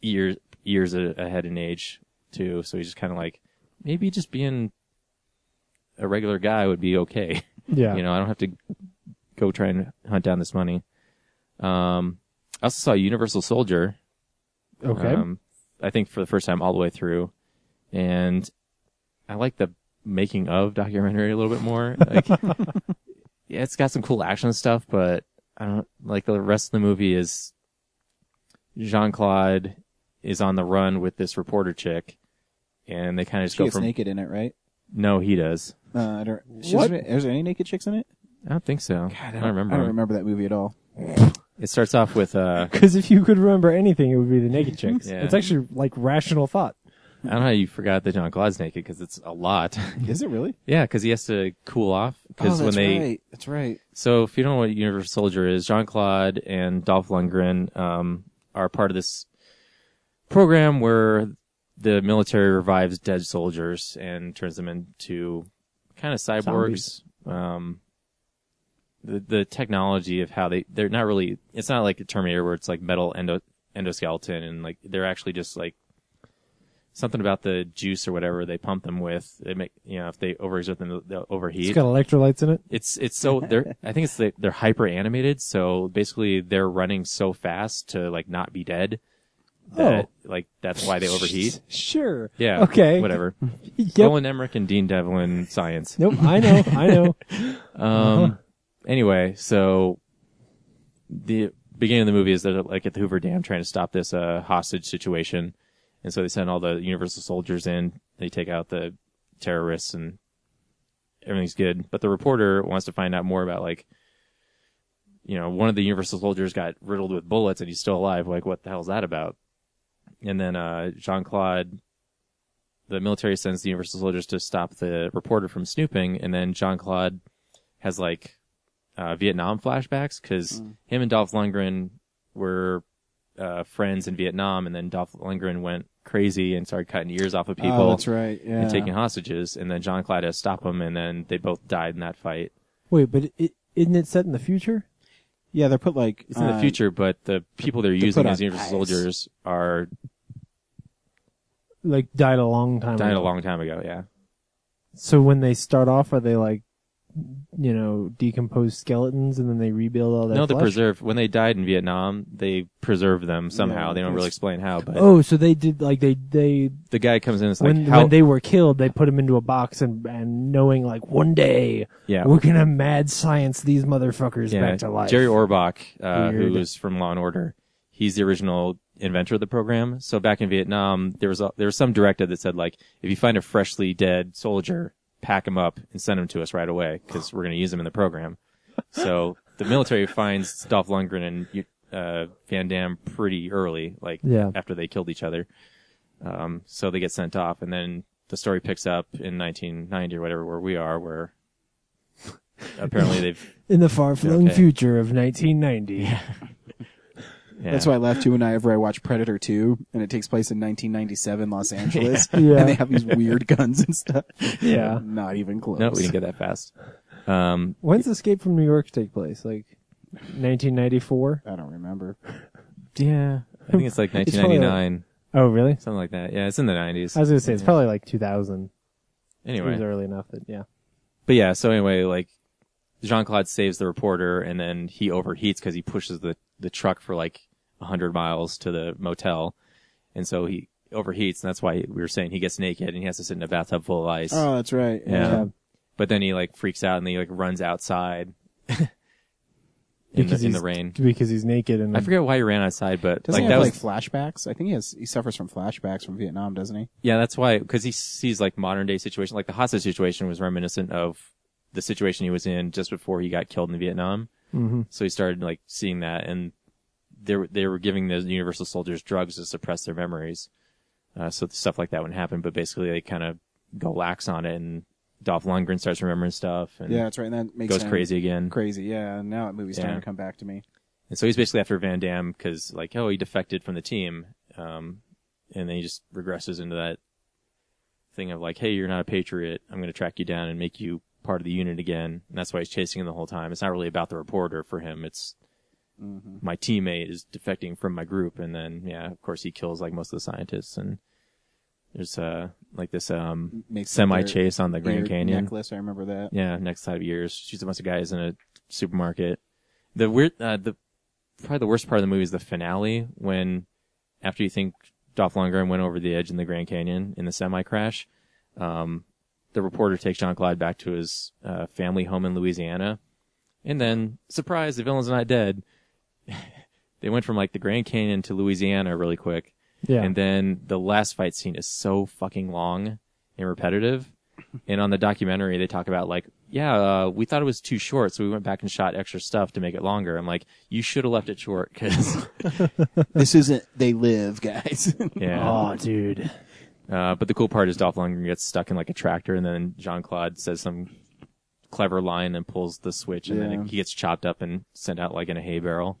Speaker 2: years years a- ahead in age too. So he's just kind of like, maybe just being a regular guy would be okay.
Speaker 3: yeah.
Speaker 2: You know, I don't have to go try and hunt down this money. Um, I also saw Universal Soldier.
Speaker 3: okay.
Speaker 2: Um, I think for the first time all the way through, and I like the making of documentary a little bit more. Like, yeah, it's got some cool action stuff, but I don't like the rest of the movie is Jean Claude is on the run with this reporter chick, and they kind of just
Speaker 6: She
Speaker 2: go
Speaker 6: gets
Speaker 2: from
Speaker 6: naked in it, right?
Speaker 2: no, he does.
Speaker 6: Uh, I don't. she
Speaker 3: What?
Speaker 6: doesn't- Is there any naked chicks in it?
Speaker 2: I don't think so. I, don't, remember.
Speaker 6: I don't remember that movie at all.
Speaker 2: It starts off with uh,
Speaker 3: Because if you could remember anything, it would be the naked chicks.
Speaker 2: Yeah.
Speaker 3: It's actually like rational thought.
Speaker 2: I don't know how you forgot that John Claude's naked because it's a lot.
Speaker 6: Is it really?
Speaker 2: yeah, because he has to cool off because
Speaker 6: oh,
Speaker 2: when
Speaker 6: that's
Speaker 2: they
Speaker 6: right. That's right.
Speaker 2: So if you don't know what Universal Soldier is, Jean Claude and Dolph Lundgren um, are part of this program where the military revives dead soldiers and turns them into kind of cyborgs. Um, the the technology of how they they're not really it's not like a Terminator where it's like metal endo endoskeleton and like they're actually just like something about the juice or whatever they pump them with. They make you know if they overexert them they'll overheat.
Speaker 3: It's got electrolytes in it.
Speaker 2: It's it's so they're I think it's the, they're hyper animated, so basically they're running so fast to like not be dead that like that's why they overheat.
Speaker 3: Sure.
Speaker 2: Yeah.
Speaker 3: Oh. Okay.
Speaker 2: Whatever.
Speaker 3: Yep.
Speaker 2: Roland Emmerich and Dean Devlin science.
Speaker 3: Nope. I know. I know. Uh-huh.
Speaker 2: Um. Anyway, so the beginning of the movie is they're like at the Hoover Dam trying to stop this uh, hostage situation, and so they send all the Universal soldiers in. They take out the terrorists, and everything's good. But the reporter wants to find out more about like, you know, one of the Universal soldiers got riddled with bullets and he's still alive. Like, what the hell's that about? And then uh, Jean Claude the military sends the Universal soldiers to stop the reporter from snooping, and then Jean Claude has like uh, Vietnam flashbacks because
Speaker 6: Mm.
Speaker 2: him and Dolph Lundgren were uh, friends in Vietnam, and then Dolph Lundgren went crazy and started cutting ears off of people
Speaker 6: Oh, that's right. Yeah.
Speaker 2: and taking hostages, and then Jean Claude has to stop him, and then they both died in that fight.
Speaker 3: Wait, but is isn't it set in the future?
Speaker 6: yeah, they're put like
Speaker 2: It's in
Speaker 6: uh,
Speaker 2: the future, but the people they're
Speaker 6: put
Speaker 2: using
Speaker 6: on
Speaker 2: as Universal
Speaker 6: ice.
Speaker 2: soldiers are
Speaker 3: Like died a long time.
Speaker 2: died
Speaker 3: ago.
Speaker 2: a long time ago. Yeah,
Speaker 3: So when they start off, are they like, you know, decomposed skeletons, and then they rebuild all that?
Speaker 2: no, they
Speaker 3: flesh?
Speaker 2: preserved when they died in Vietnam. They preserved them somehow.
Speaker 6: Yeah,
Speaker 2: they don't
Speaker 6: it's-
Speaker 2: really explain how, but
Speaker 3: Oh, so they did like they they
Speaker 2: the guy comes in and is like,
Speaker 3: when
Speaker 2: how,
Speaker 3: when they were killed, they put them into a box and and knowing like one day
Speaker 2: yeah,
Speaker 3: we're gonna mad science these motherfuckers
Speaker 2: yeah,
Speaker 3: back to life.
Speaker 2: Jerry Orbach, uh, who
Speaker 3: Weird.
Speaker 2: was from Law and Order, he's the original inventor of the program. So back in Vietnam, there was a, there was some directive that said like, if you find a freshly dead soldier, pack him up and send him to us right away because we're going to use him in the program. So the military finds Dolph Lundgren and uh, Van Damme pretty early, like
Speaker 3: Yeah.
Speaker 2: after they killed each other. Um, so they get sent off, and then the story picks up in 1990 or whatever, where we are, where apparently they've.
Speaker 3: in the far flung
Speaker 2: Okay.
Speaker 3: future of 1990.
Speaker 2: Yeah.
Speaker 6: That's why I laugh too whenever I watch Predator 2, and it takes place in 1997 Los Angeles,
Speaker 3: Yeah.
Speaker 6: and they have these weird guns and stuff.
Speaker 3: Yeah.
Speaker 6: Not even close.
Speaker 2: No, we didn't get that fast. Um,
Speaker 3: When's Escape from New York take place? Like 1994?
Speaker 6: I don't remember.
Speaker 2: yeah, I think it's like
Speaker 3: It's probably
Speaker 2: 1999,
Speaker 3: Oh, really?
Speaker 2: something like that. Yeah, it's in the 90s.
Speaker 3: I was gonna say it's probably like 2000. It was
Speaker 2: anyway,
Speaker 3: early enough that yeah.
Speaker 2: but yeah. So anyway, like Jean Claude saves the reporter, and then he overheats because he pushes the the truck for like 100 miles to the motel, and so he overheats, and that's why we were saying he gets naked and he has to sit in a bathtub full of ice.
Speaker 6: Oh, that's right.
Speaker 2: yeah. But then he like freaks out and he like runs outside in, the,
Speaker 3: Because
Speaker 2: in the
Speaker 3: he's-
Speaker 2: rain.
Speaker 3: Because he's naked and
Speaker 2: I forget why he ran outside, but
Speaker 6: Doesn't
Speaker 2: like
Speaker 6: he
Speaker 2: that
Speaker 6: have
Speaker 2: was
Speaker 6: like flashbacks? I think he has. He suffers from flashbacks from Vietnam, doesn't he?
Speaker 2: Yeah, that's why because he sees like modern day situation, like the hostage situation was reminiscent of the situation he was in just before he got killed in Vietnam.
Speaker 3: Mhm.
Speaker 2: So he started like seeing that, and they were- they were giving the Universal soldiers drugs to suppress their memories, uh, so stuff like that wouldn't happen. But basically, they kind of go lax on it, and Dolph Lundgren starts remembering stuff and
Speaker 6: Yeah, that's right. And that makes
Speaker 2: goes
Speaker 6: him
Speaker 2: crazy again.
Speaker 6: Crazy. Yeah. Now that movie's starting
Speaker 2: Yeah.
Speaker 6: to come back to me.
Speaker 2: And so he's basically after Van Damme because, like, oh, he defected from the team. Um, and then he just regresses into that thing of, like, hey, you're not a patriot. I'm going to track you down and make you part of the unit again. And that's why he's chasing him the whole time. It's not really about the reporter for him. It's
Speaker 6: Mm-hmm.
Speaker 2: my teammate is defecting from my group. And then, yeah, of course, he kills, like, most of the scientists. And there's, uh, like this, um,
Speaker 6: Makes up
Speaker 2: semi
Speaker 6: their
Speaker 2: chase on the Grand
Speaker 6: Ear
Speaker 2: Canyon.
Speaker 6: necklace. I remember that.
Speaker 2: Yeah, next side of years. Shoots a bunch of guys in a supermarket. The weird, uh, the probably the worst part of the movie is the finale when after you think Dolph Lundgren went over the edge in the Grand Canyon in the semi crash, um, the reporter takes John Clyde back to his uh, family home in Louisiana, and then surprise, the villain's not dead. they went from like the Grand Canyon to Louisiana really quick.
Speaker 3: Yeah.
Speaker 2: And then the last fight scene is so fucking long and repetitive. And on the documentary, they talk about like, yeah, uh, we thought it was too short, so we went back and shot extra stuff to make it longer. I'm like, you should have left it short because,
Speaker 6: This isn't They Live, guys.
Speaker 2: yeah.
Speaker 3: Oh, dude.
Speaker 2: Uh, but the cool part is Dolph Lundgren gets stuck in like a tractor, and then Jean Claude says some clever line and pulls the switch, and then
Speaker 6: Yeah.
Speaker 2: he gets chopped up and sent out like in a hay barrel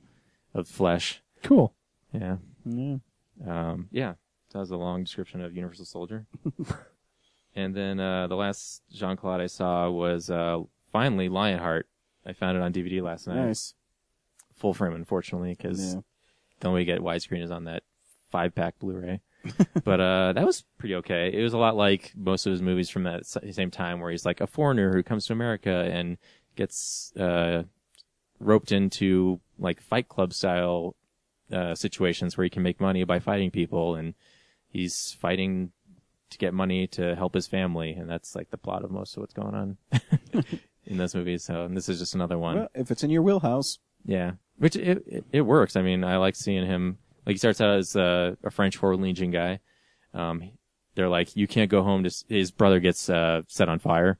Speaker 2: of flesh.
Speaker 3: Cool.
Speaker 2: Yeah. Um, yeah. That was a long description of Universal Soldier. and then uh, the last Jean Claude I saw was uh, finally Lionheart. I found it on DVD last night.
Speaker 6: nice.
Speaker 2: Full frame, unfortunately, because
Speaker 6: Yeah.
Speaker 2: the only way to get widescreen is on that five pack Blu ray. but uh, that was pretty okay. It was a lot like most of his movies from that s- same time, where he's like a foreigner who comes to America and gets uh, roped into like Fight Club style uh, situations where he can make money by fighting people, and he's fighting to get money to help his family, and that's like the plot of most of what's going on in this movie. So, and this is just another one.
Speaker 6: Well, if it's in your wheelhouse,
Speaker 2: Yeah, which it, it it works. I mean, I like seeing him. Like he starts out as uh, a French forward legion guy. Um, they're like, you can't go home. To s-" his brother gets uh, set on fire,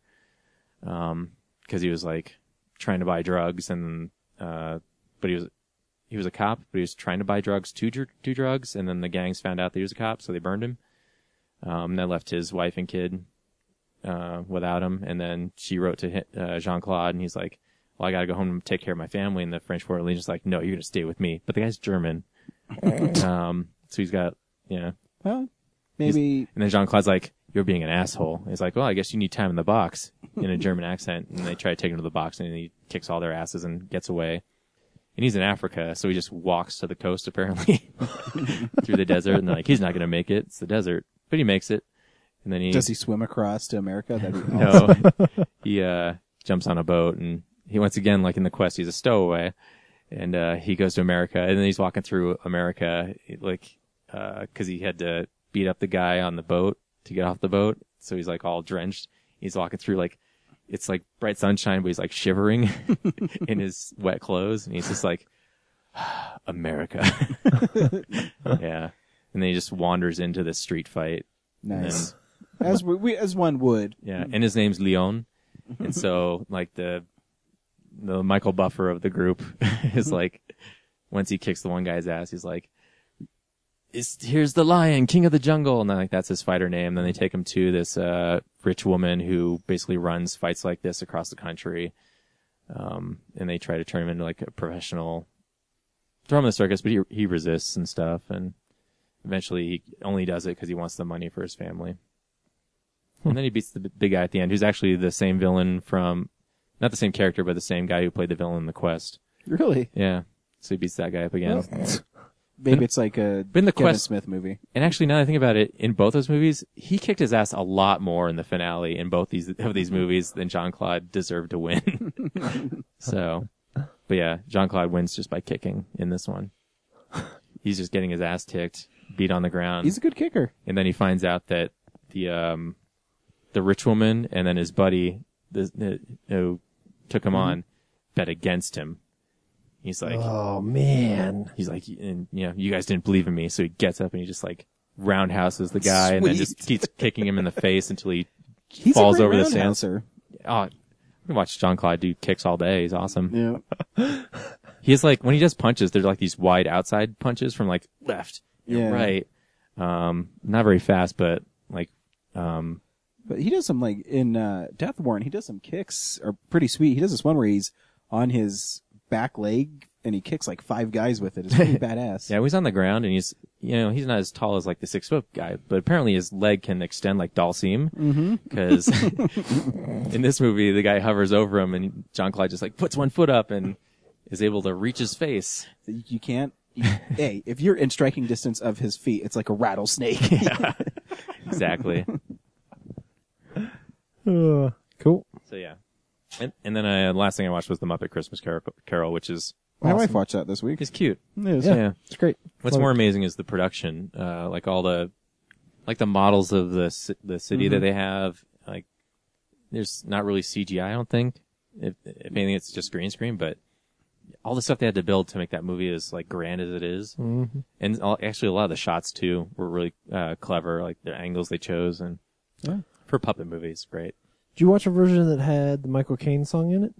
Speaker 2: um, because he was like trying to buy drugs, and uh, but he was he was a cop, but he was trying to buy drugs to dr- do drugs, and then the gangs found out that he was a cop, so they burned him. Um, that left his wife and kid uh, without him, and then she wrote to hi- uh, Jean Claude, and he's like, "Well, I got to go home and take care of my family." And the French Foreign Legion's like, "No, you're gonna stay with me." But the guy's German, um, so he's got yeah.
Speaker 6: well, maybe
Speaker 2: And then Jean Claude's like, "You're being an asshole." He's like, "Well, I guess you need time in the box," in a German accent, and they try to take him to the box, and he kicks all their asses and gets away. And he's in Africa, so he just walks to the coast apparently through the desert, and they're like, "He's not gonna make it. It's the desert," but he makes it. And then he
Speaker 6: does he swim across to America? That'd be awesome.
Speaker 2: no, he uh, jumps on a boat and he once again, like in the quest, he's a stowaway, and uh, he goes to America and then he's walking through America, like because he had to beat up the guy on the boat to get off the boat, so he's like all drenched. He's walking through like it's like bright sunshine, but he's like shivering in his wet clothes, and he's just like America, yeah. And then he just wanders into this street fight. and then-
Speaker 6: nice. as we, we as one would.
Speaker 2: yeah, and his name's Leon, and so like the the Michael Buffer of the group is like, once he kicks the one guy's ass, he's like, "It's here's the lion, king of the jungle," and then like that's his fighter name. Then they take him to this uh, rich woman who basically runs fights like this across the country, um, and they try to turn him into like a professional throw him in the circus, but he he resists and stuff, and eventually he only does it because he wants the money for his family. And then he beats the b- big guy at the end, who's actually the same villain from, not the same character, but the same guy who played the villain in the quest.
Speaker 6: Really?
Speaker 2: Yeah. So he beats that guy up again.
Speaker 6: Maybe it's like a
Speaker 2: Been the
Speaker 6: Kevin
Speaker 2: quest-
Speaker 6: Smith movie.
Speaker 2: And actually, now that I think about it, in both those movies, he kicked his ass a lot more in the finale in both these of these movies than Jean Claude deserved to win. so, but yeah, Jean Claude wins just by kicking in this one. He's just getting his ass kicked, beat on the ground.
Speaker 6: He's a good kicker.
Speaker 2: and then he finds out that the um the rich woman and then his buddy the, the, who took
Speaker 6: Mm-hmm.
Speaker 2: him on bet against him he's like
Speaker 3: Oh, man.
Speaker 2: he's like and you know you guys didn't believe in me so he gets up and he just like roundhouses the guy and then just keeps kicking him in the face until he
Speaker 6: He's
Speaker 2: falls
Speaker 6: a great
Speaker 2: over the sand
Speaker 6: roundhouser.
Speaker 2: oh I watch John Claude do kicks all day. He's awesome.
Speaker 6: Yeah.
Speaker 2: He's like when he does punches, they're like these wide outside punches from like left, and
Speaker 6: Yeah.
Speaker 2: right. Um, not very fast, but like
Speaker 6: But he does some like in uh, Death Warrant. He does some kicks are pretty sweet. He does this one where he's on his back leg and he kicks like five guys with it. It's pretty badass.
Speaker 2: Yeah, he's on the ground and he's, you know, he's not as tall as like the six foot guy, but apparently his leg can extend like Dalseem. Because in this movie, the guy hovers over him and John Clyde just like puts one foot up and is able to reach his face.
Speaker 6: You you can't. you- hey, if you're in striking distance of his feet, it's like a rattlesnake.
Speaker 2: Exactly.
Speaker 3: Uh, cool.
Speaker 2: so yeah. And, and then I, last thing I watched was the Muppet Christmas Carol, Carol which is,
Speaker 6: My wife watched that this week.
Speaker 2: is cute.
Speaker 3: Yeah.
Speaker 2: yeah.
Speaker 3: It's great.
Speaker 2: What's more amazing is the production, uh, like all the, like the models of the ci- the city that they have. Like, there's not really CGI. I don't think. If, if anything, it's just green screen. But all the stuff they had to build to make that movie as like grand as it is.
Speaker 3: Mhm.
Speaker 2: and all, actually a lot of the shots too were really uh, clever, like the angles they chose, and
Speaker 3: Yeah.
Speaker 2: for a puppet movies, great.
Speaker 3: Did you watch a version that had the Michael Caine song in it?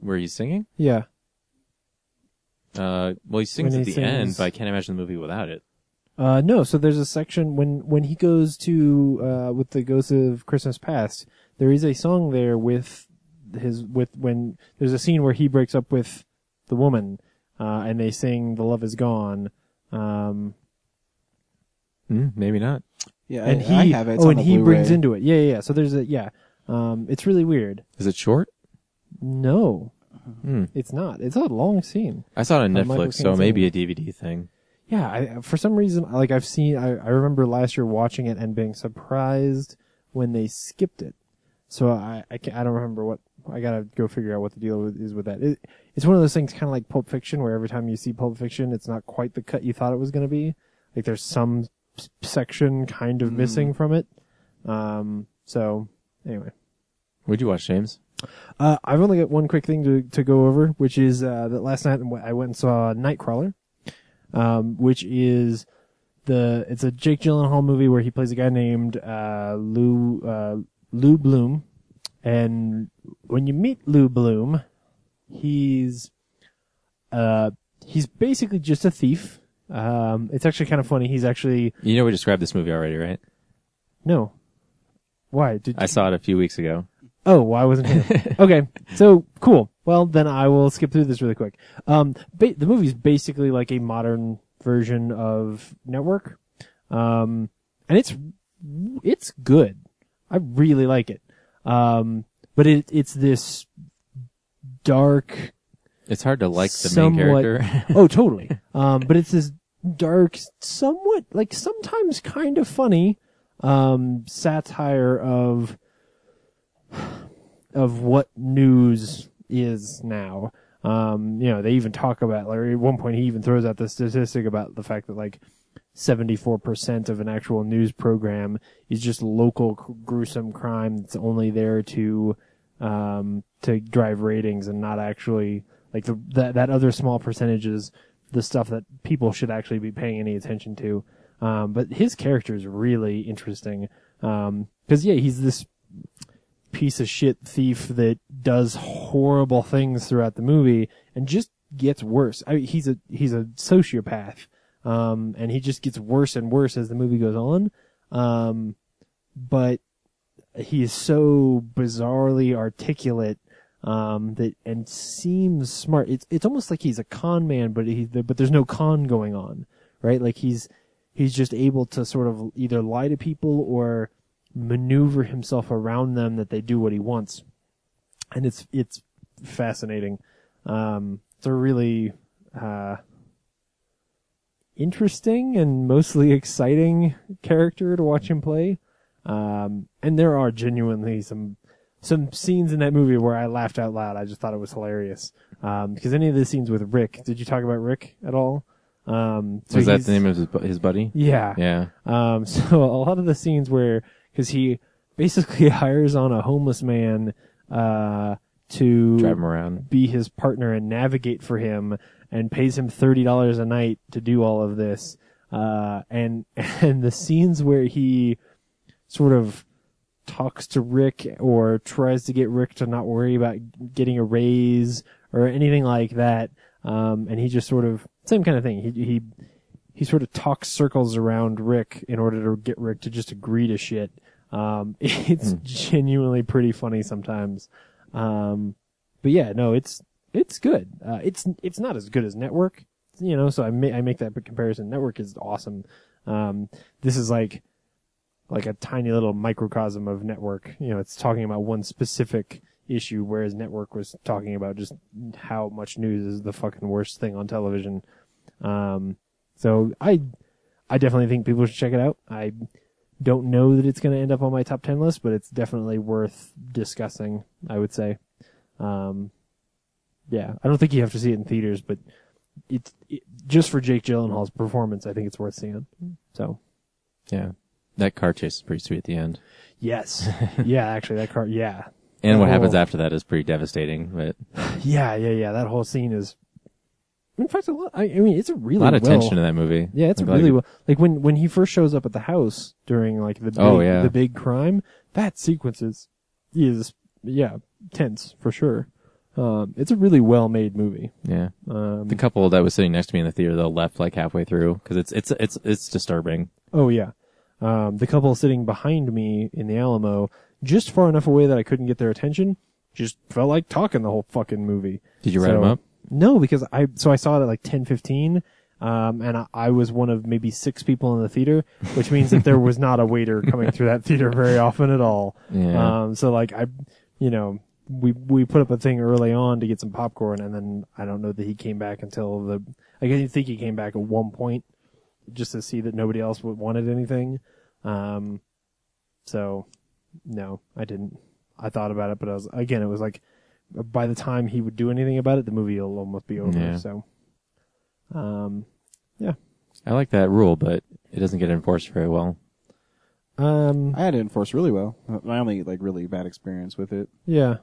Speaker 2: Were you singing?
Speaker 3: Yeah.
Speaker 2: Uh, well, he sings
Speaker 3: When
Speaker 2: at the
Speaker 3: he
Speaker 2: end,
Speaker 3: sings-
Speaker 2: but I can't imagine the movie without it.
Speaker 3: Uh, no, so there's a section when when he goes to uh, with the ghosts of Christmas past. There is a song there with his with when there's a scene where he breaks up with the woman, uh, and they sing "The Love Is Gone." Um,
Speaker 2: Mm, maybe not.
Speaker 6: Yeah,
Speaker 3: and
Speaker 6: I,
Speaker 3: he
Speaker 6: I have it. It's
Speaker 3: oh,
Speaker 6: on
Speaker 3: and
Speaker 6: the
Speaker 3: he
Speaker 6: Blu-ray.
Speaker 3: brings into it. Yeah, yeah. yeah. So there's a yeah. Um, it's really weird.
Speaker 2: Is it short?
Speaker 3: No,
Speaker 2: Hmm.
Speaker 3: it's not. It's a long scene.
Speaker 2: I saw it on
Speaker 3: Uh, Michael
Speaker 2: Netflix, so
Speaker 3: Caine's
Speaker 2: maybe
Speaker 3: in
Speaker 2: a DVD thing.
Speaker 3: Yeah, I, for some reason, like I've seen, I, I remember last year watching it and being surprised when they skipped it. So I, I, can't, I don't remember what, I gotta go figure out what the deal with, is with that. It, it's one of those things kind of like Pulp Fiction where every time you see Pulp Fiction, it's not quite the cut you thought it was gonna be. Like there's some s- section kind of
Speaker 6: Hmm.
Speaker 3: missing from it. Um, so anyway.
Speaker 2: Would you watch James?
Speaker 3: Uh, I've only got one quick thing to, to go over, which is uh, that last night I went and saw Nightcrawler, um, which is the it's a Jake Gyllenhaal movie where he plays a guy named uh, Lou uh, Lou Bloom, and when you meet Lou Bloom, he's uh, he's basically just a thief. Um, it's actually kind of funny. He's actually
Speaker 2: You know we described this movie already, right?
Speaker 3: no. Why did
Speaker 2: I saw it a few weeks ago.
Speaker 3: Oh, well, I wasn't here. okay, so cool. Well, then I will skip through this really quick. Um, ba- the movie's basically like a modern version of Network, um, and it's it's good. I really like it. Um, but it it's this dark,
Speaker 2: It's hard to like the
Speaker 3: Somewhat-
Speaker 2: main character.
Speaker 3: oh totally um but it's this dark somewhat like sometimes kind of funny um satire of of what news is now um you know they even talk about like at one point he even throws out the statistic about the fact that like 74% of an actual news program is just local c- gruesome crime that's only there to um, to drive ratings and not actually like the that that other small percentage is the stuff that people should actually be paying any attention to. Um, but his character is really interesting because yeah, he's this piece of shit thief that does horrible things throughout the movie and just gets worse. I mean, he's a he's a sociopath, um, and he just gets worse and worse as the movie goes on. Um, but he is so bizarrely articulate um, that and seems smart. It's it's almost like he's a con man, but he but there's no con going on, right? Like he's he's just able to sort of either lie to people or maneuver himself around them that they do what he wants, and it's it's fascinating. Um, it's a really uh, interesting and mostly exciting character to watch him play. Um, and there are genuinely some some scenes in that movie where I laughed out loud. I just thought it was hilarious. Um, because any of the scenes with Rick, did you talk about Rick at all? Um, so
Speaker 2: Was that
Speaker 3: he's-
Speaker 2: the name of his, bu- his buddy?
Speaker 3: Yeah.
Speaker 2: Yeah.
Speaker 3: Um, so a lot of the scenes where, cause he basically hires on a homeless man, uh, to
Speaker 2: Drive him around.
Speaker 3: um, be his partner and navigate for him and pays him $30 a night to do all of this. Uh, and, and the scenes where he sort of talks to Rick or tries to get Rick to not worry about getting a raise or anything like that. Um, and he just sort of, same kind of thing. He, he, he sort of talks circles around Rick in order to get Rick to just agree to shit. Um, it's genuinely pretty funny sometimes. Um, but yeah, no, it's it's good. Uh, it's it's not as good as Network, you know. So I ma- I make that comparison. Network is awesome. Um, this is like like a tiny little microcosm of Network. You know, it's talking about one specific issue, whereas Network was talking about just how much news is the fucking worst thing on television. Um, so I I definitely think people should check it out. I don't know that it's going to end up on my top ten list, but it's definitely worth discussing. I would say. Um, yeah, I don't think you have to see it in theaters, but it's it, just for Jake Gyllenhaal's performance. I think it's worth seeing. So
Speaker 2: Yeah. That car chase is pretty sweet at the end.
Speaker 3: yes, yeah, actually that car, yeah,
Speaker 2: And what
Speaker 3: Oh.
Speaker 2: happens after that is pretty devastating. But
Speaker 3: Yeah, yeah, yeah. That whole scene is, in fact, a lot. I, I mean, it's a
Speaker 2: a
Speaker 3: really
Speaker 2: lot of
Speaker 3: well-
Speaker 2: tension in that movie.
Speaker 3: Yeah, it's
Speaker 2: I'm glad
Speaker 3: really
Speaker 2: you-
Speaker 3: well. Like when when he first shows up at the house during like the big,
Speaker 2: Oh, yeah.
Speaker 3: the big crime, that sequence is is yeah tense for sure. Um, it's a really well made movie.
Speaker 2: yeah.
Speaker 3: Um,
Speaker 2: The couple that was sitting next to me in the theater, though, left like halfway through because it's it's it's it's disturbing.
Speaker 3: oh yeah, um, the couple sitting behind me in the Alamo, just far enough away that I couldn't get their attention, just felt like talking the whole fucking movie.
Speaker 2: Did you write
Speaker 3: So-
Speaker 2: them up?
Speaker 3: No, because I so I saw it at like ten fifteen, um, and I, I was one of maybe six people in the theater, which means that there was not a waiter coming through that theater very often at all.
Speaker 2: Yeah.
Speaker 3: Um, so like I, you know, we we put up a thing early on to get some popcorn, and then I don't know that he came back until the I guess- I think he came back at one point just to see that nobody else w- wanted anything. Um, so no, I didn't. I thought about it, but I was again, it was like by the time he would do anything about it, the movie will almost be over.
Speaker 2: Yeah.
Speaker 3: So, um,
Speaker 2: I like that rule, but it doesn't get enforced very well.
Speaker 3: um,
Speaker 1: I had it enforced really well. My only like really bad experience with it.
Speaker 3: yeah,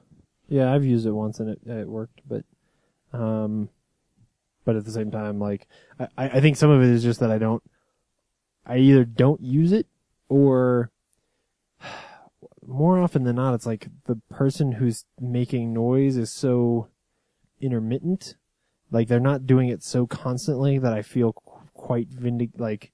Speaker 3: yeah, I've used it once and it it worked, but, um, but at the same time, like I I I think some of it is just that I don't, I either don't use it or. More often than not, it's like the person who's making noise is so intermittent like they're not doing it so constantly that i feel qu- quite vindic like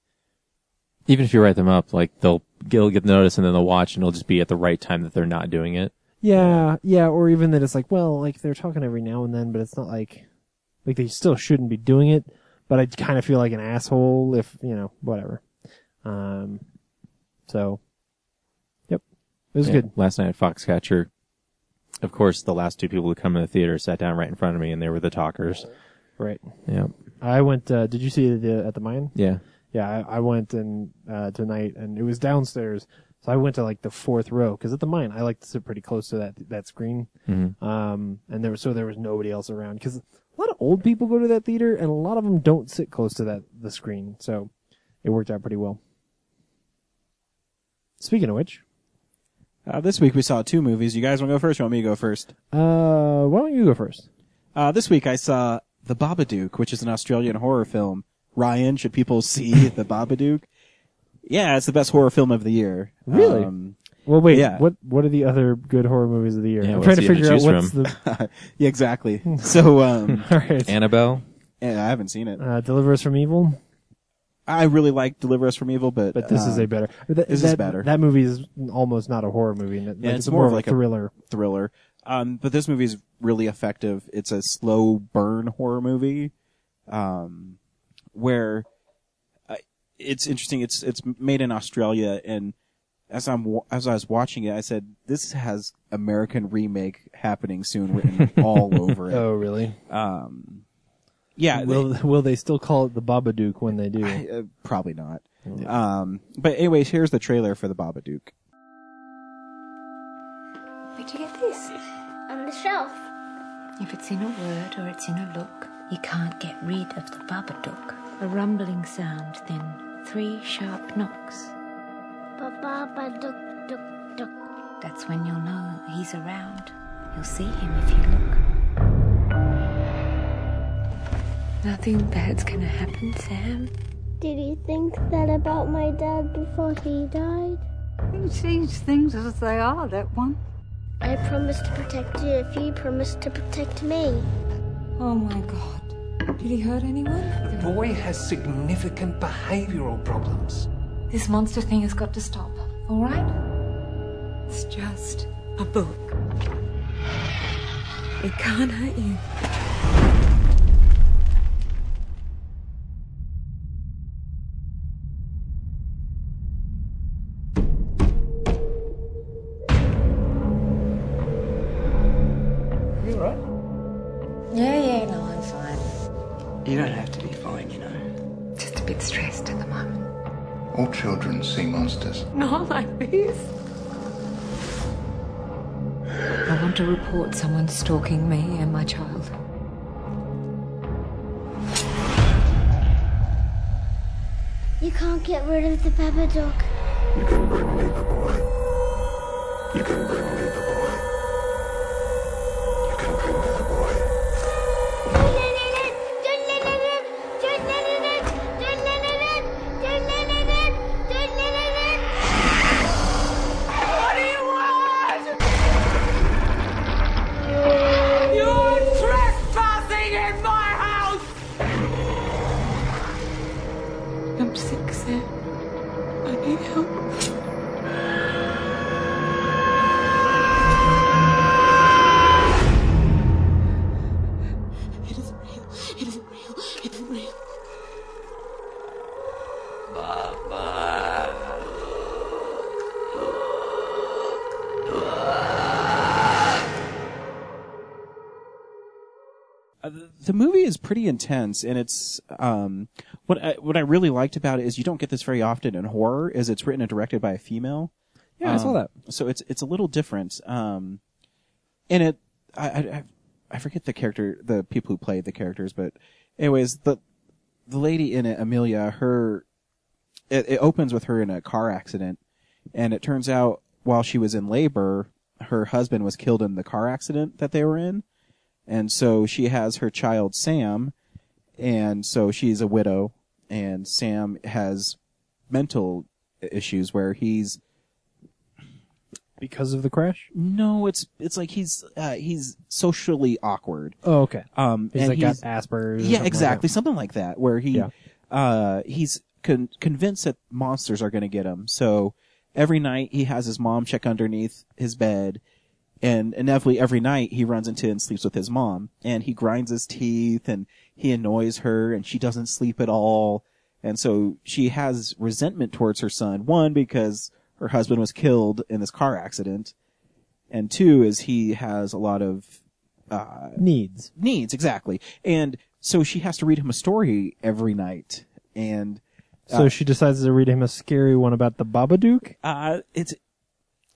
Speaker 2: Even if you write them up, like they'll they'll get the notice and then they'll watch and it'll just be at the right time that they're not doing it.
Speaker 3: Yeah, yeah, or even that it's like, well, like they're talking every now and then, but it's not like, like they still shouldn't be doing it. But I kind of feel like an asshole if you know whatever. Um, so, yep, it was
Speaker 2: Yeah.
Speaker 3: good.
Speaker 2: Last night at Foxcatcher, of course, the last two people to come in the theater sat down right in front of me and they were the talkers.
Speaker 3: Right,
Speaker 2: Yeah.
Speaker 3: I went. Uh, did you see the at the mine?
Speaker 2: Yeah.
Speaker 3: Yeah, I, I went and uh, tonight, and it was downstairs. So I went to like the fourth row because at the mine I like to sit pretty close to that that screen.
Speaker 2: Mhm.
Speaker 3: Um, and there was so there was nobody else around because a lot of old people go to that theater, and a lot of them don't sit close to that the screen. So it worked out pretty well. Speaking of which,
Speaker 1: Uh, this week we saw two movies. You guys want to go first? Or you want me to go first?
Speaker 3: uh, why don't you go first?
Speaker 1: Uh, this week I saw The Babadook, which is an Australian horror film. Ryan, should people see The Babadook? Yeah, it's the best horror film of the year.
Speaker 3: Really?
Speaker 1: Um,
Speaker 3: Well, wait.
Speaker 1: Yeah.
Speaker 3: What What are the other good horror movies of the year?
Speaker 2: Yeah,
Speaker 3: I'm
Speaker 2: what's
Speaker 3: trying to
Speaker 2: the other
Speaker 3: figure out
Speaker 2: choose
Speaker 3: what's
Speaker 2: from?
Speaker 3: the.
Speaker 1: yeah, exactly. So, um,
Speaker 3: All right.
Speaker 2: Annabelle.
Speaker 1: and I haven't seen it.
Speaker 3: uh, Deliver Us from Evil.
Speaker 1: I really like Deliver Us from Evil, but
Speaker 3: But Um, this
Speaker 1: uh,
Speaker 3: is a better. That,
Speaker 1: this is
Speaker 3: that,
Speaker 1: better.
Speaker 3: That movie is almost not a horror movie. and it-
Speaker 1: Yeah,
Speaker 3: like,
Speaker 1: it's more of like a-
Speaker 3: thriller.
Speaker 1: thriller. Um, but this movie is really effective. It's a slow burn horror movie, um, where uh, it's interesting. It's it's made in Australia, and as I'm wa- as I was watching it, I said, "This has American remake happening soon, written all over it."
Speaker 3: oh, really?
Speaker 1: Um, yeah, they-
Speaker 3: will Will they still call it the Babadook when they do?
Speaker 1: I- uh, probably not. Um, but anyways, here's the trailer for the Babadook.
Speaker 7: Where'd you get this?
Speaker 8: On the shelf.
Speaker 7: If it's in a word or it's in a look, you can't get rid of the babadook. A rumbling sound, then three sharp knocks.
Speaker 8: Ba-ba-ba, duck, duck, duck.
Speaker 7: That's when you'll know he's around. You'll see him if you look. Nothing bad's gonna happen, Sam.
Speaker 8: Did you think that about my dad before he died?
Speaker 9: He sees things as they are, that one.
Speaker 8: I promised to protect you if you promised to protect me.
Speaker 9: Oh my god. Did he hurt anyone?
Speaker 10: The boy has significant behavioral problems.
Speaker 7: This monster thing has got to stop, alright? It's just a book. It can't hurt you.
Speaker 10: You alright?
Speaker 7: Yeah, yeah, no, I'm fine.
Speaker 10: You don't have to be fine, you know.
Speaker 7: Just a bit stressed at the moment.
Speaker 11: All children see monsters.
Speaker 7: Not like this. I want to report someone stalking me and my child.
Speaker 8: You can't get rid of the Peppa Dog.
Speaker 11: You can bring me the boy. You can bring me the boy.
Speaker 1: Uh, the- the movie is pretty intense, and it's um, what I, what I really liked about it is you don't get this very often in horror. Is it's written and directed by a female?
Speaker 3: Yeah, I saw
Speaker 1: Um,
Speaker 3: that.
Speaker 1: So it's it's a little different. Um, and it I, I I- I forget the character the people who played the characters, but anyways the the lady in it, Amelia, her it, it opens with her in a car accident, and it turns out while she was in labor, her husband was killed in the car accident that they were in, and so she has her child Sam, and so she's a widow, and Sam has mental i- issues where he's
Speaker 3: because of the crash.
Speaker 1: no, it's it's like he's uh, he's socially awkward.
Speaker 3: Oh, okay.
Speaker 1: Um,
Speaker 3: He's
Speaker 1: and
Speaker 3: like got Asperger's. or something
Speaker 1: yeah,
Speaker 3: like
Speaker 1: exactly,
Speaker 3: that.
Speaker 1: something like that, where he
Speaker 3: Yeah.
Speaker 1: uh, he's con- convinced that monsters are going to get him. So every night he has his mom check underneath his bed, and inevitably every night he runs into and sleeps with his mom, and he grinds his teeth and he annoys her, and she doesn't sleep at all, and so she has resentment towards her son. One because her husband was killed in this car accident, and two is he has a lot of uh,
Speaker 3: Needs.
Speaker 1: needs exactly and so she has to read him a story every night and
Speaker 3: So she decides to read him a scary one about the Babadook.
Speaker 1: uh it's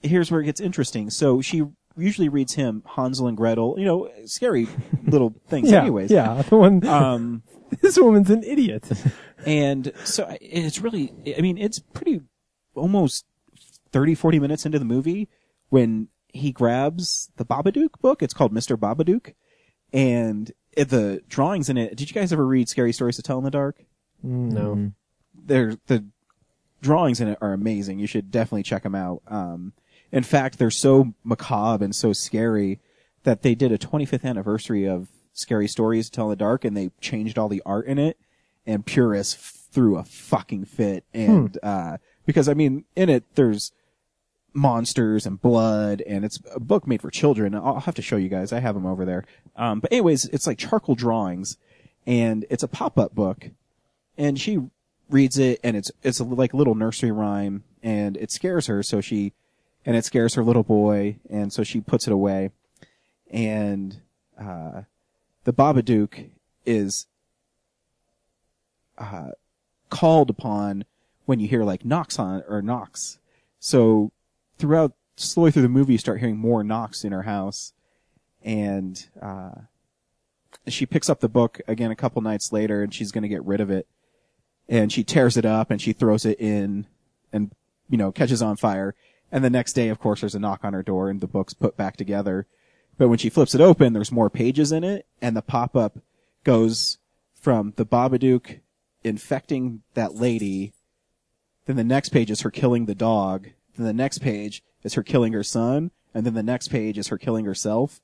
Speaker 1: here's where it gets interesting so she usually reads him hansel and gretel you know scary little things
Speaker 3: yeah,
Speaker 1: anyways
Speaker 3: yeah. The one.
Speaker 1: um
Speaker 3: this woman's an idiot.
Speaker 1: and so I- it's really i mean it's pretty almost 30 40 minutes into the movie when he grabs the babadook book it's called mr babadook and it- the drawings in it did you guys ever read scary stories to tell in the dark
Speaker 3: no.
Speaker 1: they're the drawings in it are amazing. You should definitely check them out. Um, in fact, they're so macabre and so scary that they did a 25th anniversary of Scary Stories to Tell in the Dark, and they changed all the art in it. And purists threw a fucking fit, and uh, because I mean, in it there's monsters and blood, and it's a book made for children. I'll I'll have to show you guys. I have them over there. Um, but anyways, it's like charcoal drawings, and it's a pop-up book, and she reads it and it's it's a, like a little nursery rhyme and it scares her so she and it scares her little boy and so she puts it away and uh the babadook is uh called upon when you hear like knocks on or knocks so throughout slowly through the movie you start hearing more knocks in her house and uh she picks up the book again a couple nights later and she's going to get rid of it and she tears it up and she throws it in and you know catches on fire and the next day of course there's a knock on her door and the book's put back together but when she flips it open there's more pages in it and the pop-up goes from the babadook infecting that lady then the next page is her killing the dog then the next page is her killing her son and then the next page is her killing herself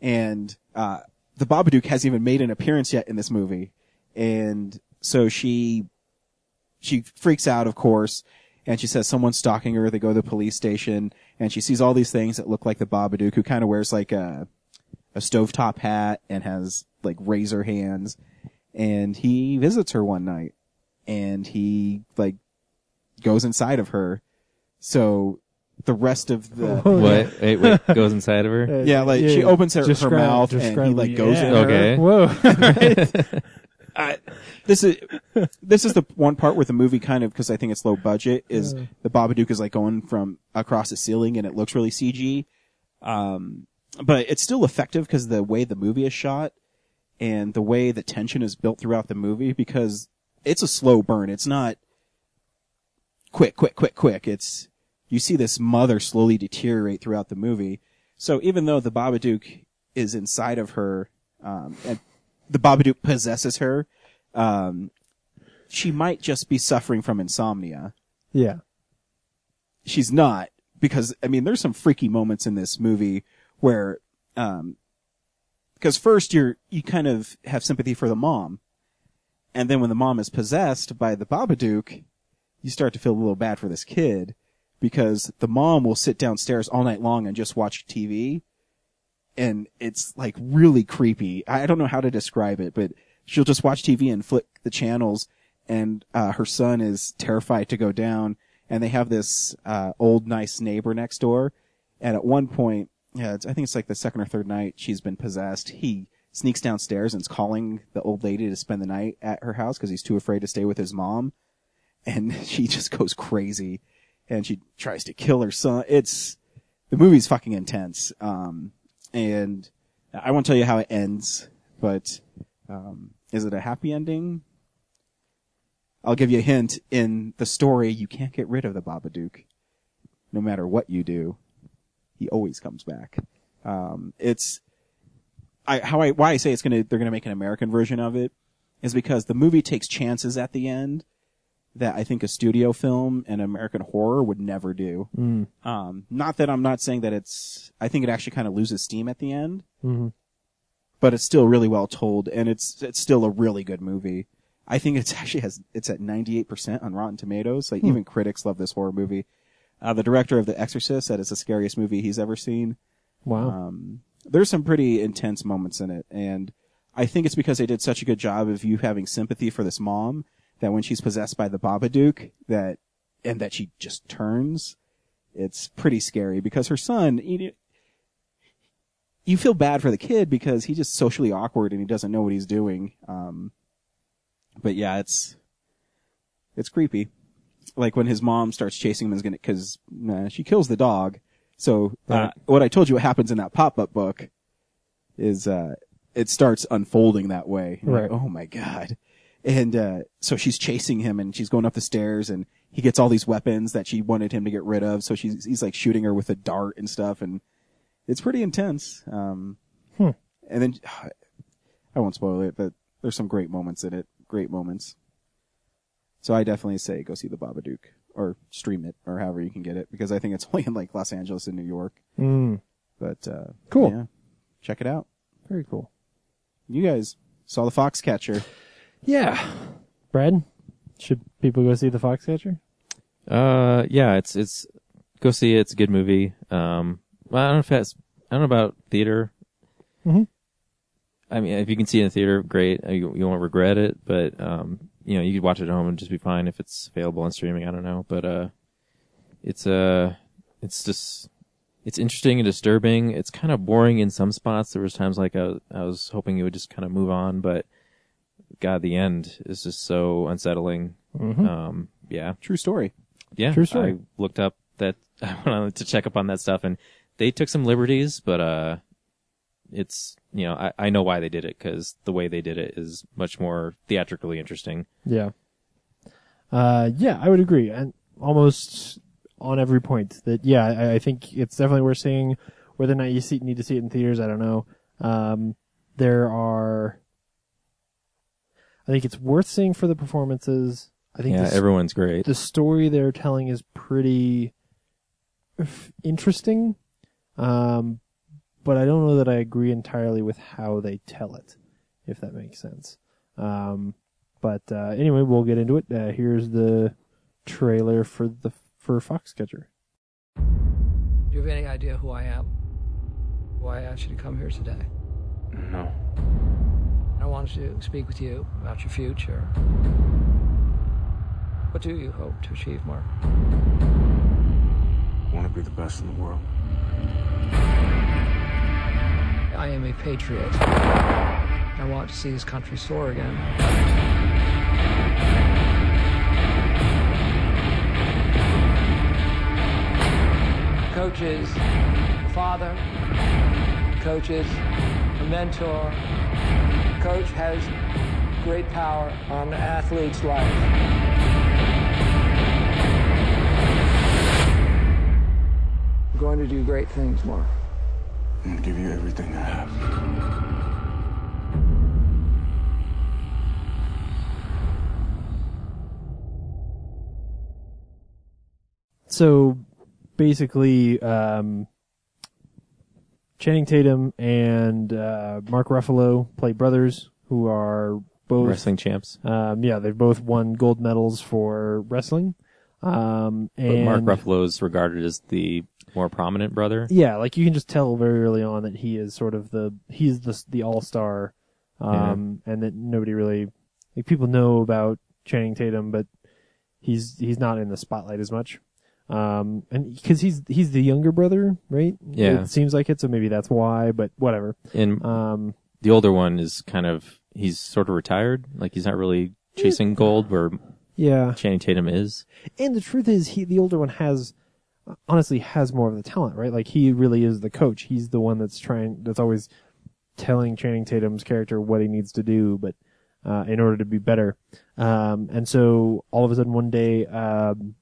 Speaker 1: and uh, the Babadook hasn't even made an appearance yet in this movie, and so she she freaks out, of course, and she says someone's stalking her. They go to the police station, and she sees all these things that look like the Babadook, who kind of wears like a a stovetop hat and has like razor hands, and he visits her one night, and he like goes inside of her, so. The rest of the
Speaker 3: Oh,
Speaker 2: What? Wait, wait. Goes inside of
Speaker 3: uh,
Speaker 2: her.
Speaker 1: Yeah, like, she opens her- her
Speaker 3: Describe-
Speaker 1: mouth and he,
Speaker 3: describe
Speaker 1: like,
Speaker 3: it.
Speaker 1: goes in
Speaker 3: Yeah.
Speaker 2: Okay.
Speaker 3: Whoa.
Speaker 1: this is this is the one part where the movie kind of because I think it's low budget is
Speaker 3: Yeah.
Speaker 1: the Babadook is like going from across the ceiling and it looks really CG, um, but it's still effective because the way the movie is shot and the way the tension is built throughout the movie because it's a slow burn. It's not quick, quick, quick, quick. It's you see this mother slowly deteriorate throughout the movie. So even though the Babadook is inside of her, um, and the Babadook possesses her, um, she might just be suffering from insomnia.
Speaker 3: yeah.
Speaker 1: She's not because I mean, there's some freaky moments in this movie where, um, because first you're you kind of have sympathy for the mom, and then when the mom is possessed by the Babadook, you start to feel a little bad for this kid because the mom will sit downstairs all night long and just watch TV. And it's like really creepy. I I don't know how to describe it, but she'll just watch TV and flick the channels and, uh, her son is terrified to go down and they have this, uh, old nice neighbor next door. And at one point, yeah, it's, I think it's like the second or third night she's been possessed. He sneaks downstairs and is calling the old lady to spend the night at her house because he's too afraid to stay with his mom. And she just goes crazy and she tries to kill her son. It's, the movie's fucking intense. Um, and I won't tell you how it ends, but, um, is it a happy ending? I'll give you a hint. In the story, you can't get rid of the Babadook. No matter what you do, he always comes back. Um, it's I, how I why I say it's gonna they're gonna make an American version of it is because the movie takes chances at the end that I think a studio film and American horror would never do.
Speaker 3: Mm.
Speaker 1: Um, not that I'm not saying that it's I think it actually kind of loses steam at the end,
Speaker 3: Mm-hmm.
Speaker 1: but it's still really well told and it's it's still a really good movie. I think it's actually has it's at 98% on Rotten Tomatoes.
Speaker 3: Hmm.
Speaker 1: Like even critics love this horror movie. Uh, the director of The Exorcist said it's the scariest movie he's ever seen.
Speaker 3: Wow.
Speaker 1: Um, there's some pretty intense moments in it, and I think it's because they did such a good job of you having sympathy for this mom that when she's possessed by the Babadook, that and that she just turns, it's pretty scary because her son. You, you feel bad for the kid because he's just socially awkward and he doesn't know what he's doing. Um, but yeah, it's it's creepy. Like when his mom starts chasing him, is gonna because nah, she kills the dog. So uh,
Speaker 3: Right.
Speaker 1: what I told you what happens in that pop up book is uh, it starts unfolding that way. You're like,
Speaker 3: Right.
Speaker 1: oh my god! And uh, so she's chasing him, and she's going up the stairs, and he gets all these weapons that she wanted him to get rid of. So she's he's like shooting her with a dart and stuff, and it's pretty intense. Um,
Speaker 3: Hmm.
Speaker 1: And then I won't spoil it, but there's some great moments in it. Great moments. So I definitely say go see the Babadook or stream it or however you can get it because I think it's only in like Los Angeles and New York.
Speaker 3: Mm.
Speaker 1: But uh,
Speaker 3: Cool.
Speaker 1: yeah, check it out.
Speaker 3: Very cool.
Speaker 1: You guys saw the Foxcatcher.
Speaker 3: Yeah. Brad, should people go see the Foxcatcher?
Speaker 2: Uh, yeah, it's it's go see it. It's a good movie. Um, well, I don't know if that's I don't know about theater.
Speaker 3: Mhm.
Speaker 2: I mean, if you can see it in the theater, great. Uh, You, you won't regret it, but um, you know, you could watch it at home and just be fine if it's available on streaming. I don't know, but uh, it's uh, it's just it's interesting and disturbing. It's kind of boring in some spots. There was times like I, I was hoping it would just kind of move on, but God, the end is just so unsettling.
Speaker 3: Mhm.
Speaker 2: Um, yeah.
Speaker 1: True story.
Speaker 2: Yeah,
Speaker 3: True story.
Speaker 2: I looked up that I went on to check up on that stuff, and they took some liberties, but uh, it's you know I, I know why they did it because the way they did it is much more theatrically interesting.
Speaker 3: Yeah. Uh, yeah, I would agree, and almost on every point. That yeah, I, I think it's definitely worth seeing. Whether or not you see, need to see it in theaters, I don't know. Um, there are. I think it's worth seeing for the performances. I think
Speaker 2: Yeah,
Speaker 3: this-
Speaker 2: everyone's great.
Speaker 3: the story they're telling is pretty f- interesting, um, but I don't know that I agree entirely with how they tell it, if that makes sense. Um, but uh, anyway, we'll get into it. Uh, here's the trailer for the for Foxcatcher.
Speaker 12: Do you have any idea who I am? Why I asked you to come here today?
Speaker 13: No.
Speaker 12: I wanted to speak with you about your future. What do you hope to achieve, Mark?
Speaker 13: want to be the best in the world.
Speaker 12: I am a patriot. I want to see this country soar again. Coaches, a father, coaches, a mentor. Coach has great power on an athlete's life. I'm going to do great things, Mark.
Speaker 10: I'm gonna give you everything I have.
Speaker 3: So basically, um, Channing Tatum and uh, Mark Ruffalo play brothers who are both
Speaker 2: Wrestling champs,
Speaker 3: Um, yeah, they've both won gold medals for wrestling. Um,
Speaker 2: but
Speaker 3: and
Speaker 2: Mark Ruffalo is regarded as the more prominent brother.
Speaker 3: Yeah, like you can just tell very early on that he is sort of the he's the the all star, um, and that nobody really like people know about Channing Tatum, but he's he's not in the spotlight as much. Um, and because he's he's the younger brother, right?
Speaker 2: Yeah.
Speaker 3: it seems like it. So maybe that's why, but whatever.
Speaker 2: And
Speaker 3: Um,
Speaker 2: the older one is kind of he's sort of retired, like he's not really chasing gold where
Speaker 3: Yeah.
Speaker 2: Channing Tatum is.
Speaker 3: And the truth is, he the older one has honestly has more of the talent, right? Like he really is the coach. He's the one that's trying that's always telling Channing Tatum's character what he needs to do, but uh, in order to be better. Um, and so all of a sudden one day, um,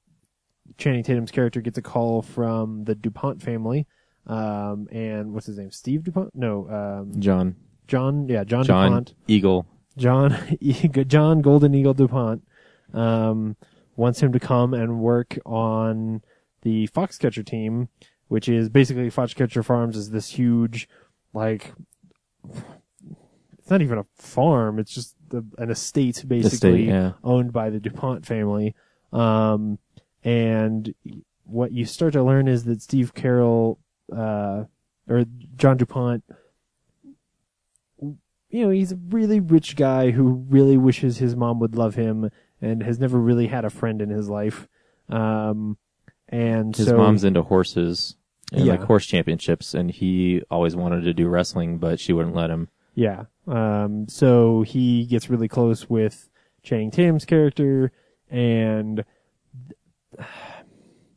Speaker 3: Channing Tatum's character gets a call from the Dupont family. Um, and what's his name? Steve Dupont? No, um,
Speaker 2: John.
Speaker 3: John, yeah, John,
Speaker 2: John
Speaker 3: Dupont.
Speaker 2: Eagle.
Speaker 3: John John Golden Eagle Dupont um, wants him to come and work on the Foxcatcher team, which is basically Foxcatcher Farms is this huge, like, it's not even a farm; it's just the, an estate, basically
Speaker 2: yeah.
Speaker 3: owned by the Dupont family. Um, and what you start to learn is that Steve Carroll uh, or John Dupont you know, he's a really rich guy who really wishes his mom would love him and has never really had a friend in his life. Um, and
Speaker 2: His
Speaker 3: so,
Speaker 2: mom's into horses and
Speaker 3: Yeah.
Speaker 2: like horse championships, and he always wanted to do wrestling, but she wouldn't let him.
Speaker 3: yeah. Um, so he gets really close with Channing Tatum's character and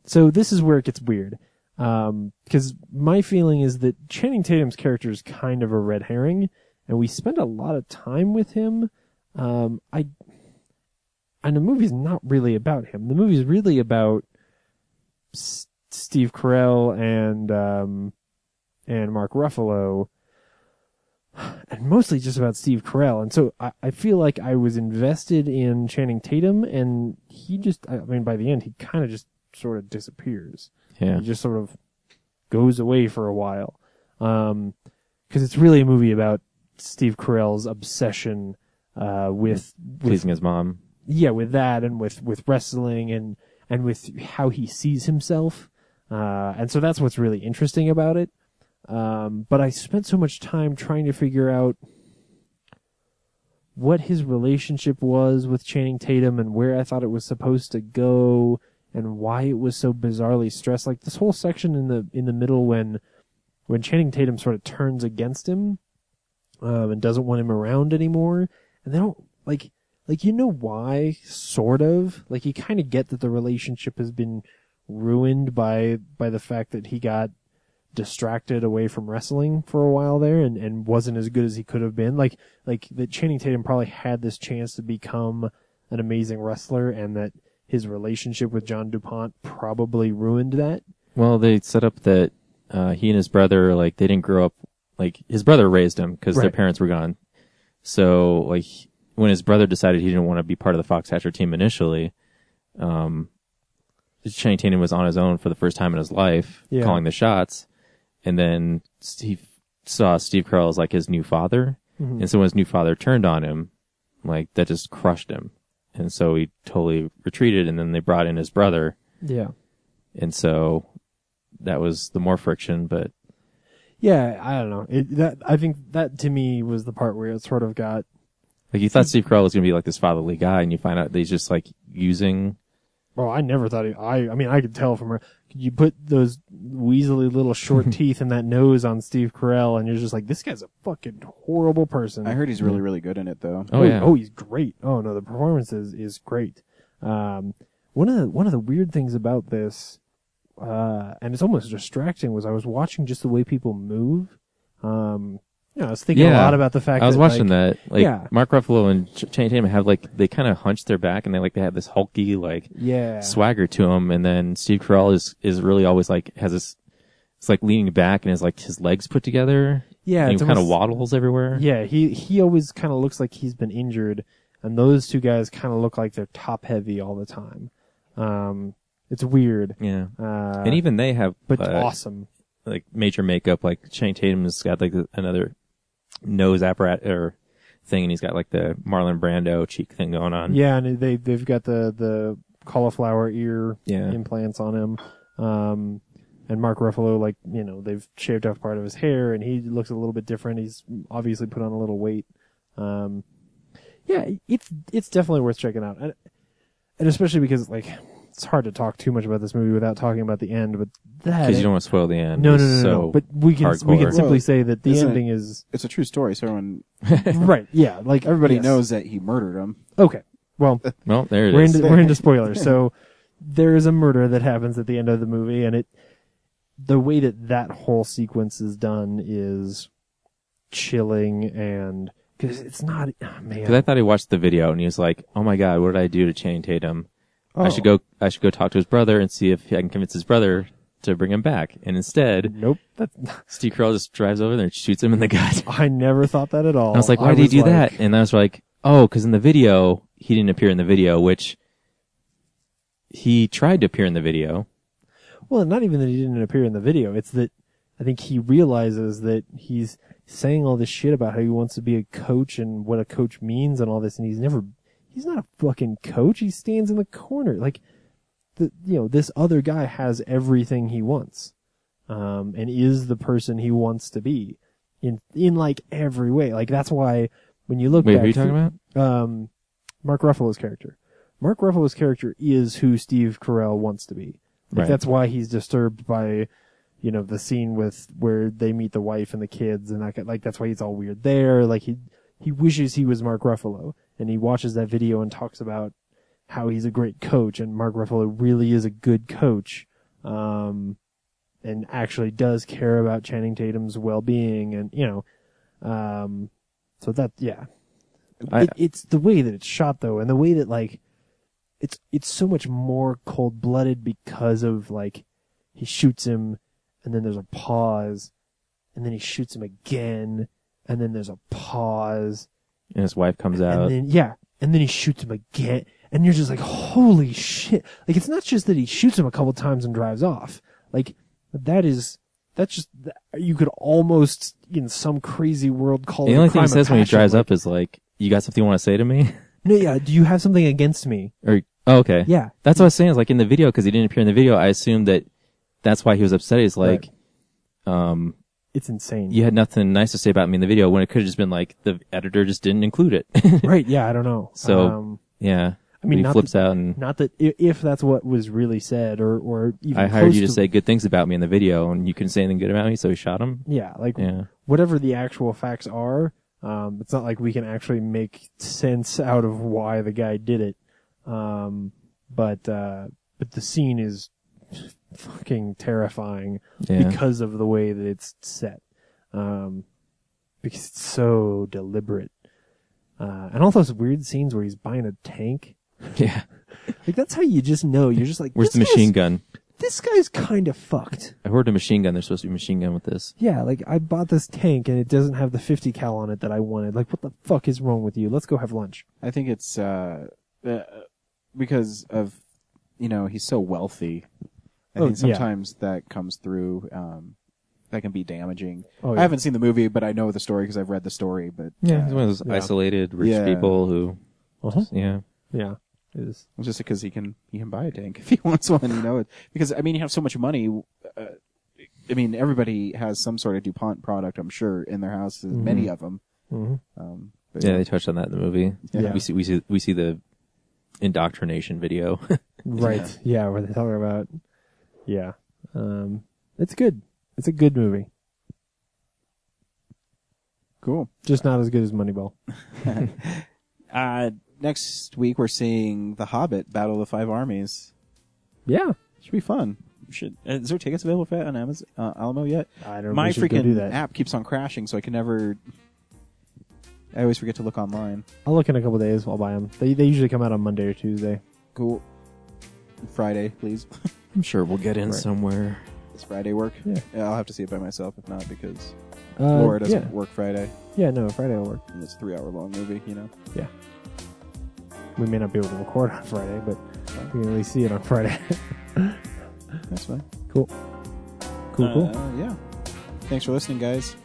Speaker 3: so this is where it gets weird. Um, cause my feeling is that Channing Tatum's character is kind of a red herring and we spend a lot of time with him. Um, I, and the movie's not really about him. The movie's really about S- Steve Carell and, um, and Mark Ruffalo and mostly just about Steve Carell. And so I, I feel like I was invested in Channing Tatum and he just, I mean, by the end, he kind of just sort of disappears.
Speaker 2: Yeah.
Speaker 3: He just sort of goes away for a while. Um, cause it's really a movie about Steve Carell's obsession, uh, with, with
Speaker 2: Pleasing his mom.
Speaker 3: yeah, with that and with, with wrestling and, and with how he sees himself. Uh, and so that's what's really interesting about it. Um, but I spent so much time trying to figure out what his relationship was with Channing Tatum and where I thought it was supposed to go and why it was so bizarrely stressed. Like this whole section in the, in the middle when, when Channing Tatum sort of turns against him, um, and doesn't want him around anymore. And they don't like, like you know why, sort of. Like you kind of get that the relationship has been ruined by by the fact that he got distracted away from wrestling for a while there and, and wasn't as good as he could have been. Like like that Channing Tatum probably had this chance to become an amazing wrestler and that his relationship with John DuPont probably ruined that.
Speaker 2: Well, they set up that uh, he and his brother, like, they didn't grow up. Like, his brother raised him because their
Speaker 3: Right.
Speaker 2: parents were gone. So, like, when his brother decided he didn't want to be part of the Fox Hatcher team initially, um, Channing Tatum was on his own for the first time in his life,
Speaker 3: Yeah.
Speaker 2: calling the shots. And then he saw Steve Carell as, like, his new father.
Speaker 3: Mhm.
Speaker 2: And so when his new father turned on him, like, that just crushed him. And so he totally retreated. And then they brought in his brother.
Speaker 3: Yeah.
Speaker 2: And so that was the more friction, but
Speaker 3: Yeah, I don't know. It, that I think that to me was the part where it sort of got
Speaker 2: like you thought Steve Carell was going to be like this fatherly guy and you find out that he's just like using,
Speaker 3: Well, I never thought he, I. I mean, I could tell from her. You put those weaselly little short teeth and that nose on Steve Carell, and you're just like, this guy's a fucking horrible person.
Speaker 6: I heard he's really, really good in it though.
Speaker 2: Oh, yeah.
Speaker 3: oh, he's great. Oh no, the performance is, is great. Um, one of the one of the weird things about this, uh, and it's almost distracting, was I was watching just the way people move. Um, you know, I was thinking a
Speaker 2: Yeah.
Speaker 3: lot about the fact
Speaker 2: I was
Speaker 3: that,
Speaker 2: watching that,
Speaker 3: like,
Speaker 2: like
Speaker 3: yeah.
Speaker 2: Mark Ruffalo and Ch- Channing Tatum have like, they kind of hunch their back and they like, they have this hulky like
Speaker 3: Yeah.
Speaker 2: swagger to him. And then Steve Carell is, is really always like, has this, it's like leaning back and has like his legs put together.
Speaker 3: Yeah,
Speaker 2: And he
Speaker 3: it's
Speaker 2: kind of
Speaker 3: almost-
Speaker 2: waddles everywhere.
Speaker 3: Yeah, he he always kind of looks like he's been injured, and those two guys kind of look like they're top heavy all the time. Um, it's weird.
Speaker 2: Yeah.
Speaker 3: Uh,
Speaker 2: and even they have,
Speaker 3: but
Speaker 2: uh,
Speaker 3: awesome.
Speaker 2: like major makeup. Like Channing Tatum's got like the- another nose apparatus or thing, and he's got like the Marlon Brando cheek thing going on.
Speaker 3: Yeah, and they they've got the the cauliflower ear
Speaker 2: Yeah.
Speaker 3: implants on him. Um, and Mark Ruffalo, like you know, they've shaved off part of his hair, and he looks a little bit different. He's obviously put on a little weight. Um, yeah, it's it's definitely worth checking out, and, and especially because like it's hard to talk too much about this movie without talking about the end, but that
Speaker 2: Because you don't want to spoil the end.
Speaker 3: No, no,
Speaker 2: It's
Speaker 3: no, no,
Speaker 2: so
Speaker 3: no. But we can we can
Speaker 2: hardcore.
Speaker 3: simply say that the
Speaker 1: Isn't it-
Speaker 3: ending is
Speaker 1: It's a true story, so everyone.
Speaker 3: right. Yeah, like
Speaker 1: Everybody
Speaker 3: yes.
Speaker 1: knows that he murdered him.
Speaker 3: Okay. Well,
Speaker 2: Well, there it
Speaker 3: we're
Speaker 2: is.
Speaker 3: Into, we're into spoilers. So there is a murder that happens at the end of the movie, and it the way that that whole sequence is done is chilling, and because it's not ah, man.
Speaker 2: Because I thought he watched the video and he was like, "Oh my god, what did I do to Channing Tatum?
Speaker 3: Oh.
Speaker 2: I should go. I should go talk to his brother and see if I can convince his brother to bring him back." And instead,
Speaker 3: nope.
Speaker 2: Steve Carell just drives over there and shoots him in the gut.
Speaker 3: I never thought that at all.
Speaker 2: I was like, "Why did he
Speaker 3: Oh, was
Speaker 2: do
Speaker 3: like,
Speaker 2: that?" And I was like, "Oh, because in the video he didn't appear in the video, which he tried to appear in the video."
Speaker 3: Well, not even that he didn't appear in the video. It's that I think he realizes that he's saying all this shit about how he wants to be a coach and what a coach means and all this, and he's never, he's not a fucking coach. He stands in the corner. Like, the, you know, this other guy has everything he wants, um, and is the person he wants to be in, in like every way. Like, that's why when you look
Speaker 2: Wait,
Speaker 3: back.
Speaker 2: who are you talking
Speaker 3: about? Um, Mark Ruffalo's character. Mark Ruffalo's character is who Steve Carell wants to be. Like
Speaker 2: Right.
Speaker 3: that's why he's disturbed by, you know, the scene with where they meet the wife and the kids and that. ki- Like that's why he's all weird there. Like he he wishes he was Mark Ruffalo, and he watches that video and talks about how he's a great coach, and Mark Ruffalo really is a good coach, um, and actually does care about Channing Tatum's well being, and you know, um, so that yeah,
Speaker 2: I-
Speaker 3: it, it's the way that it's shot though, and the way that like it's it's so much more cold blooded because of like he shoots him and then there's a pause and then he shoots him again and then there's a pause
Speaker 2: And his wife comes out.
Speaker 3: and then yeah and then he shoots him again and you're just like holy shit like it's not just that he shoots him a couple times and drives off like that is that's just you could almost in some crazy world call
Speaker 2: the
Speaker 3: it a
Speaker 2: only thing
Speaker 3: crime
Speaker 2: he
Speaker 3: of
Speaker 2: says when he
Speaker 3: passion,
Speaker 2: drives
Speaker 3: like,
Speaker 2: up is like, "You got something you want to say to me?"
Speaker 3: no yeah do you have something against me
Speaker 2: Or oh, okay,
Speaker 3: Yeah.
Speaker 2: That's what I was saying. Is like in the video because he didn't appear in the video. I assumed that that's why he was upset. He's like, um,
Speaker 3: it's insane
Speaker 2: you had nothing nice to say about me in the video when it could have just been like the editor just didn't include it.
Speaker 3: right yeah i don't know
Speaker 2: so
Speaker 3: Um,
Speaker 2: yeah,
Speaker 3: I mean,
Speaker 2: he
Speaker 3: not
Speaker 2: flips
Speaker 3: that-
Speaker 2: out and
Speaker 3: Not that i- if that's what was really said, or or even
Speaker 2: I hired
Speaker 3: close
Speaker 2: you to say good things about me in the video, and you couldn't say anything good about me, so he shot him.
Speaker 3: yeah, like
Speaker 2: Yeah.
Speaker 3: whatever the actual facts are. Um, it's not like we can actually make sense out of why the guy did it. Um, but uh, but the scene is fucking terrifying
Speaker 2: Yeah.
Speaker 3: because of the way that it's set. Um, because it's so deliberate, uh, and all those weird scenes where he's buying a tank.
Speaker 2: Yeah,
Speaker 3: like that's how you just know. You're just like,
Speaker 2: Where's
Speaker 3: "This
Speaker 2: the machine
Speaker 3: guy's-
Speaker 2: gun?
Speaker 3: This guy's kind of fucked.
Speaker 2: I ordered a machine gun. There's supposed to be a machine gun with this.
Speaker 3: Yeah, like I bought this tank and it doesn't have the 50 cal on it that I wanted. Like, what the fuck is wrong with you? Let's go have lunch.
Speaker 1: I think it's uh, uh, because of you know he's so wealthy. I
Speaker 3: Oh,
Speaker 1: think
Speaker 3: yeah.
Speaker 1: sometimes that comes through. Um, that can be damaging.
Speaker 3: Oh,
Speaker 1: I
Speaker 3: yeah.
Speaker 1: haven't seen the movie, but I know the story because I've read the story. But
Speaker 2: Yeah,
Speaker 1: uh,
Speaker 2: he's one of those
Speaker 1: yeah.
Speaker 2: isolated rich
Speaker 1: Yeah.
Speaker 2: people who.
Speaker 3: Uh-huh.
Speaker 2: Yeah,
Speaker 3: Yeah, it is.
Speaker 1: It's just because he can he can buy a tank if he wants one, you know. Because I mean, you have so much money. Uh, I mean, everybody has some sort of Dupont product, I'm sure, in their houses.
Speaker 3: Mhm.
Speaker 1: Many of them.
Speaker 3: Mhm.
Speaker 1: Um, but
Speaker 2: yeah, they touched on that in the movie.
Speaker 3: Yeah.
Speaker 2: we see we see we see the indoctrination video.
Speaker 3: Right. Yeah, where they talk about. Yeah. Um, it's good. It's a good movie.
Speaker 1: Cool.
Speaker 3: Just not as good as Moneyball.
Speaker 1: Uh, next week we're seeing The Hobbit: Battle of the Five Armies.
Speaker 3: Yeah.
Speaker 1: Should be fun. Should uh, is there tickets available for that on Amazon uh, Alamo yet?
Speaker 3: I don't know.
Speaker 1: My
Speaker 3: We should go do
Speaker 1: freaking
Speaker 3: that.
Speaker 1: app keeps on crashing, so I can never. I always forget to look online.
Speaker 3: I'll look in a couple days. I'll buy them. They, they usually come out on Monday or Tuesday.
Speaker 1: Cool. Friday, please.
Speaker 2: I'm sure we'll get in
Speaker 3: Right.
Speaker 2: somewhere.
Speaker 1: Does Friday work?
Speaker 3: Yeah.
Speaker 1: I'll have to see it by myself if not because
Speaker 3: Uh,
Speaker 1: Laura doesn't
Speaker 3: yeah.
Speaker 1: work Friday
Speaker 3: Yeah, no, Friday will work.
Speaker 1: and it's a three hour long movie, you know.
Speaker 3: We may not be able to record on Friday, but we can at least see it on Friday.
Speaker 1: That's fine.
Speaker 3: cool. Cool, cool.
Speaker 1: Uh, yeah. Thanks for listening, guys.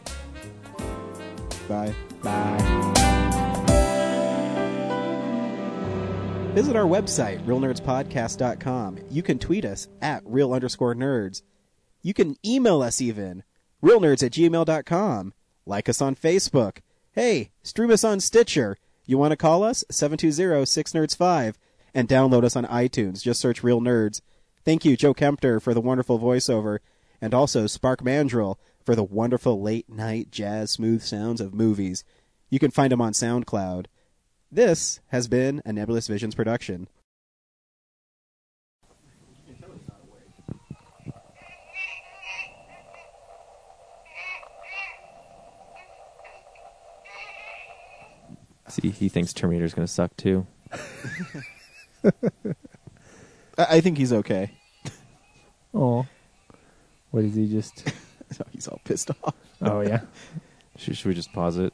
Speaker 1: Bye.
Speaker 3: Bye.
Speaker 1: Visit our website, realnerdspodcast.com. You can tweet us at real underscore nerds. You can email us even, realnerds at gmail.com. Like us on Facebook. Hey, stream us on Stitcher. You want to call us? 720 6 Nerds 5. and download us on iTunes. Just search Real Nerds. Thank you, Joe Kempter, for the wonderful voiceover, and also Spark Mandrill for the wonderful late night jazz smooth sounds of movies. You can find them on SoundCloud. This has been a Nebulous Visions production.
Speaker 2: See, he thinks Terminator's going to suck too.
Speaker 1: I I think he's okay.
Speaker 3: Oh, what is he just?
Speaker 1: So he's all pissed off.
Speaker 3: Oh yeah.
Speaker 2: Should, should we just pause it?